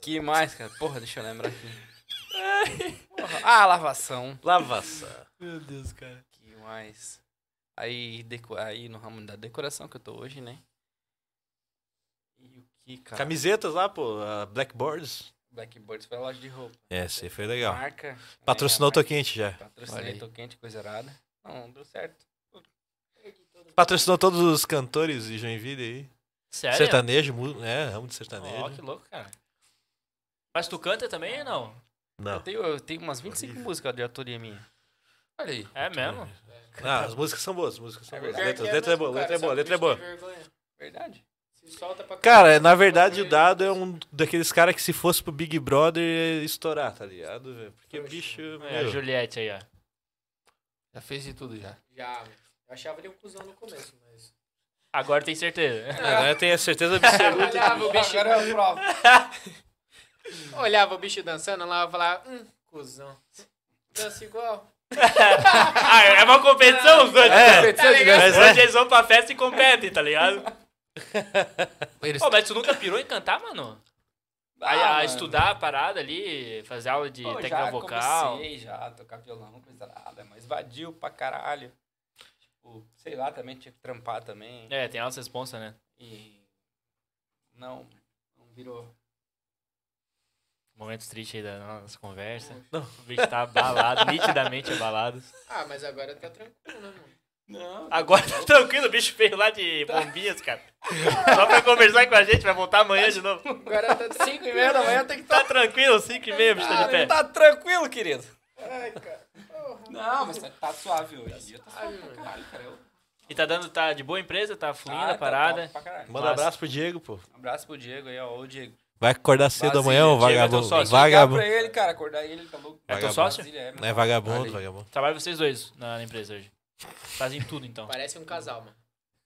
Que mais, cara? Porra, deixa eu lembrar aqui. Porra, Ah, lavação. Lavação. Meu Deus, cara. Que mais? Aí, deco- aí no ramo da decoração que eu tô hoje, né? E o que, cara? Camisetas lá, pô, a Blackboards. Blackbirds foi a loja de roupa. É, esse aí foi legal. Marca. né? Patrocinou o A marca- Toquente já. Olha Patrocinei, aí. tô quente, coisa errada. Não, deu certo. Patrocinou todos os cantores de Joinville aí. Sério? Sertanejo, mu- é, ramo de sertanejo. Ó, que louco, cara. Mas tu canta também ou não? Eu Não. tenho, eu tenho umas 25 músicas de autoria minha. Olha aí. É mesmo? Ah, as músicas são boas, as músicas são É boas. verdade. Letras, letra é boa, letra é boa, letra é boa. Verdade. Cara, na verdade o Dado é um daqueles caras que se fosse pro Big Brother ia estourar, tá ligado? velho? Porque o bicho. É, a meu, Juliette aí, ó. Já fez de tudo já. Já, eu achava ele um cuzão no começo, mas... Agora tem certeza. Agora tem a certeza absoluta. Olhava o bicho... Agora eu provo. Olhava o bicho dançando lá e falava, hum, cuzão. Dança igual. ah, é uma competição os dois. É, Tá ligado? mas Hoje é. eles vão pra festa e competem, tá ligado? Eles- Pô, mas tu nunca pirou em cantar, mano? Aí, a estudar a parada ali, fazer aula de Ah, Pô, técnica já vocal. comecei, já, tocar violão, coisa nada, mas vadio pra caralho. Tipo, sei lá, também tinha que trampar também. É, tem altas responsa, né? E não, não virou. Momentos tristes aí da nossa conversa. O bicho tá abalado, nitidamente abalado. Ah, mas agora tá tranquilo, né, mano? Agora tá tranquilo, o bicho veio lá de Tá. bombinhas, cara. Só pra conversar com a gente, vai voltar amanhã de novo. Agora tá 5 e meia da manhã, tem que Tá tranquilo, 5 e meia, bicho tá de pé. Tá tranquilo, querido. Não, mas tá, tá suave hoje. E tá dando, tá de boa empresa, tá fluindo Ah, a parada. Tá top pra caralho. Manda abraço pro Diego, pô. Um abraço pro Diego aí, ó. Ô, Diego. Vai acordar cedo amanhã, ô Diego é teu vagabundo. sócio. Ligar Vagabundo. pra ele, cara. Acordar ele, tá louco. é teu Vagabundo. sócio? Brasília, é, mano. É vagabundo, vagabundo. Trabalha vocês dois na, na empresa hoje. Fazem tudo então. Parece um casal, mano.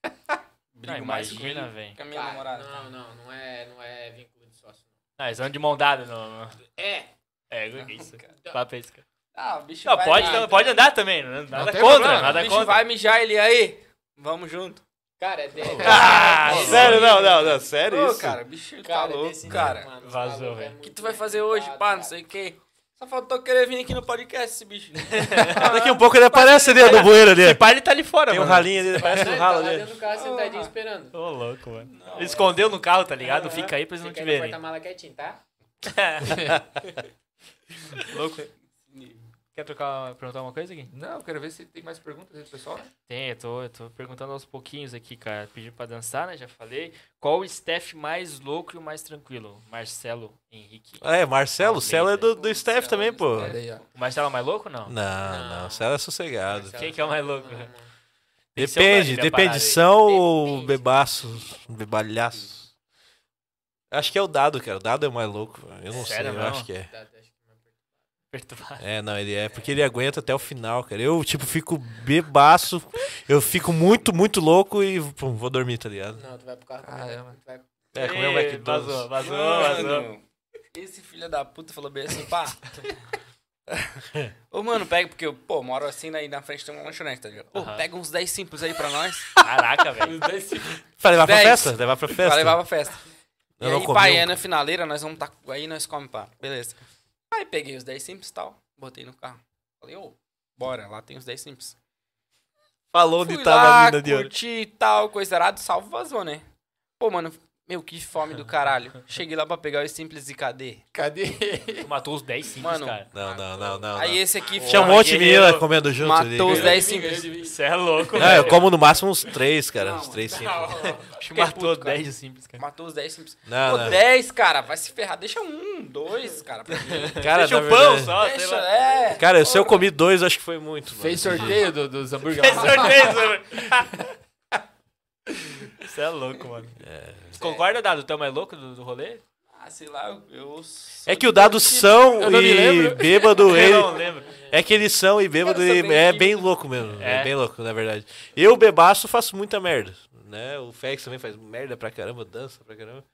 Não, Brigo mais com imagina, ele velho. que a minha Cara, namorada. Não, não, não é, não é vínculo de sócio. Ah, eles andam de mão dada no. no- É, É, que isso. Papo é esse, cara. Ah, o bicho Não, vai pode, lá. pode andar também. né? Nada contra, tem problema, nada O bicho contra. vai mijar ele aí. Vamos junto. cara, é de... Ah, é desse Sério, não, nível, não, não. Sério Ô, isso? cara, o bicho tá Cara, é louco, desse nível, cara. mano, Vazou, tá louco, é velho. O muito que tu vai fazer hoje, complicado, pá? Não cara. sei o quê. Só faltou querer vir aqui no podcast, esse bicho. Daqui um pouco ele aparece ali no bueiro ali. Se pá, ele tá ali fora, Tem um mano. ralinho ali, parece Não, um ele tá ralo lá ali. dentro do carro sentadinho esperando. Ô, louco, mano. ele escondeu no carro, tá ligado? Fica aí pra eles não Fica te um aí no verem. porta-mala quietinho, tá? Quer trocar, perguntar uma coisa, Gui? Não, eu quero ver se tem mais perguntas aí do pessoal. né? Tem, eu tô, eu tô perguntando aos pouquinhos aqui, cara. Pedi pra dançar, né? Já falei. Qual o staff mais louco e o mais tranquilo? Marcelo Henrique. É, Marcelo. O Celo é do, do staff Celo também, do pô. staff. Olha aí, ó. O Marcelo é o mais louco não? Não, não. O Celo é sossegado. Quem que é o mais louco? Não, Tem que ser o Depende, Danilo, depende a de são aí. ou Depende. bebaço, bebalhaço. Acho que é o dado, cara. O dado é o mais louco. Eu não Sério sei, eu mesmo? acho que é. Tá, tá, acho que não é Perturbado. É, não, ele é, porque ele aguenta até o final, cara. Eu, tipo, fico bebaço, eu fico muito, muito louco e pum, vou dormir, tá ligado? Não, tu vai pro carro comer, Caramba. tu vai- É, como é o Ih, Vazou, McDonald's. vazou, vazou. Mano, esse filho da puta falou bem assim, pá. Ô, mano, pega, porque eu, pô, moro assim, aí na frente tem uma lanchonete, tá ligado? Ô, Aham. pega uns 10 simples aí pra nós. Caraca, velho. Pra levar pra Dez. festa? Levar pra festa? Pra levar pra festa. E Eu não aí, comi pai, um, é na finaleira, nós vamos tá. Aí nós comemos, pá. Beleza. Aí peguei os 10 simples e tal, botei no carro. Falei, ô, bora, lá tem os 10 simples. Falou Fui onde lá, tava a mina de ouro. curti e tal, coisa errada, salvo vazou, né? Pô, mano, meu, que fome do caralho. Cheguei lá pra pegar os simples e cadê? Cadê? Tu matou os 10 simples, Mano, cara. Não, não, não, não. Aí não. esse aqui Tinha um monte de guerreiro. menina comendo junto. ali, matou os cara. 10 simples. Você é louco, Não, eu velho. como no máximo uns três, cara. uns três, cinco. Acho que Fiquei matou puto, cara. 10 simples, cara. Matou os 10 simples. Não, Pô, Ah, não. 10, cara, vai se ferrar. Deixa um, dois, cara. pra mim. Cara, Deixa na o pão verdade- só, Tá, sei Deixa, lá. é. Cara, se eu comi dois, eu acho que foi muito. mano. Fez sorteio do- dos hambúrguer. né? Fez sorteio, Você é louco, mano. Concorda, Dado? Tu é o mais louco do, do rolê? Ah, sei lá, eu- eu. sou É que o dado são Eu não me e lembro. bêbado, Eu não ele. lembro. É que eles são e bêbado, Eu sou ele bem é tímido. bem louco mesmo. É. É. bem louco, na verdade. Eu, bebaço, faço muita merda. Né? O Félix também faz merda pra caramba, dança pra caramba.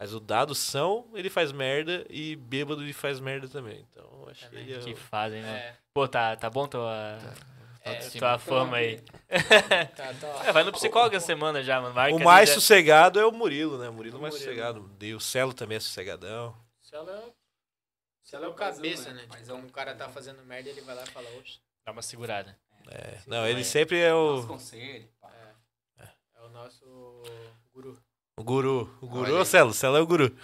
Mas o dado são, ele faz merda e bêbado ele faz merda também. Então, acho que ele é. Que o- fazem, mano. É, Pô, tá, tá bom tua, Tá, é, tua fama aí. tá, tá É, vai no psicólogo essa semana já, mano. Marca O ali, mais já- sossegado é o Murilo, né? O Murilo mais sossegado. E o Celo também é sossegadão. Se ela é o, se ela é o cabeça, né? Mas um cara tá fazendo merda, ele vai lá e fala, oxe, Dá uma segurada. É. Não, ele sempre é o. os conselhos. pá. é o nosso guru. O guru. O guru é o Celo. O Celo é o guru.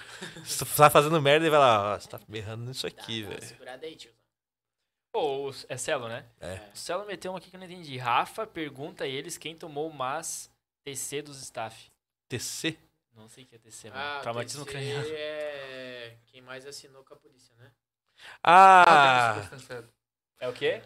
Se tu tá fazendo merda, ele vai lá, ó, você tá berrando nisso aqui, Dá uma velho. segurada aí, tio. Pô, o- é Celo, né? É. O Celo meteu uma aqui que eu não entendi. Rafa pergunta a eles quem tomou mais TC dos staff. TC. Não sei o que é TC, mano. Ah, o Traumatismo TC craniano. é quem mais assinou com a polícia, né? Ah! É o quê?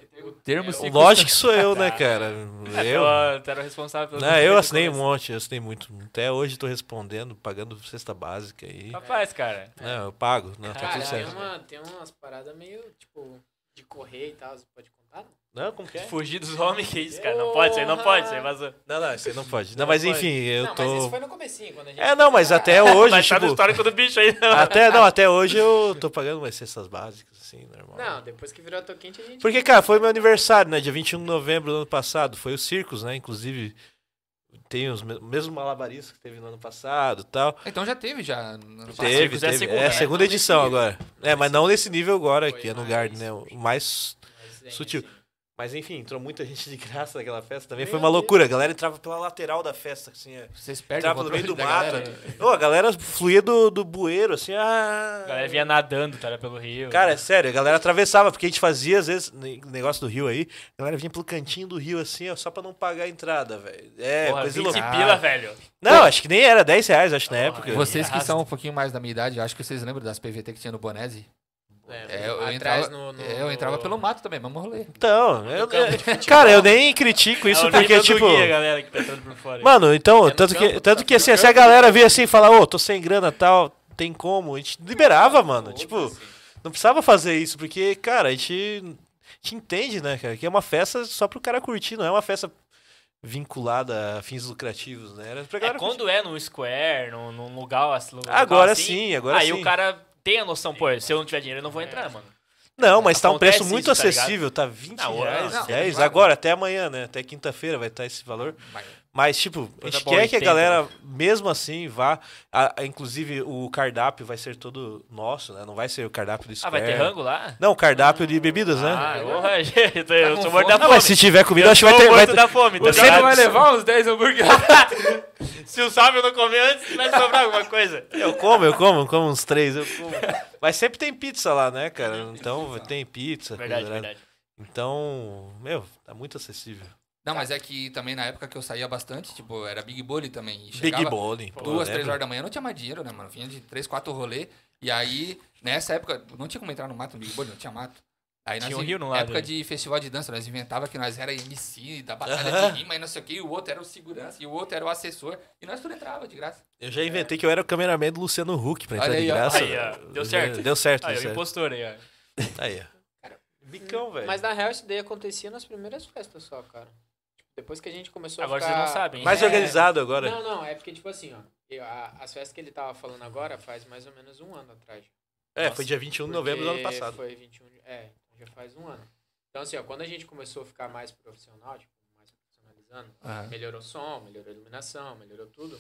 Termos o Lógico que sou eu, né, cara? É Eu. Eu, tu era o responsável pelo Não, eu assinei um monte, eu assinei muito. Até hoje tô respondendo, pagando cesta básica aí. Rapaz, cara. Não, eu pago. Não, tá Cara, tudo tem, certo. uma, tem umas paradas meio, tipo, de correr e tal, você pode contar? Não? Não, como que é? Fugir dos homens, que isso, cara? Não pode, isso aí não pode, isso aí vazou. Não, não, você não pode. Não, mas enfim, eu não, mas isso tô. foi no comecinho, quando a gente... É, não, mas até hoje, Mas tá no tipo. histórico do bicho aí, não. Até, não, até hoje eu tô pagando umas cestas básicas, assim, normal. Não, depois que virou a Toquente, a gente... Porque, cara, foi meu aniversário, né? Dia 21 de novembro do ano passado. Foi o Circos, né? Inclusive, tem os me- mesmos malabaristas que teve no ano passado e tal. Então já teve, já. no- no- Teve, Circos é a teve. segunda, é a né? segunda edição agora. É, mas não nesse nível agora, Foi que é no mais Garden, né? O Mais Mas, é, Sutil. assim, Mas enfim, entrou muita gente de graça naquela festa também. Meu Foi uma Deus. loucura. A galera entrava pela lateral. Lateral da festa, assim, é. Vocês perdem Entrava o no meio um controle do da mato. galera. Ô, a galera fluía do, do bueiro, assim, ah. A galera vinha nadando, tá? Pelo rio. Cara, é sério, a galera atravessava, porque a gente fazia, às vezes, ne- negócio do rio aí, a galera vinha pelo cantinho do rio, assim, ó, só pra não pagar a entrada, velho. É, Porra, coisa 20 louca. pila, é. velho. Não, acho que nem era 10 reais, acho, na época. Vocês que Arrasta. são um pouquinho mais da minha idade, eu acho que vocês lembram das PVT que tinha no Bonese. É, eu, atrás entrava, no- no- é, eu entrava no- pelo mato também, mesmo rolê. Então, eu- cara, eu nem critico isso, é o porque, nível do tipo... Gui, a galera que tá entrando por fora. Mano, então, no tanto que, campo, tanto tá que assim, se a galera via assim e falar, ô, tô sem grana tal, tem como, a gente liberava, mano. Tipo, não precisava fazer isso, porque, cara, a gente, a gente entende, né, cara, que é uma festa só pro cara curtir, não é uma festa vinculada a fins lucrativos, né? Era pra É, galera curtir. quando é no Square, num, num lugar assim. num local Agora assim, sim, agora aí sim. o cara tem a noção, pô, se eu não tiver dinheiro, eu não vou entrar, mano. Não, mas tá um acontece preço muito isso, tá ligado? acessível, tá 20 Não, não, é reais, não, 10, claro. agora, até amanhã, né? Até quinta-feira vai estar esse valor. Mas- Mas, tipo, a Coisa gente boa, quer que a 80, galera, mesmo assim, vá. A- a- inclusive, o cardápio vai ser todo nosso, né? Não vai ser o cardápio do Ah, Square. vai ter rango lá? Não, o cardápio de bebidas, né? Ah, porra, gente, eu tô, eu com tô morto da não, fome. mas se tiver comida, acho que vai Tô ter. Vai morto ter... da fome, tá Você ligado? não vai levar uns 10 hambúrgueres? Se o Sábio não comer antes, vai sobrar alguma coisa. Eu como, eu como, eu como uns três, eu como. Mas sempre tem pizza lá, né, cara? Então tem pizza. Verdade, coisa, né? verdade. Então, meu, tá muito acessível. Não, mas é que também na época que eu saía bastante, tipo, era Big Bully também. E Big chegava Bowling. pô, Duas, né, três bro? horas da manhã, não tinha mais dinheiro, né, mano? Vinha de três, quatro rolê. E aí, nessa época, não tinha como entrar no mato no Big Bully, não tinha mato. Aí nós, Tinha um in- rio no lado, época né? de festival de dança, nós inventava que nós era MC da batalha de rima e não sei o quê, e o outro era o segurança, e o outro era o assessor, e nós tudo entrava de graça. Eu já inventei que eu era o cameraman do Luciano Huck pra entrar Olha de aí, ó. graça. Aí, ó, velho. deu certo. Deu certo, Aí, deu o Tá certo. Ah, impostor aí, ó. Aí, ó. Bicão, velho. Mas na real isso daí acontecia nas primeiras festas só, cara. Tipo, depois que a gente começou Agora a vocês ficar... não sabem. hein? Mais É. organizado agora. Não, não, é porque tipo assim, ó. eu- a- as festas que ele tava falando agora faz mais ou menos um ano atrás. É, foi dia 21 de novembro do ano Porque passado. Foi 21 de... É, então já faz um ano. Então, assim, ó, quando a gente começou a ficar mais profissional, tipo, mais profissionalizando, Aham. melhorou o som, melhorou a iluminação, melhorou tudo.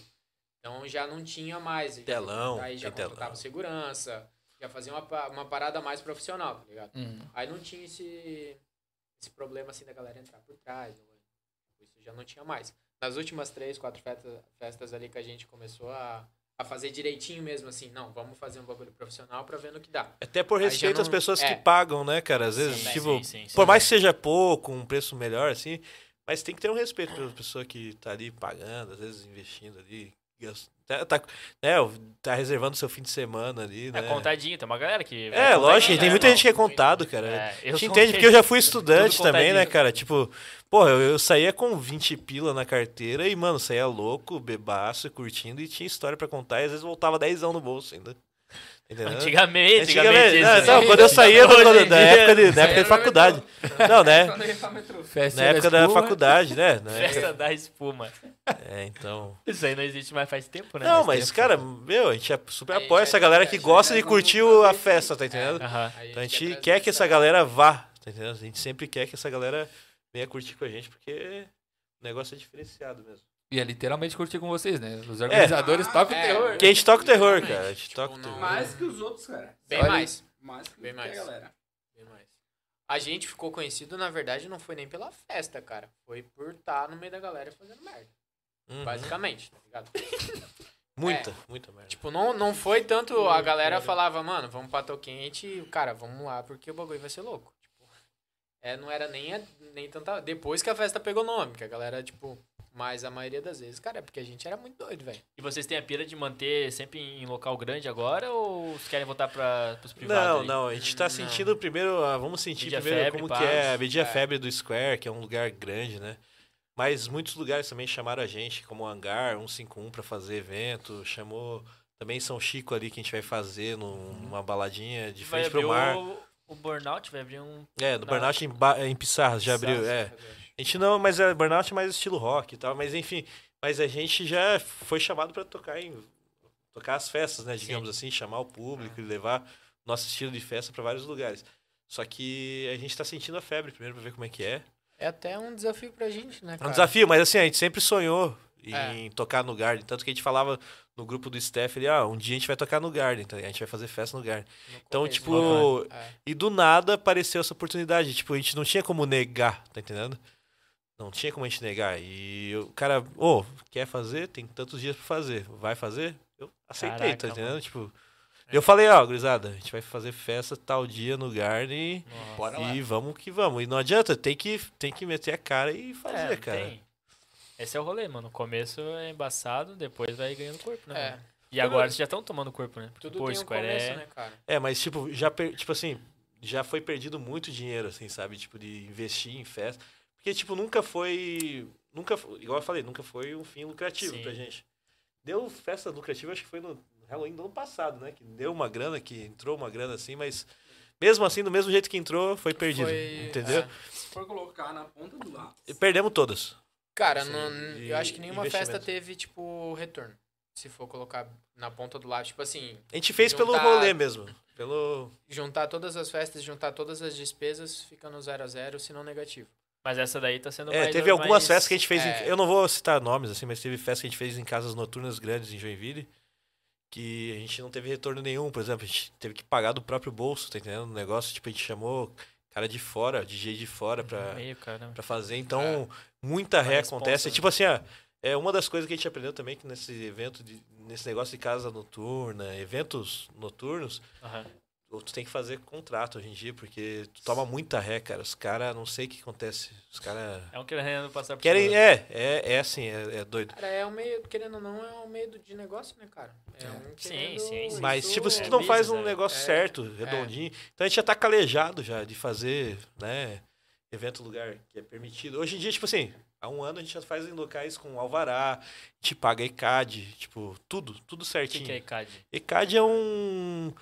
Então já não tinha mais. a gente Telão, Aí já tem telão. contratava segurança, já fazia uma, pa- uma parada mais profissional, tá ligado? Hum. Aí não tinha esse, esse problema assim da galera entrar por trás. não é? Isso já não tinha mais. Nas últimas três, quatro festas, festas ali que a gente começou a, a fazer direitinho mesmo, assim, não, vamos fazer um bagulho profissional pra ver no que dá. Até por Aí já respeito às não- pessoas é. que pagam, né, cara? Às vezes, Sim, tipo, sim, sim, sim. por mais que seja pouco, um preço melhor, assim, mas tem que ter um respeito pela pessoa que tá ali pagando, às vezes investindo ali. gast- Tá, tá, né, tá reservando seu fim de semana ali, né? É contadinho, tem uma galera que... É, lógico, né, tem muita irmão? gente que é contado, cara. É, eu a gente sou entende, um porque eu já fui Tudo estudante também, contadinho. né, cara? Tipo, porra, eu, eu saía com 20 pila na carteira e, mano, saía louco, bebaço, curtindo e tinha história pra contar e às vezes voltava 10 no bolso ainda. Entendeu? Antigamente, né? Antigamente, antigamente... não, isso, não, né? quando eu saía do- Hoje quando- em da dia- época de, da época de Saía no faculdade. Não, né? Na Festa época da faculdade, né? né? Festa da espuma. É, então. Isso aí não existe mais faz tempo, né? Não, Faz mas, tempo. é, cara, meu, a gente é super Aí apoia já- essa galera já- que já gosta de entra no- curtir no- a festa, né? tá entendendo? Aham. Então a gente quer que essa galera vá, tá entendendo? A gente sempre quer que essa galera venha curtir com a gente, porque o negócio é diferenciado mesmo. E é literalmente curtir com vocês, né? Os organizadores top é. terror. Porque a gente toca o terror, Exatamente. cara. A gente toca o Tipo, não- terror. Mais que os outros, cara. Bem Olha- mais, Mais que, Bem mais. a galera. bem mais. A gente ficou conhecido, na verdade, não foi nem pela festa, cara. Foi por estar no meio da galera fazendo merda. Uhum. Basicamente, tá ligado? é. Muita, muita merda. Tipo, não, não foi tanto a galera falava, mano, vamos pra Toquente, cara, vamos lá, porque o bagulho vai ser louco. Tipo, é, não era nem, a- nem tanta. Depois que a festa pegou nome, que a galera, tipo. Mas a maioria das vezes, cara, é porque a gente era muito doido, velho. E vocês têm a pira de manter sempre em local grande agora ou vocês querem voltar para os privados? Não, aí? Hum, não, a gente tá Não. sentindo primeiro, ah, vamos sentir Media primeiro febre, como pá. que é a media É. febre do Square, que é um lugar grande, né? Mas muitos lugares também chamaram a gente, como o Hangar 151 pra fazer evento, chamou também São Chico ali que a gente vai fazer num- numa baladinha de Uhum. Vai frente abrir pro mar. o, o Burnout, vai abrir um... É, Não. no Burnout em, Ba- em Pissarras já abriu, Sabe? é. A gente não, mas é Burnout é mais estilo rock e tal, mas enfim, mas a gente já foi chamado pra tocar em tocar as festas, né, digamos assim, chamar o público e levar nosso estilo de festa pra vários lugares. Só que a gente tá sentindo a febre primeiro pra ver como é que é. É até um desafio pra gente, né, É um cara? desafio, mas assim, a gente sempre sonhou É. em tocar no Garden, tanto que a gente falava no grupo do staff ali, ah, um dia a gente vai tocar no Garden, tá? ligado? a gente vai fazer festa no Garden. Então, começo, tipo, louco, é. né? E do nada apareceu essa oportunidade. Tipo, a gente não tinha como negar, tá entendendo? Não tinha como a gente negar. E o cara, ô, quer fazer? Tem tantos dias pra fazer. Vai fazer? Eu aceitei, Caraca, tá entendendo? mano. É. Tipo. Eu falei, ó, gurizada, a gente vai fazer festa tal dia no Garden Bora lá. e vamos que vamos. E não adianta, tem que, tem que meter a cara e fazer, É, cara. tem. Esse é o rolê, mano. O começo é embaçado, depois vai ganhando corpo, né? É. mano? E agora vocês já estão tomando corpo, né? Porque, Tudo pô, tem um Square começo, é- né, cara? É, mas tipo, já per- tipo assim, já foi perdido muito dinheiro, assim, sabe? Tipo, de investir em festa. Porque, tipo, nunca foi. Nunca, fo- igual eu falei, nunca foi um fim lucrativo Sim. pra gente. Deu festa lucrativa, acho que foi no Halloween do ano passado, né? Que deu uma grana, que entrou uma grana assim, mas mesmo assim, do mesmo jeito que entrou, foi perdido. Foi- entendeu? é. Se for colocar na ponta do lápis. E Perdemos todas. Cara, Assim, não- de eu acho que nenhuma festa investimento. teve, tipo, retorno. Se for colocar na ponta do lápis, tipo assim, A gente fez pelo Juntar- rolê mesmo. Pelo. juntar todas as festas, juntar todas as despesas, fica no zero a zero, se não negativo. Mas essa daí tá sendo É, mais... teve algumas mais- festas que a gente fez. em- é. eu não vou citar nomes, assim, mas teve festas que a gente fez em casas noturnas grandes em Joinville. Que a gente não teve retorno nenhum, por exemplo, a gente teve que pagar do próprio bolso, tá entendendo? O negócio, tipo, a gente chamou cara de fora, DJ de fora pra, Meio, caramba. pra fazer. É. Então, muita ré responsa, acontece. né? Tipo assim, ó, é uma das coisas que a gente aprendeu também que nesse evento, de- nesse negócio de casa noturna, eventos noturnos, Aham. ou tu tem que fazer contrato hoje em dia, porque tu toma muita ré, cara. Os caras, não sei o que acontece. Os caras. É um querendo passar por Querem. cima. É, é, é assim, é, é doido. Cara, é um meio, querendo ou não, é um meio de negócio, né, cara? É um Sim, querendo- sim, sim. Mas, isso- tipo, se é tu não faz business, um né? negócio É, certo, redondinho. Então a gente já tá calejado já de fazer, né? Evento lugar que é permitido. Hoje em dia, tipo assim, há um ano a gente já faz em locais com alvará, a gente paga ECAD, tipo, tudo, tudo O que, certinho. que é ICAD? ECAD é um.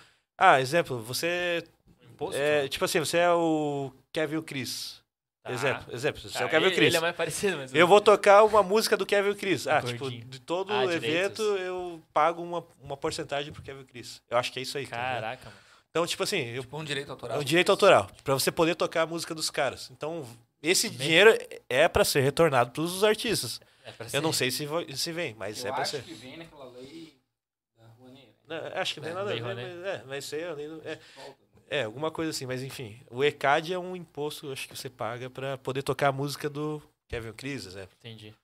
Ah, exemplo, você Imposto? É, tipo assim, você é o Kevin o Chris. Tá. Exemplo, exemplo, você é o Tá, Kevin o ele- Chris. Ele é mais parecido, mas... Eu vou tocar uma música do Kevin o Chris. Ah, tipo, Gordinho. de todo Ah, evento direitos. eu pago uma, uma porcentagem pro Kevin o Chris. Eu acho que é isso aí. tá vendo? Caraca, mano. então, tipo assim, eu- Tipo, um direito é autoral. um direito autoral, pra você poder tocar a música dos caras. Então, esse dinheiro é pra ser retornado pros artistas. É pra ser. Eu não sei se, vo- se vem, mas eu é pra acho ser. que vem naquela lei da Ruaneira. Não, acho que não tem É, nada a bem ver, rolê. mas, é, mas isso aí eu nem- é, É, alguma coisa assim, mas enfim. O ECAD é um imposto, acho que você paga pra poder tocar a música do Kevin Cris, né? Entendi.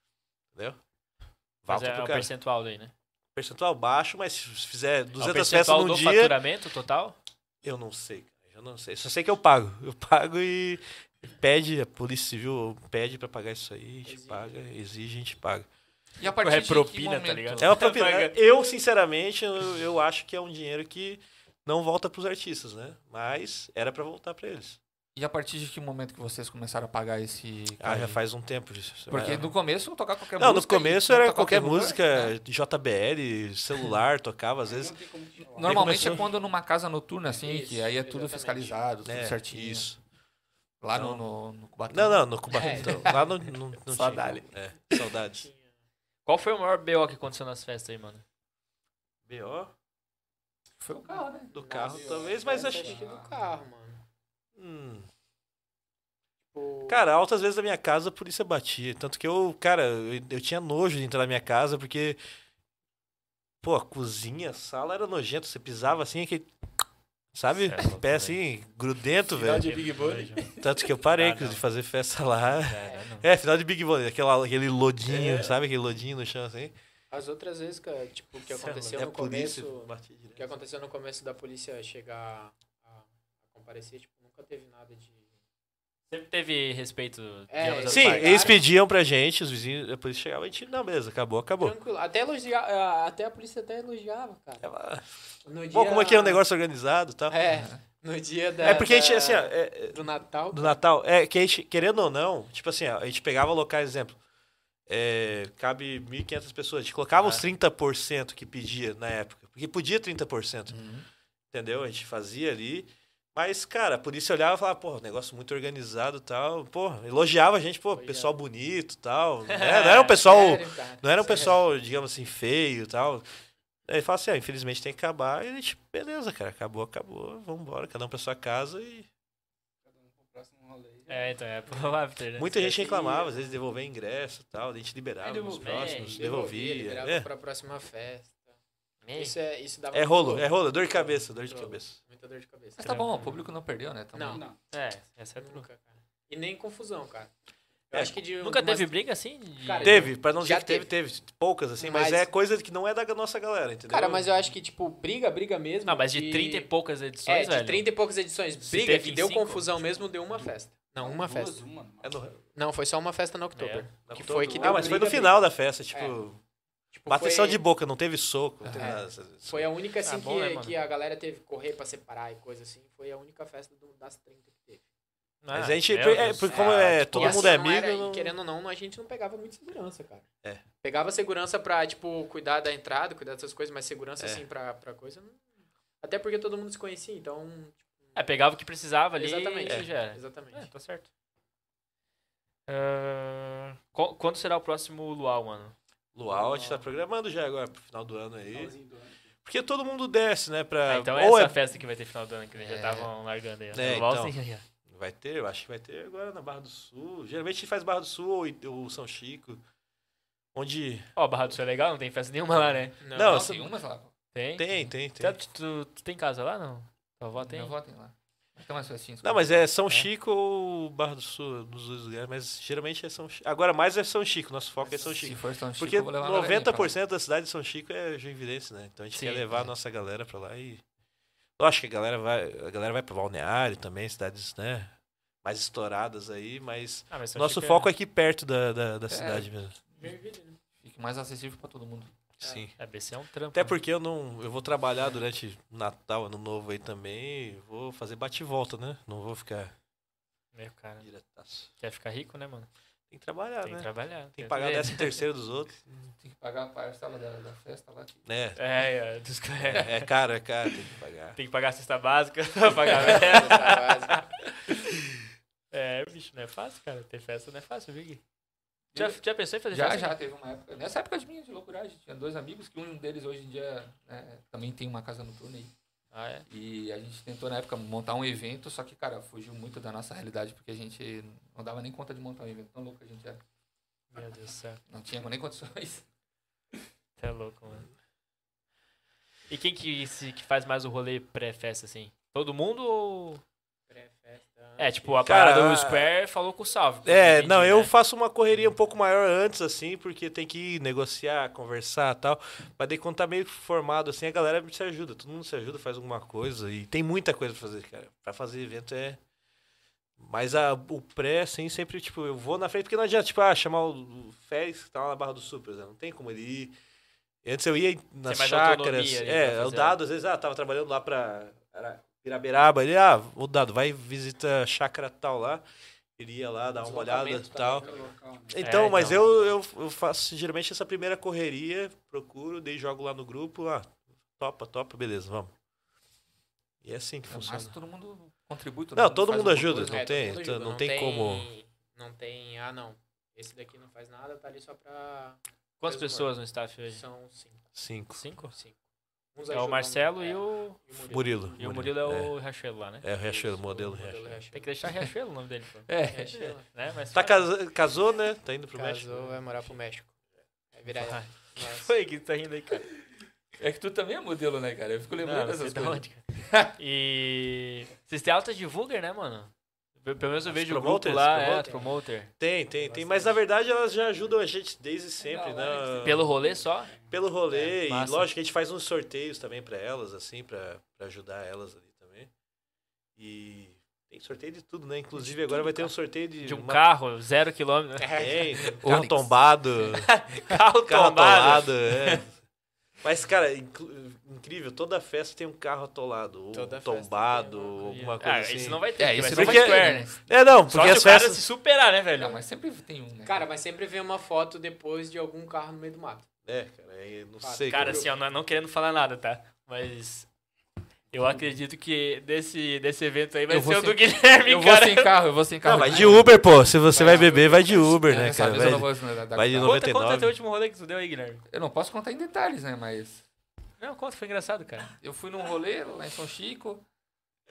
Entendeu? Mas Volta é pro o cara. percentual daí, né? Percentual baixo, mas se Ah, fizer É o 200 festas percentual do num dia, faturamento total? eu não sei, cara. Eu não sei. Só sei que eu pago. Eu pago e pede, a Polícia Civil pede pra pagar isso aí, a gente paga, exige, a gente paga. E a partir É de propina, que tá momento? ligado? É uma propriedade. Paga. Eu, sinceramente, eu, eu acho que é um dinheiro que não volta pros artistas, né? Mas era pra voltar pra eles. E a partir de que momento que vocês começaram a pagar esse... Ah, já carrinho? faz um tempo isso. Porque É. no começo eu tocava qualquer Não, no música. é e começo não era tocava qualquer terror, música, é. JBL, celular, tocava às vezes. né? Normalmente começou- é quando numa casa noturna, assim, Isso, que aí é tudo exatamente. fiscalizado, tudo É, certinho. Isso. Então- Lá no, no, no Ah, tá. Cubatão. Não, não, no É. Cubatão. Lá não, não, não tinha. Saudade. É, saudades. Qual foi o maior BO que aconteceu nas festas aí, mano? B.O. Foi o carro, né? do carro, talvez, mas acho que. Acho que do carro, mano. Hum. Tipo, Cara, altas vezes na minha casa a polícia batia. Tanto que eu, cara, eu, eu tinha nojo de entrar na minha casa, porque. Pô, a cozinha, a sala era nojento. Você pisava assim, aquele. É, Sabe? Certo, Pé né? assim, grudento, velho. Big Boy. Tanto que eu parei Ah, não. de fazer festa lá. É, não. É, final de Big Bone, aquela, aquele É. lodinho, sabe? Aquele lodinho no chão assim. as outras vezes, cara, tipo, que aconteceu E a no É polícia começo... batia O que direto. aconteceu no começo da polícia chegar a, a comparecer, tipo, nunca teve nada de. Sempre teve respeito. É, digamos, Sim, às Pagaram. eles pediam pra gente, os vizinhos, a polícia chegava e a gente, não, beleza, acabou, acabou. Tranquilo. Até elogiar, ah, até a polícia até elogiava, cara. Ela- No Bom, dia- como aqui é um negócio organizado e tal. É, no dia da. É porque a gente, da- assim, ó, é- é- do Natal. do Natal, é que a gente, querendo ou não, tipo assim, ó, a gente pegava locais, exemplo, é, cabe 1.500 pessoas, a gente colocava É. os 30% que pedia na época, porque podia 30%. Uhum. Entendeu? A gente fazia ali. Mas, cara, a polícia olhava e falava, porra, negócio muito organizado e tal. Porra, elogiava a gente, pô, pessoal bonito e tal. né? Não era um pessoal. é. Sério, cara. Não era um pessoal, digamos assim, feio e tal. Aí fala assim, ah, infelizmente tem que acabar. E a gente, beleza, cara, acabou, acabou, vambora, cada um pra sua casa e. É, então, é pro after, né? Muita gente reclamava, às vezes devolver ingresso e tal, a gente liberava Aí os devolvia, próximos, Devolvia, devolvia. liberava é. pra próxima festa. Isso, é, isso dava É muito rolo, é rolo, dor de cabeça, dor de cabeça. Muita dor de cabeça. É. Mas tá bom, o público não perdeu, né? Tamo Não, aí. não. É, essa é a truca. Nunca, cara. E nem confusão, cara. Eu É, acho que de Nunca algumas- teve briga assim? de- Cara, Teve, pra não dizer Já que teve, teve. Poucas, assim, mas, Mas- é coisa que não é da nossa galera, entendeu? Cara, mas eu acho que, tipo, briga, briga mesmo. Não, mas de 30 e poucas edições, É, de velho. 30 e poucas edições. Se Briga teve que em deu cinco, confusão mesmo, deu uma festa. Não, uma festa. É no- Não, foi só uma festa no É. October. na que todo- foi que deu Ah, mas foi no briga final da festa, tipo. Tipo, Bateção foi- de boca, não teve soco, não teve É. nada. Foi a única, assim, Ah, bom, que, né, mano? que a galera teve que correr pra separar e coisa assim. Foi a única festa do- das 30 que teve. Ah, Mas a gente, meu é, Deus. porque como é, tipo, todo E assim, mundo é não era- amigo, e não- querendo ou não, a gente não pegava muito segurança, cara. É. Pegava segurança pra, tipo, cuidar da entrada, cuidar dessas coisas, mas segurança, É. assim, pra, pra coisa... Não... Até porque todo mundo se conhecia, então... É, pegava o que precisava ali Exatamente. e já era. Exatamente. É, tá certo. Ah, qu- quando será o próximo Luau, mano? Luau, a gente tá programando já agora pro final do ano aí. Porque todo mundo desce, né? Pra... Ah, então é ou essa é... festa que vai ter final do ano, que eles já estavam largando aí. ó. É, Luauzinho então. aí, ó. Vai ter, eu acho que vai ter agora na Barra do Sul. Geralmente a gente faz Barra do Sul ou, I- ou São Chico. Onde. Ó, Barra do Sul é legal, não tem festa nenhuma lá, né? Não, Não, tem umas lá. Tem? Tem, tem, Tá, Tu, tem. tu- tu tem casa lá, não? Tua avó tem? Não votem lá. Mas tem umas festinhas. Não, mas é São Chico ou Barra do Sul, nos dois lugares, mas geralmente é São Chico. Agora mais é São Chico, nosso foco é São Se Chico. for São Chico, Porque eu vou levar uma galerinha pra lá. 90% da cidade de São Chico é joinvidense, né? Então a gente Sim, quer levar é. a nossa galera pra lá e. Lógico que a galera vai. A galera vai pro Balneário também, cidades, né? Mais estouradas aí, mas. Ah, mas São nosso Chico é- foco é aqui perto da, da, É. da cidade mesmo. Fica mais acessível pra todo mundo. Sim. É, BC é um trampo. Até né? porque eu não. Eu vou trabalhar durante Natal, ano novo aí também. Vou fazer bate e volta, né? Não vou ficar Meu cara. diretaço. Quer ficar rico, né, mano? Tem que trabalhar, Tem né? que trabalhar. Tem que pagar é, 13 terceiro dos outros. Tem que pagar a parcela da, da festa lá. que- É. É, é, dos- é. É caro, é caro, tem que pagar. Tem que pagar a cesta básica, pagar merda. Básica. É, bicho, não é fácil, cara. Ter festa não é fácil, Big. Já, já pensou em fazer Já, festa? já, teve uma época. Nessa época de minha de loucura, a gente tinha dois amigos, que um deles hoje em dia né, também tem uma casa noturna aí. Ah, é? E a gente tentou na época montar um evento, só que, cara, fugiu muito da nossa realidade, porque a gente não dava nem conta de montar um evento tão louco que a gente era. Meu Deus do céu. Não tinha nem condições. Tá louco, mano. E quem que, se, que faz mais o rolê pré-festa, assim? Todo mundo ou... É, tipo, a Cara, parada do a- Square falou com o salve. É, entendi, não, eu né? faço uma correria um pouco maior antes, assim, porque tem que ir negociar, conversar e tal. Mas daí quando tá meio formado, assim, a galera se ajuda. Todo mundo se ajuda, faz alguma coisa. E tem muita coisa pra fazer, cara. Pra fazer evento é. Mas a- o pré, assim, sempre, tipo, eu vou na frente, porque não adianta, tipo, ah, chamar o, o Félix que tá lá na Barra do Sul, por exemplo. Não tem como ele ir. Antes eu ia nas mais chácaras. autonomia ali pra É, fazer. o Dado, às vezes, ah, tava trabalhando lá pra era Piraberaba. Ele, ah, o Dado, vai visita a chácara tal lá. Ele ia lá, dar uma olhada e tal. Então, É, mas então. Eu, eu, eu faço geralmente essa primeira correria, procuro, daí jogo lá no grupo, ah, topa, topa, beleza, vamos. E é assim que Mas funciona. todo mundo contribui. Não, faz todo mundo alguma ajuda, coisa. não É, todo tem- mundo então, ajuda, não tem como. Não tem, ah não, esse daqui não faz nada, tá ali só pra... Quantas Faz o pessoas no staff hoje? São cinco. Cinco. Cinco? cinco. Uns É o ajudam, Marcelo é, e o... e o Murilo. Murilo. E o Murilo é o Riachuelo lá, né? É, o Riachuelo, modelo Modelo Riachuelo. Riachuelo. Tem que deixar Riachuelo o nome dele, pô. É, Riachuelo. Né? Mas fala. Tá casa- casou, né? Tá indo pro México. Casou, é. vai morar pro México. É, Vai virar Vai. Mas- Foi que tá rindo aí, cara. é que tu também é modelo, né, cara? Eu fico lembrando Não, não sei dessas da coisas. onde, cara. E. Vocês têm alta divulger, né, mano? Pe- Pelo menos eu Os vejo o grupo promoters, lá, é, promoter. promoter. Tem, tem, tem. Mas na verdade elas já ajudam a gente desde sempre, né? Pelo rolê só? Pelo rolê, É, e massa. lógico que a gente faz uns sorteios também pra elas, assim, pra pra ajudar elas ali também. E tem sorteio de tudo, né? Inclusive agora vai ter um sorteio de, De um uma- carro, zero quilômetro. Tem, tem carro Calix. tombado, carro carro tombado. atolado, é. Mas, cara, inclu- incrível, toda festa tem um carro atolado, ou Toda um festa tem tombado, uma ou coisa. alguma coisa Ah, assim. isso não vai ter, É, porque isso vai não ser vai só ter, Square, né? né? É, não, Só porque se as o cara festas... se superar, né, velho? Não, mas sempre tem um, né? Cara, mas sempre vem uma foto depois de algum carro no meio do mato. É, cara, eu não Cara, sei. é. Cara, assim, ó, não, não querendo falar nada, tá? Mas. Eu acredito que desse, desse evento aí vai Eu vou ser o do sem- Guilherme, eu vou cara. sem carro, eu vou sem carro. Não, vai de Uber, pô. Se você vai beber, vai de Uber, É, né, dessa cara? vez eu, Vai- não vou, dar- dar- vai de dar- Conta, conta 99. até o último rolê que tu deu aí, Guilherme. eu não posso contar em detalhes, né? Mas Não, conta, foi engraçado, cara. eu fui num rolê lá em São Chico,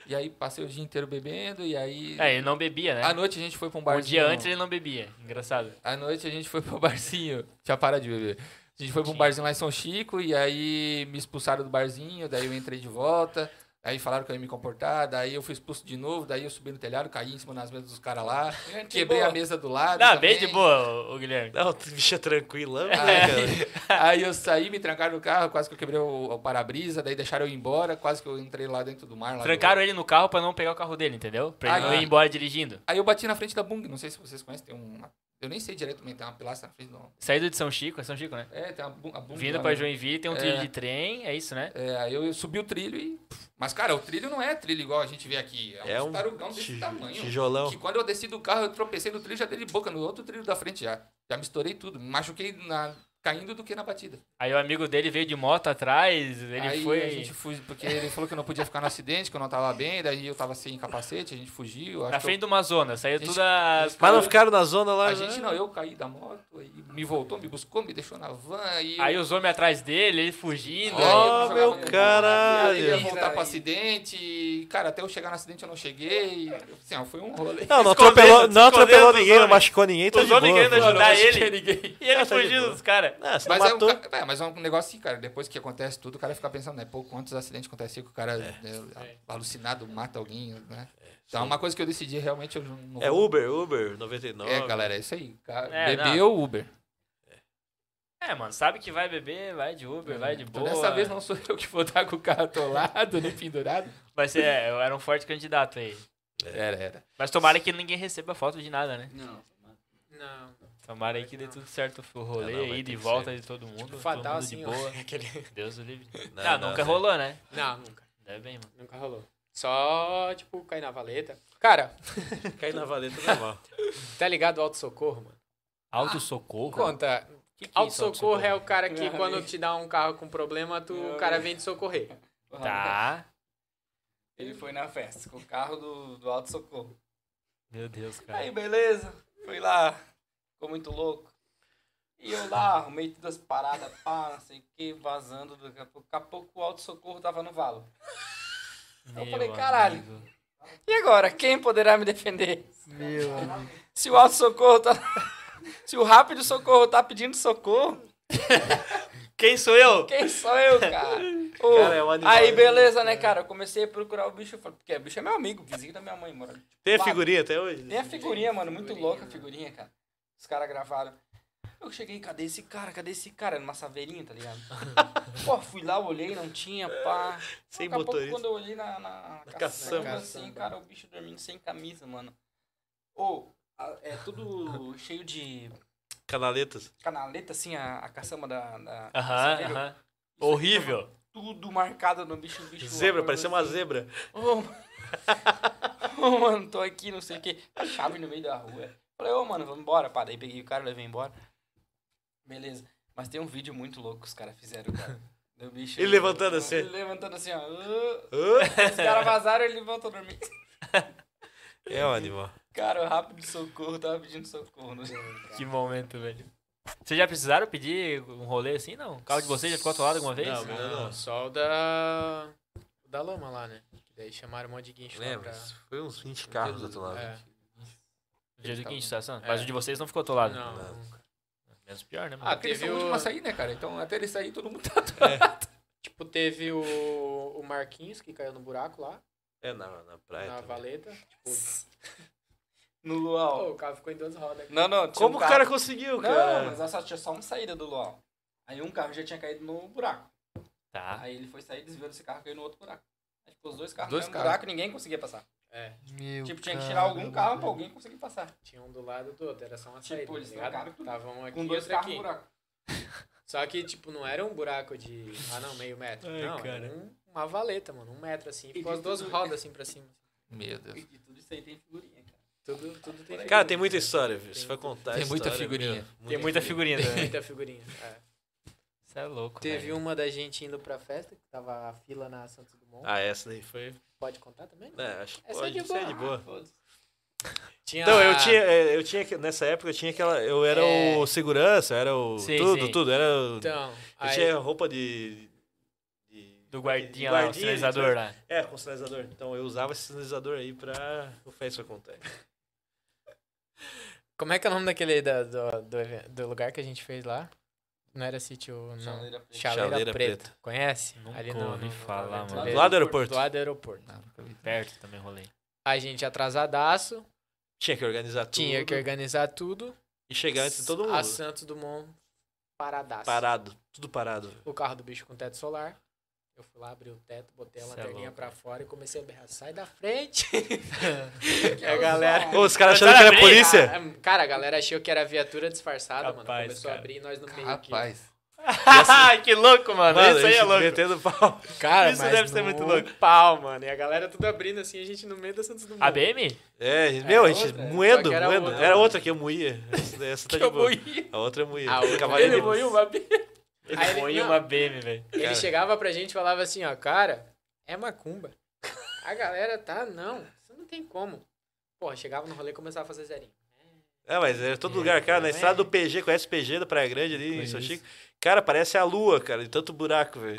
e aí passei o dia inteiro bebendo, e aí. É, ele não bebia, né? À noite a gente foi pra um Um barzinho. dia antes ele não bebia. Engraçado. À noite a gente foi pro barzinho. um Tinha parado de beber. A gente foi pra um barzinho lá em São Chico e aí me expulsaram do barzinho, daí eu entrei de volta, aí falaram que eu ia me comportar, daí eu fui expulso de novo, daí eu subi no telhado, caí em cima das mesas dos caras lá, quebrei boa. a mesa do lado. Não, bem de Ah, também. boa, o Guilherme. Não, tu bicho é tranquilão, né, cara? Aí, aí eu saí, me trancaram no carro, quase que eu quebrei o, o para-brisa, daí deixaram eu ir embora, quase que eu entrei lá dentro do mar. Lá Trancaram ele no carro pra não pegar o carro dele, entendeu? Pra ele Ah, não ir é. embora dirigindo. Aí eu bati na frente da Bung, não sei se vocês conhecem, tem uma... Eu nem sei diretamente, tem uma pilastra na frente do... Saído de São Chico, é São Chico, né? É, tem uma Bung... a Bung Vindo lá, pra né? Joinville, tem um trilho É. de trem, é isso, né? É, aí eu subi o trilho e... Mas, cara, o trilho não é trilho igual a gente vê aqui. É, É um um tarugão desse ti- tamanho. tijolão. Que quando eu desci do carro, eu tropecei no trilho, já dei de boca no outro trilho da frente já. Já misturei tudo. Me machuquei na... caindo do que na batida. Aí o amigo dele veio de moto atrás, ele aí foi. a gente fugiu, porque ele falou que eu não podia ficar no acidente, que eu não tava bem, daí eu tava sem capacete, a gente fugiu. Na acho que eu- frente de uma zona, saiu gente- tudo as. Mas não ficaram na zona lá. né? A já? gente né? não, eu caí da moto, aí me voltou, me buscou, me deixou na van, e... Aí os homens atrás dele, ele fugindo. Ó. Aí eu Oh, jogava meu no mar, caralho. Eu ia voltar pro acidente. e, Cara, até eu chegar no acidente eu não cheguei. Assim, ó, foi um rolê. Não, Escondendo, não atropelou, não escondendo atropelou dos ninguém, não homens. machucou ninguém, tá Os de boa. homens querendo pô. ajudar né, ele. Ninguém. E ele Ah, tá de fugindo boa. dos caras. Não, você não Mas é, um, matou. ca- é, mas é um negócio assim, cara. Depois que acontece tudo, o cara fica pensando, né? Pô, quantos acidentes acontecem que o É. cara né, alucinado mata alguém, né? Então é uma coisa que eu decidi realmente. Eu não- não É vou- Uber, Uber, 99. É, galera, é isso aí. Cara, É, Bebeu Uber. É, mano, sabe que vai beber, vai de Uber, É, vai de Então, boa. Dessa vez não sou eu que vou estar com o carro atolado, nem pendurado. Vai ser, é, eu era um forte candidato aí. É. Era, era. Mas tomara que ninguém receba foto de nada, né? Não. Não. Tomara aí que dê tudo certo o rolê Não, aí, não, vai ter de que tipo, volta de todo mundo. todo Fatal mundo assim, de ó. boa. Aquele... Deus o livre. Não, é ah, não, nunca velho. rolou, né? Não, nunca. Ainda bem, mano. Nunca rolou. Só, tipo, cair na valeta. Cara, Cair na valeta é normal. tá ligado o auto-socorro, mano? Autossocorro? Ah, Conta. Então, Que que é isso, Auto-socorro é o cara que Eu quando amei. te dá um carro com problema, tu, Eu o cara amei. vem te socorrer. Tá. Ele foi na festa com o carro do, do Alto Socorro. Meu Deus, É. cara. Aí, beleza. Fui lá. Ficou muito louco. E eu lá, arrumei todas as paradas, pá, não sei o que, vazando. Daqui a pouco, daqui a pouco o Alto Socorro tava no valo. eu Meu falei, caralho. amigo. E agora, quem poderá me defender? Se o Alto Socorro tá... Se o Rápido Socorro tá pedindo socorro, Quem sou eu? Quem sou eu, cara? Ô, Cara, é um animal, aí, né? beleza, né, cara? Eu comecei a procurar o bicho, eu falei, porque o bicho é meu amigo, vizinho da minha mãe, mora. ali. Tem a Lá. figurinha até hoje? Tem a figurinha, mano, muito louca a figurinha, cara. Os caras gravaram. Eu cheguei, cadê esse cara? Cadê esse cara? Numa saveirinha, tá ligado? Pô, fui lá, olhei, não tinha, pá. Sem Daqui a pouco, motorista. quando eu olhei na, na, Na caçamba, caçamba. assim, cara, o bicho dormindo sem camisa, mano. Ô, a- é tudo cheio de Canaletas. canaleta, assim, a, a caçamba da... da da Aham, saveira. aham. Horrível. tudo marcado no bicho, bicho. Zebra, acordou parecia uma assim, zebra. Ô, mano. Ô, mano, tô aqui, não sei o quê. A chave no meio da rua. Falei, ô, mano, vamos embora. Pá, daí peguei o cara, levei embora. Beleza. Mas tem um vídeo muito louco que os caras fizeram, cara. Do bicho. Ele levantando assim. Ele levantando assim, ó. Ô, Hã? Os caras vazaram, ele voltou a dormir. É um animal. Cara, o rápido socorro, tava pedindo socorro. né? Que momento, velho. Vocês já precisaram pedir um rolê assim, não? O carro de vocês já ficou atolado alguma vez? Não, não, não. Só o da. O da lama lá, né? Daí chamaram um monte de guincho lá Lembra? pra. Foi uns 20 carros do outro lado. É. O dia do quinto, tá? É. Mas o de vocês não ficou atolado. Não. Menos pior, né, Ah, mano? Porque eles teve são o o. último a sair, né, cara? Então até ele sair, todo mundo tá Tipo, teve o. O Marquinhos que caiu no buraco lá, É na, na praia. na também. valeta. Tipo, No luau. pô, o carro ficou em duas rodas. Não, não. tinha Como um o carro- cara conseguiu, Não, cara? mas essa tinha só uma saída do luau. Aí um carro já tinha caído no buraco. Tá. Aí ele foi sair, desviou desse carro e caiu no outro buraco. Aí ficou os dois carros Dois no mesmo carros. buraco ninguém conseguia passar. É. Meu tipo, tinha que tirar algum carro pra alguém conseguir passar. Tinha um do lado do outro, era só uma Tipo, saída. tá eles ligado? trancaram tudo. Estavam aqui Com e dois outro carros aqui. no buraco. Só que, tipo, não era um buraco de. Ah, não, meio metro. Ai, não, cara. era um- uma valeta, mano. Um metro assim. Ficou de as duas tudo- rodas assim pra cima. Meu Deus. E de tudo isso aí tem figurinha, cara. Tudo, tudo tem. Cara, figurinha, tem muita né? história, né? viu? Você Tem vai muita- contar Tem muita história, figurinha. meu. Tem muita figurinha Tem também. muita figurinha. é. Isso é louco, Teve um velho. uma da gente indo pra festa, que tava a fila na Santos Dumont. Ah, essa daí foi. Pode contar também? né? É, acho que Essa é pode, de isso é boa. de boa. Tinha Então, eu Ah. a- tinha, é, eu tinha, que- nessa época, eu tinha aquela, eu era É. o segurança, era o Sim, tudo, sim. tudo, era o, Então, eu aí- tinha roupa de, de- Do de guardinha lá, o sinalizador lá. É, com sinalizador. Então, eu usava esse sinalizador aí pra o festa acontece. Como é que é o nome daquele da- do, do, eve- do lugar que a gente fez lá? Não era sítio, não. Chaleira Preta. Chaleira, Chaleira Preta. Preta. Conhece? Nunca ouvi falar, mano. Beleza? Do lado do aeroporto. Do lado do aeroporto. Perto também rolei. A gente atrasadaço, Tinha que organizar tudo. tinha que organizar tudo. E chegar antes de todo mundo. A Santos Dumont, paradaço. Parado. Tudo parado. velho. O carro do bicho com teto solar. Eu fui lá, abri o teto, botei a Cê é lanterninha louco, pra fora e comecei a berrar. Sai da frente! que a galera... Ô, os caras achando que era É polícia. Cara, é, cara, a galera achou que era viatura disfarçada, mano. Capaz, Começou a cara. abrir e nós no meio aqui. Rapaz. Ah, que louco, mano. Mano, Isso aí é a gente louco. Metendo pau. Cara, Isso mas deve ser num muito louco. pau, mano. E a galera tudo abrindo assim, a gente no meio da Santos Dumont. A BM? É, meu, a gente outra, é. Só moendo, que era moendo. outra. Era outra que eu moía. Essa, essa tá de boa. A outra eu moía. A Ah, outra- Cavaleiro Ele Negro. moiu uma BM. Ele Aí ele- foi não. uma BM, velho. Ele Cara. chegava pra gente e falava assim, ó, cara, é macumba. A galera tá, não, isso não tem como. Porra, chegava no rolê e começava a fazer zerinho. É, mas era todo lugar, cara. Na é. estrada do PG, conhece o PG da Praia Grande ali em Conheço. São Chico? Cara, parece a lua, cara, de tanto buraco, velho.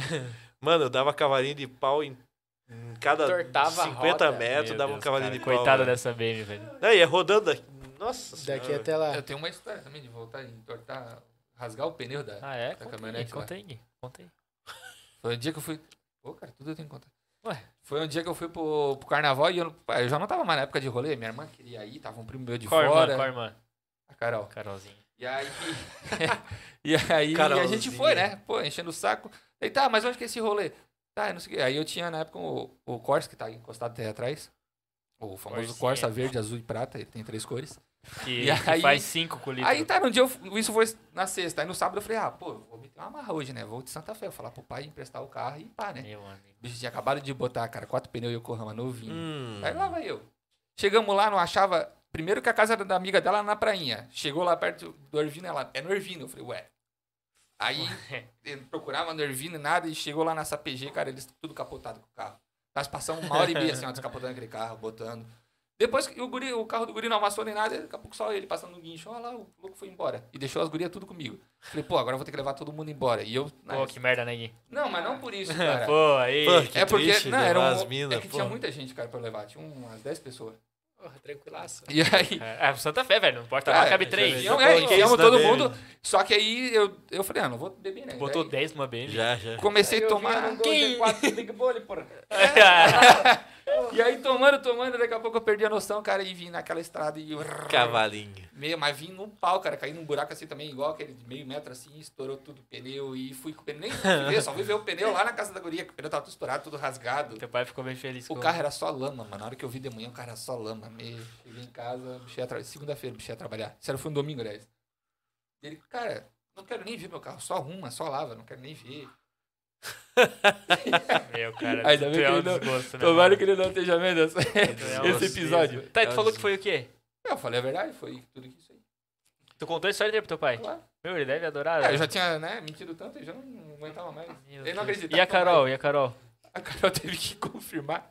Mano, eu dava cavalinho de pau em em cada Tortava a 50 roda. metros, Meu dava um Deus, cavalinho cara, de pau. Coitada velho. dessa BM, velho. Não, ia rodando daqui. Nossa Daqui senhora. até lá. Eu tenho uma história também de voltar e entortar, rasgar o pneu da. Ah, é? Da Conta aí, caminhonete lá. conta aí. Conta aí. Foi o dia que eu fui. Pô, cara, tudo eu tenho que contar. Ué. Foi um dia que eu fui pro, pro carnaval e eu, não- eu já não tava mais na época de rolê. Minha irmã queria ir, tava um primo meu de Qual a fora. irmã? Qual a irmã? A Carol. Carolzinha. E aí. e aí a gente Carolzinha. foi, né? Pô, enchendo o saco. Aí tá, mas onde que é esse rolê? Tá, eu não sei o quê. Aí eu tinha na época o, o Corsa, que tá encostado até atrás. O famoso Corsinha. Corsa verde, azul e prata, ele tem três cores. Que, E que aí- faz cinco com o litro. Aí tá, um dia, eu, f- isso foi na sexta. Aí no sábado eu falei, ah, pô, vou meter uma marra hoje, né? Vou de Santa Fé, vou falar pro pai emprestar o carro e pá, né? Meu amigo. O bicho tinha acabado de botar, cara, quatro pneus e o Yokohama novinho. Hum. Aí lá vai eu. Chegamos lá, não achava. Primeiro que a casa da amiga dela era na prainha. Chegou lá perto do Ervino, ela. É no Ervino. Eu falei, ué. Aí eu procurava no Ervino, nada, e chegou lá nessa PG, cara, eles tudo capotado com o carro. Nós passamos uma hora e meia assim, ó, descapotando aquele carro, botando. Depois que o, guri, o carro do guri não amassou nem nada, daqui a pouco só ele passando no guincho, ó lá, o louco foi embora. E deixou as gurias tudo comigo. Falei, pô, agora eu vou ter que levar todo mundo embora. E eu. Pô, que merda, né, Gui? Não, mas não por isso, cara. Pô, aí. Pô, que é porque. triste não, levar era um, as minas, é que tinha pô. muita gente, cara, pra eu levar. Tinha umas 10 pessoas. Porra, tranquilaço. E aí. É, é Santa Fé, velho. No porta-malas Ah, cabe é, três. já Não, falou é, que enfiamos isso todo dá mundo. Só que aí eu, eu falei, ah, não vou beber, né? Botou Daí 10 numa BM. Já, já. Comecei a um tomar. Quem? E aí tomando, tomando, daqui a pouco eu perdi a noção, cara, e vim naquela estrada e. Cavalinho. Meio, mas vim num pau, cara, caí num buraco assim também, igual aquele de meio metro assim, estourou tudo o pneu e fui com o pneu. Nem fui ver, só fui ver o pneu lá na casa da guria, que o pneu tava tudo estourado, tudo rasgado. Teu pai ficou bem feliz. O com- carro era só lama, mano. Na hora que eu vi de manhã, o carro era só lama. Me... Cheguei em casa, bichei a tra... segunda-feira, bichei a trabalhar. Sério, foi um domingo, aliás. Ele, cara, não quero nem ver meu carro, só arruma, só lava, não quero nem ver. Meu, cara. Ainda bem tu é que um ele não- desgosto, né, Tomara mano? que ele não esteja vendo essa- é um esse episódio. Tá, e tu falou que foi o quê? Eu falei a verdade, foi tudo isso aí. Tu contou a história dele pro teu pai? Claro. Meu, ele deve adorar. Ah, né? eu já tinha, né, mentido tanto, eu já não aguentava mais. Meu Ele não Deus. acreditava. E a Carol? E a Carol? mais. A Carol teve que confirmar.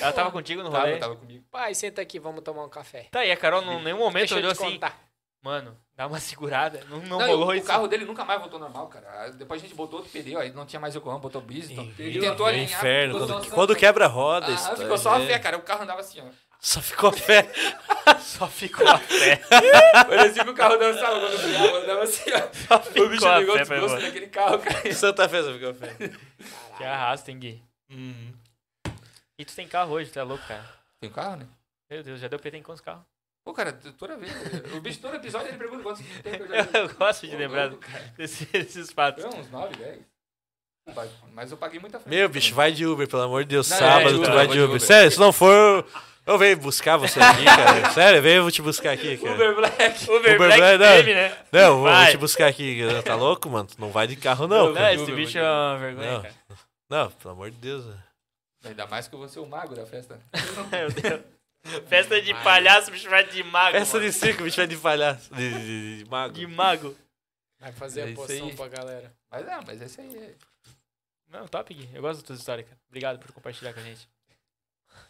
Ela tava contigo no rolê? Tava, tava comigo. Pai, senta aqui, vamos tomar um café. Tá, e a Carol em nenhum momento Deixa eu olhou te assim, contar. mano, dá uma segurada. Não, não, Não, e rolou o, o isso. carro dele nunca mais voltou normal, cara. Aí Depois a gente botou outro pneu, aí não tinha mais Yokohama, botou Bridgestone. E tentou É alinhar. inferno. ficou Quando, só- quando quebra a roda, Ah, isso tá- ficou só a né? é. fé, cara. O carro andava assim, ó. Só ficou a fé. Só ficou a fé. Parecia que o carro dançava quando freava, andava assim, ó. O bicho ficou a pegou o fé, foi desgosto boa. daquele carro, cara. Santa Fé só ficou a fé. Que arrasta, hein, Gui? E tu tem carro hoje, tu é louco, cara. Tem um carro, né? Meu Deus, já deu PT em quantos carros? Pô, cara, t- toda vez. né? O bicho, todo episódio, ele pergunta quantos tem que eu já Eu gosto de Pô, lembrar louco, cara. desse- desses fatos. Foi uns 9, 10. Mas eu paguei muita fé. Meu, bicho, vai de Uber, pelo amor de Deus. Não, é, Sábado de Uber, tu vai eu vou de de Uber. Uber. Sério, se não for, eu venho buscar você aqui, cara. Sério, eu venho te buscar aqui, cara. Uber Black. Uber, Uber Black Black, Baby, né? Não, eu vou, vou Vai. te buscar aqui. Tá louco, mano? Tu não vai de carro, não. Não, cara. esse bicho é uma vergonha, Não. cara. Não, pelo amor de Deus. né? Ainda mais que eu vou ser o mago da festa. Meu Deus. Festa de palhaço, o bicho vai de mago. Peça mano. de circo, bicho vai de palhaço. De, de- de- de mago. de mago. Vai fazer É a isso poção aí. pra galera. Mas é, mas esse aí é. Não, top, Gui. Eu gosto das tuas histórias, cara. Obrigado por compartilhar com a gente.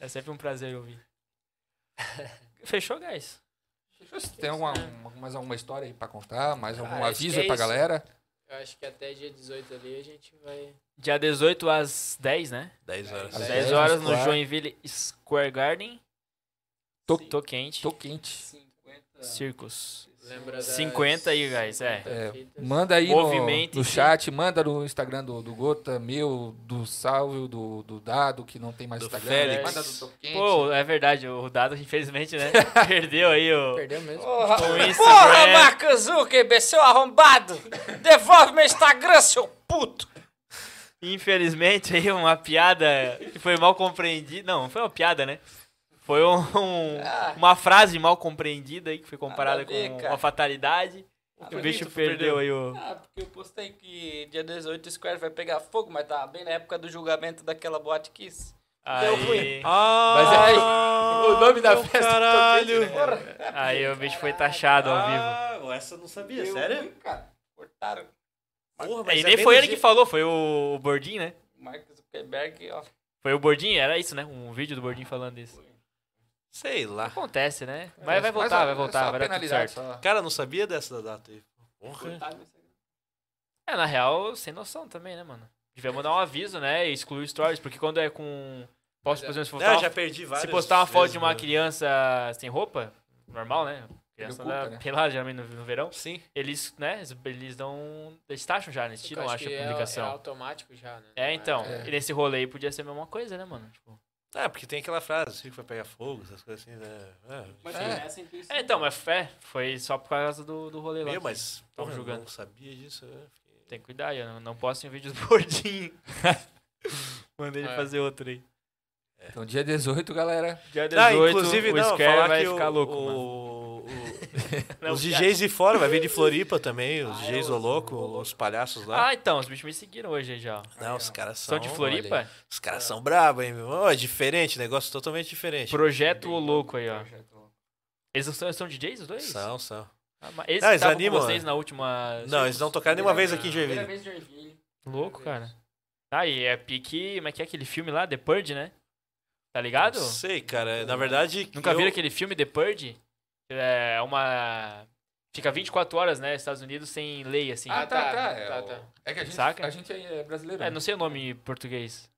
É sempre um prazer ouvir. Fechou, guys? Fechou? Se Tem alguma, um- mais alguma história aí pra contar? Mais algum Cara, acho que aviso é aí pra isso. galera? Eu acho que até dia 18 ali a gente vai... Dia 18 às 10, né? 10 horas. Às 10 10 horas no Square. Joinville Square Garden. Tô- Tô quente. Tô quente. 50 Circos. Lembra 50 aí, guys, é. É, manda aí no, Movimente, no sim. chat, manda no Instagram do, do Gota, meu, do Salve, do, do Dado, que não tem mais Do Instagram. né? Félix. Manda do Tô Quente. Pô, é verdade, o Dado, infelizmente, né? perdeu aí o, Perdeu mesmo. o Porra, Instagram. Mark Zuckerberg, seu arrombado! Devolve meu Instagram, seu puto! Infelizmente, aí uma piada que foi mal compreendida. Não, não foi uma piada, né? Foi um- um- uma frase mal compreendida aí, que foi comparada Nada a ver, com cara. uma fatalidade. que o bicho perdeu aí o. Ah, porque eu postei que dia 18 o Square vai pegar fogo, mas tá bem na época do julgamento daquela boate Kiss. Deu Aí, Mas é aí, o nome da festa. do Tô Caralho. Quente, né? aí o bicho foi taxado ao vivo. Ah, essa eu não sabia, é Eu sério? vi, cara. Cortaram. Porra, E é nem foi menos ele que de- falou, foi o o Bordin, né? Mark Zuckerberg, ó. Foi o Bordin, era isso, né? Um vídeo do Bordin falando isso. Sei lá. Acontece, né? Mas vai ó, voltar, vai é voltar, só vai dar tudo penalidade, certo. só. Cara, não sabia dessa data aí. Porra. Cortaram meu Instagram. É, na real, sem noção também, né, mano? Devia mandar um aviso, né? E excluir stories, porque quando é com. Posso, por exemplo, se postar, Não, eu uma, já perdi várias se postar uma foto vezes, né? de uma mano. criança sem roupa, normal, né? Criança oculta, anda né? pelada, geralmente, no, no verão. Sim. Eles, né? Eles dão. Eles taxam já, né? eles tiram, Eu acho, acho a que é- É, publicação. automático já, né? É, então. É. E nesse rolê aí podia ser a mesma coisa, né, mano? Tipo, Ah, porque tem aquela frase, o circo vai pegar fogo, essas coisas assim, né? Ah, Mas É. é. essa a intuição. É, então, mas fé, foi só por causa do, do rolê lá. meu, mas porra, eu julgando. não sabia disso. né? Fiquei- Tem que cuidar, eu não, não posto em vídeos gordinho. Mandei ele É. fazer outro aí. Então, dia 18, galera. Dia 18, Ah, inclusive, o não, Square falar vai que ficar o, louco, o- mano. o- Não, os piada. DJs de fora, vai vir de Floripa também, os Ah, é, DJs os- do louco, os palhaços lá. Ah, então, os bichos me seguiram hoje aí já. ó. não, os caras são... São de Floripa? Os caras são brabo, hein, meu? Ô, é diferente, negócio totalmente diferente. Projeto O Louco aí, ó. Tá. Eles não são, são DJs os dois? São, são. Ah, mas eles Não, eles estavam animam, com vocês né? na última... Não, eles não tocaram nenhuma vez aqui em Primeira Joinville. vez de Joinville. Louco, cara. Ah, e é pique... Como é que é aquele filme lá? The Purge, né? Tá ligado? Não sei, cara. é, Na verdade... Nunca eu- viram aquele filme The Purge? É uma... Fica 24 horas, né? Estados Unidos sem lei, assim. Ah, tá, tá, tá. É, tá, o- tá. é que a gente, Saca? a gente é brasileiro. É, né? não sei o nome em português.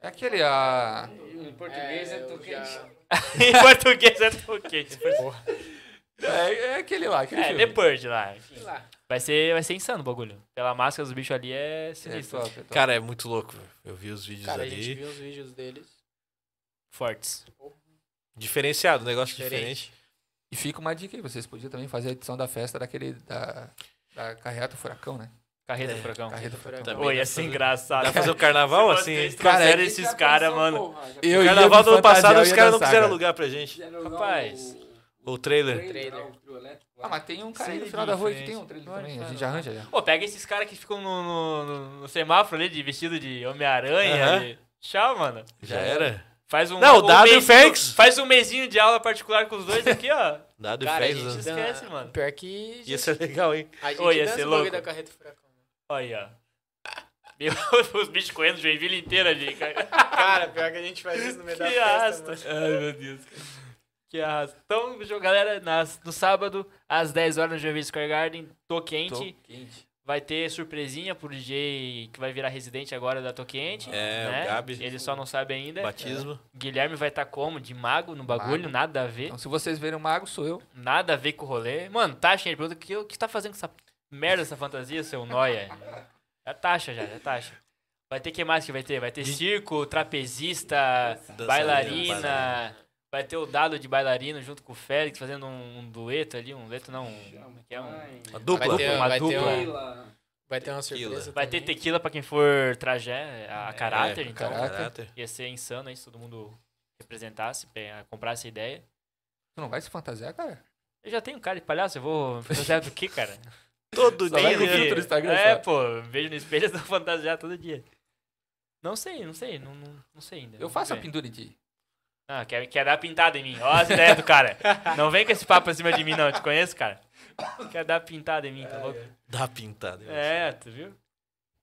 É aquele, a... Em português é, eu tu já- em português é toquete. É, é aquele lá, aquele É, filme. The Purge lá. Sei lá. Vai ser, vai ser insano o bagulho. Pela máscara dos bichos ali é É, sinistro. top, é top. Cara, é muito louco. velho. Eu vi os vídeos Cara, a gente ali. viu os vídeos deles. Fortes. Diferenciado, um negócio diferente. Diferente. E fica uma dica aí, vocês podiam também fazer a edição da festa daquele, da, da carreta furacão, né? Carreta É, do furacão. Carreta furacão. Também Oi, dá ia pra ser fazer- engraçado. Dá pra fazer o carnaval assim? Vocês Cara, trouxeram é que esses caras, mano. Eu O ia carnaval do me ano passado fantasiar, os eu ia caras não dançar, quiseram cara. alugar pra gente. Rapaz. O trailer. Trailer. Ah, mas tem um cara aí no Segue final da em rua que frente. tem um trailer Pode também, a falar. gente arranja já. Pô, pega esses caras que ficam no, no- no- no semáforo ali, de vestido de Homem-Aranha. Aham. de- Tchau, mano. Já era? Faz um. Não, o um Dado e o mesinho- Félix. Faz um mesinho de aula particular com os dois aqui, ó. Dado e Cara, a fez. gente né? dan- Esquece, dan- mano. Pior que. Ia ser legal, hein? A gente Ô, ia dança ser o bagulho louco. da carreta furacão. Olha aí, ó. Os bichos correndo Joinville inteira ali, cara. Cara, pior que a gente faz isso no meio É da Que festa. arrasta. mano. Ai, meu Deus. Que arrasta. Então, jo- galera, nas- no sábado, às 10 horas, no Joinville Square Garden, Tô Quente. Vai ter surpresinha pro DJ que vai virar residente agora da Tô Quente. É, o né? Gabi. Ele só não sabe ainda. Batismo. Guilherme É. vai estar como? De mago no bagulho, Mago. nada a ver. Então, se vocês verem o Mago, sou eu. Nada a ver com o rolê. Mano, taxa ele pergunta o que, o que você tá fazendo com essa merda, essa fantasia, seu nóia. Já taxa, já, já taxa. Vai ter que mais que vai ter? Vai ter circo, trapezista, Dançarina, bailarina. bailarina. Vai ter o dado de bailarino junto com o Félix fazendo um, um dueto ali, um dueto não, um, como é que é um. Uma dupla. É, Vai ter, uma vai, ter dupla. um- vai ter uma surpresa. Vai ter também. tequila pra quem for trajé, a caráter, É, então. caráter. Ia ser insano aí se todo mundo representasse, pe- comprasse a ideia. Tu não vai se fantasiar, cara? Eu já tenho cara de palhaço, eu vou fantasiar do que, cara? Todo Só vai Tem com que- filtro no dia. Instagram, É, só. pô, eu vejo no espelho eu tô fantasiado todo dia. Não sei, não sei, não, não, não sei ainda. Eu faço a pintada. pendura de... Ah, quer, quer dar pintada em mim. Ó as ideias do cara. Não vem com esse papo em cima de mim, não. Eu te conheço, cara. Quer dar pintada em mim, tá louco? Dá pintada. eu acho. É, tu viu?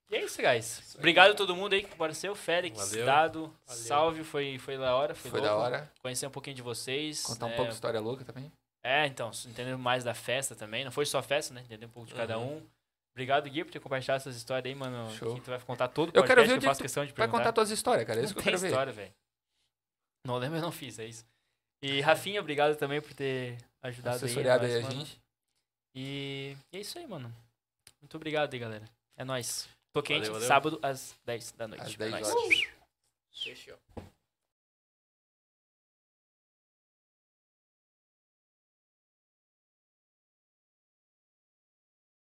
E é isso, guys. Obrigado a todo mundo aí que apareceu. Félix, Valeu. Dado, Salve, foi, foi da hora. Foi, Foi da louco. hora. Conhecer um pouquinho de vocês. Contar um né? pouco de história louca também. É, então, entendendo mais da festa também. Não foi só festa, né? Entender um pouco de cada um. Obrigado, Gui, por ter compartilhado essas histórias aí, mano. Uhum. Show. Que tu vai contar todo o Eu podcast, quero ver o que dia eu faço que tu questão de Vai perguntar. contar tuas histórias, cara. É não isso que eu tem quero ver. história, velho. Não lembro, eu não fiz, é isso. E Rafinha, obrigado também por ter ajudado Uhum. assessoriado aí, aí é a nóis, mano. gente. E é isso aí, mano. Muito obrigado aí, galera. É nóis. Tô quente, Valeu, valeu. sábado às 10 da noite. Às É 10 nóis. horas. Fechou.